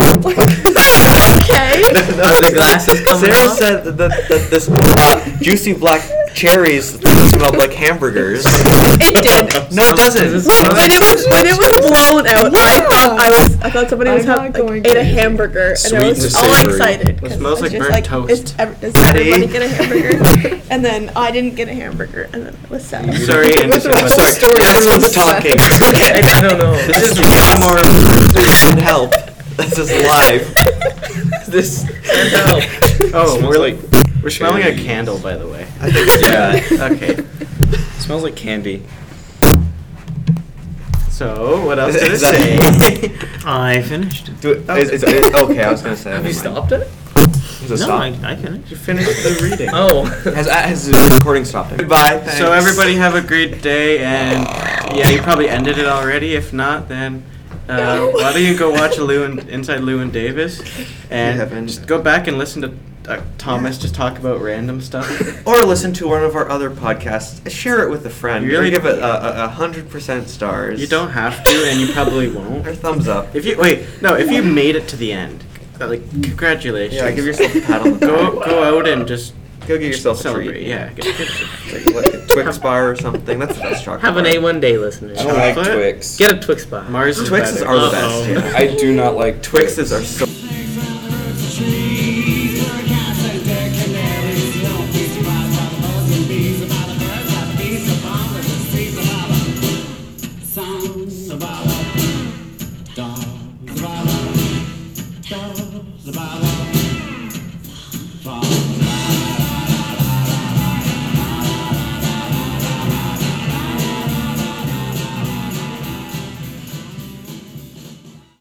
Speaker 6: Oh
Speaker 2: (laughs)
Speaker 1: (laughs)
Speaker 4: Okay.
Speaker 6: no! no
Speaker 5: The glasses come
Speaker 1: Sarah
Speaker 5: off?
Speaker 1: said that, that, that this uh, juicy black cherries smelled like hamburgers.
Speaker 4: It did.
Speaker 1: No, it doesn't.
Speaker 4: When, when it was when it was blown out, I thought I was I thought somebody was
Speaker 7: I'm not
Speaker 4: having
Speaker 7: going
Speaker 4: like, ate a
Speaker 7: crazy.
Speaker 4: hamburger and
Speaker 6: Sweet
Speaker 4: I
Speaker 6: and
Speaker 4: was all
Speaker 6: savory.
Speaker 4: excited.
Speaker 3: It
Speaker 4: 'cause
Speaker 3: smells
Speaker 4: I was
Speaker 3: like
Speaker 4: just
Speaker 3: burnt toast.
Speaker 4: Is, ev- does everybody
Speaker 1: See?
Speaker 4: get a
Speaker 3: (laughs)
Speaker 4: hamburger? and then I didn't get a hamburger, and then it was sad.
Speaker 3: Sorry, Anderson.
Speaker 4: With the
Speaker 3: but-
Speaker 4: story
Speaker 1: That's
Speaker 4: everyone
Speaker 1: what's
Speaker 4: was
Speaker 1: talking.
Speaker 4: (laughs) sad.
Speaker 5: I don't know.
Speaker 1: This is way more food and help. This is
Speaker 4: (laughs)
Speaker 1: live.
Speaker 5: This.
Speaker 1: (laughs)
Speaker 5: help.
Speaker 3: Oh, we're like we're smelling a
Speaker 6: Jeez.
Speaker 3: candle, by the way.
Speaker 1: (laughs)
Speaker 6: yeah.
Speaker 3: Okay.
Speaker 6: It smells like candy.
Speaker 3: So what else did it
Speaker 1: Is that-
Speaker 3: say? Oh.
Speaker 2: I finished.
Speaker 1: Do it, is, is, is, okay, I was gonna say.
Speaker 5: Have you
Speaker 1: never mind.
Speaker 5: stopped it?
Speaker 1: It was a
Speaker 2: no,
Speaker 1: stop.
Speaker 2: I, I finished.
Speaker 3: You finished the reading.
Speaker 5: Oh.
Speaker 1: Has, uh, has the recording stopped? Goodbye. Thanks.
Speaker 3: So everybody have a great day, and yeah, you probably ended it already. If not, then uh,
Speaker 4: No.
Speaker 3: why don't you go watch Lou and Inside Lou and Davis,
Speaker 1: We
Speaker 3: and
Speaker 1: haven't.
Speaker 3: just go back and listen to uh, Thomas just talk about random stuff.
Speaker 1: Or listen to one of our other podcasts. Share it with a friend.
Speaker 3: You really-
Speaker 1: or give it a- a a hundred percent stars.
Speaker 3: You don't have to, and you probably won't.
Speaker 1: Or thumbs up.
Speaker 3: If you wait, no, if you made it to the end, like congratulations.
Speaker 1: Yeah, give yourself a pat on the back.
Speaker 3: Go go out and just
Speaker 1: Go get yourself a
Speaker 3: celebrate.
Speaker 1: treat. (laughs)
Speaker 3: Yeah. get- get-
Speaker 1: Like, like a Twix bar or something. That's the best chocolate.
Speaker 5: Have an
Speaker 1: bar.
Speaker 5: A1 day, listeners.
Speaker 6: I don't like
Speaker 3: Chocolate?
Speaker 6: Twix.
Speaker 5: Get a Twix bar.
Speaker 3: Mars is
Speaker 1: Twixes
Speaker 3: better.
Speaker 1: are the
Speaker 5: Uh-oh.
Speaker 1: best. Yeah.
Speaker 6: I do not like Twixes.
Speaker 1: Twixes are so.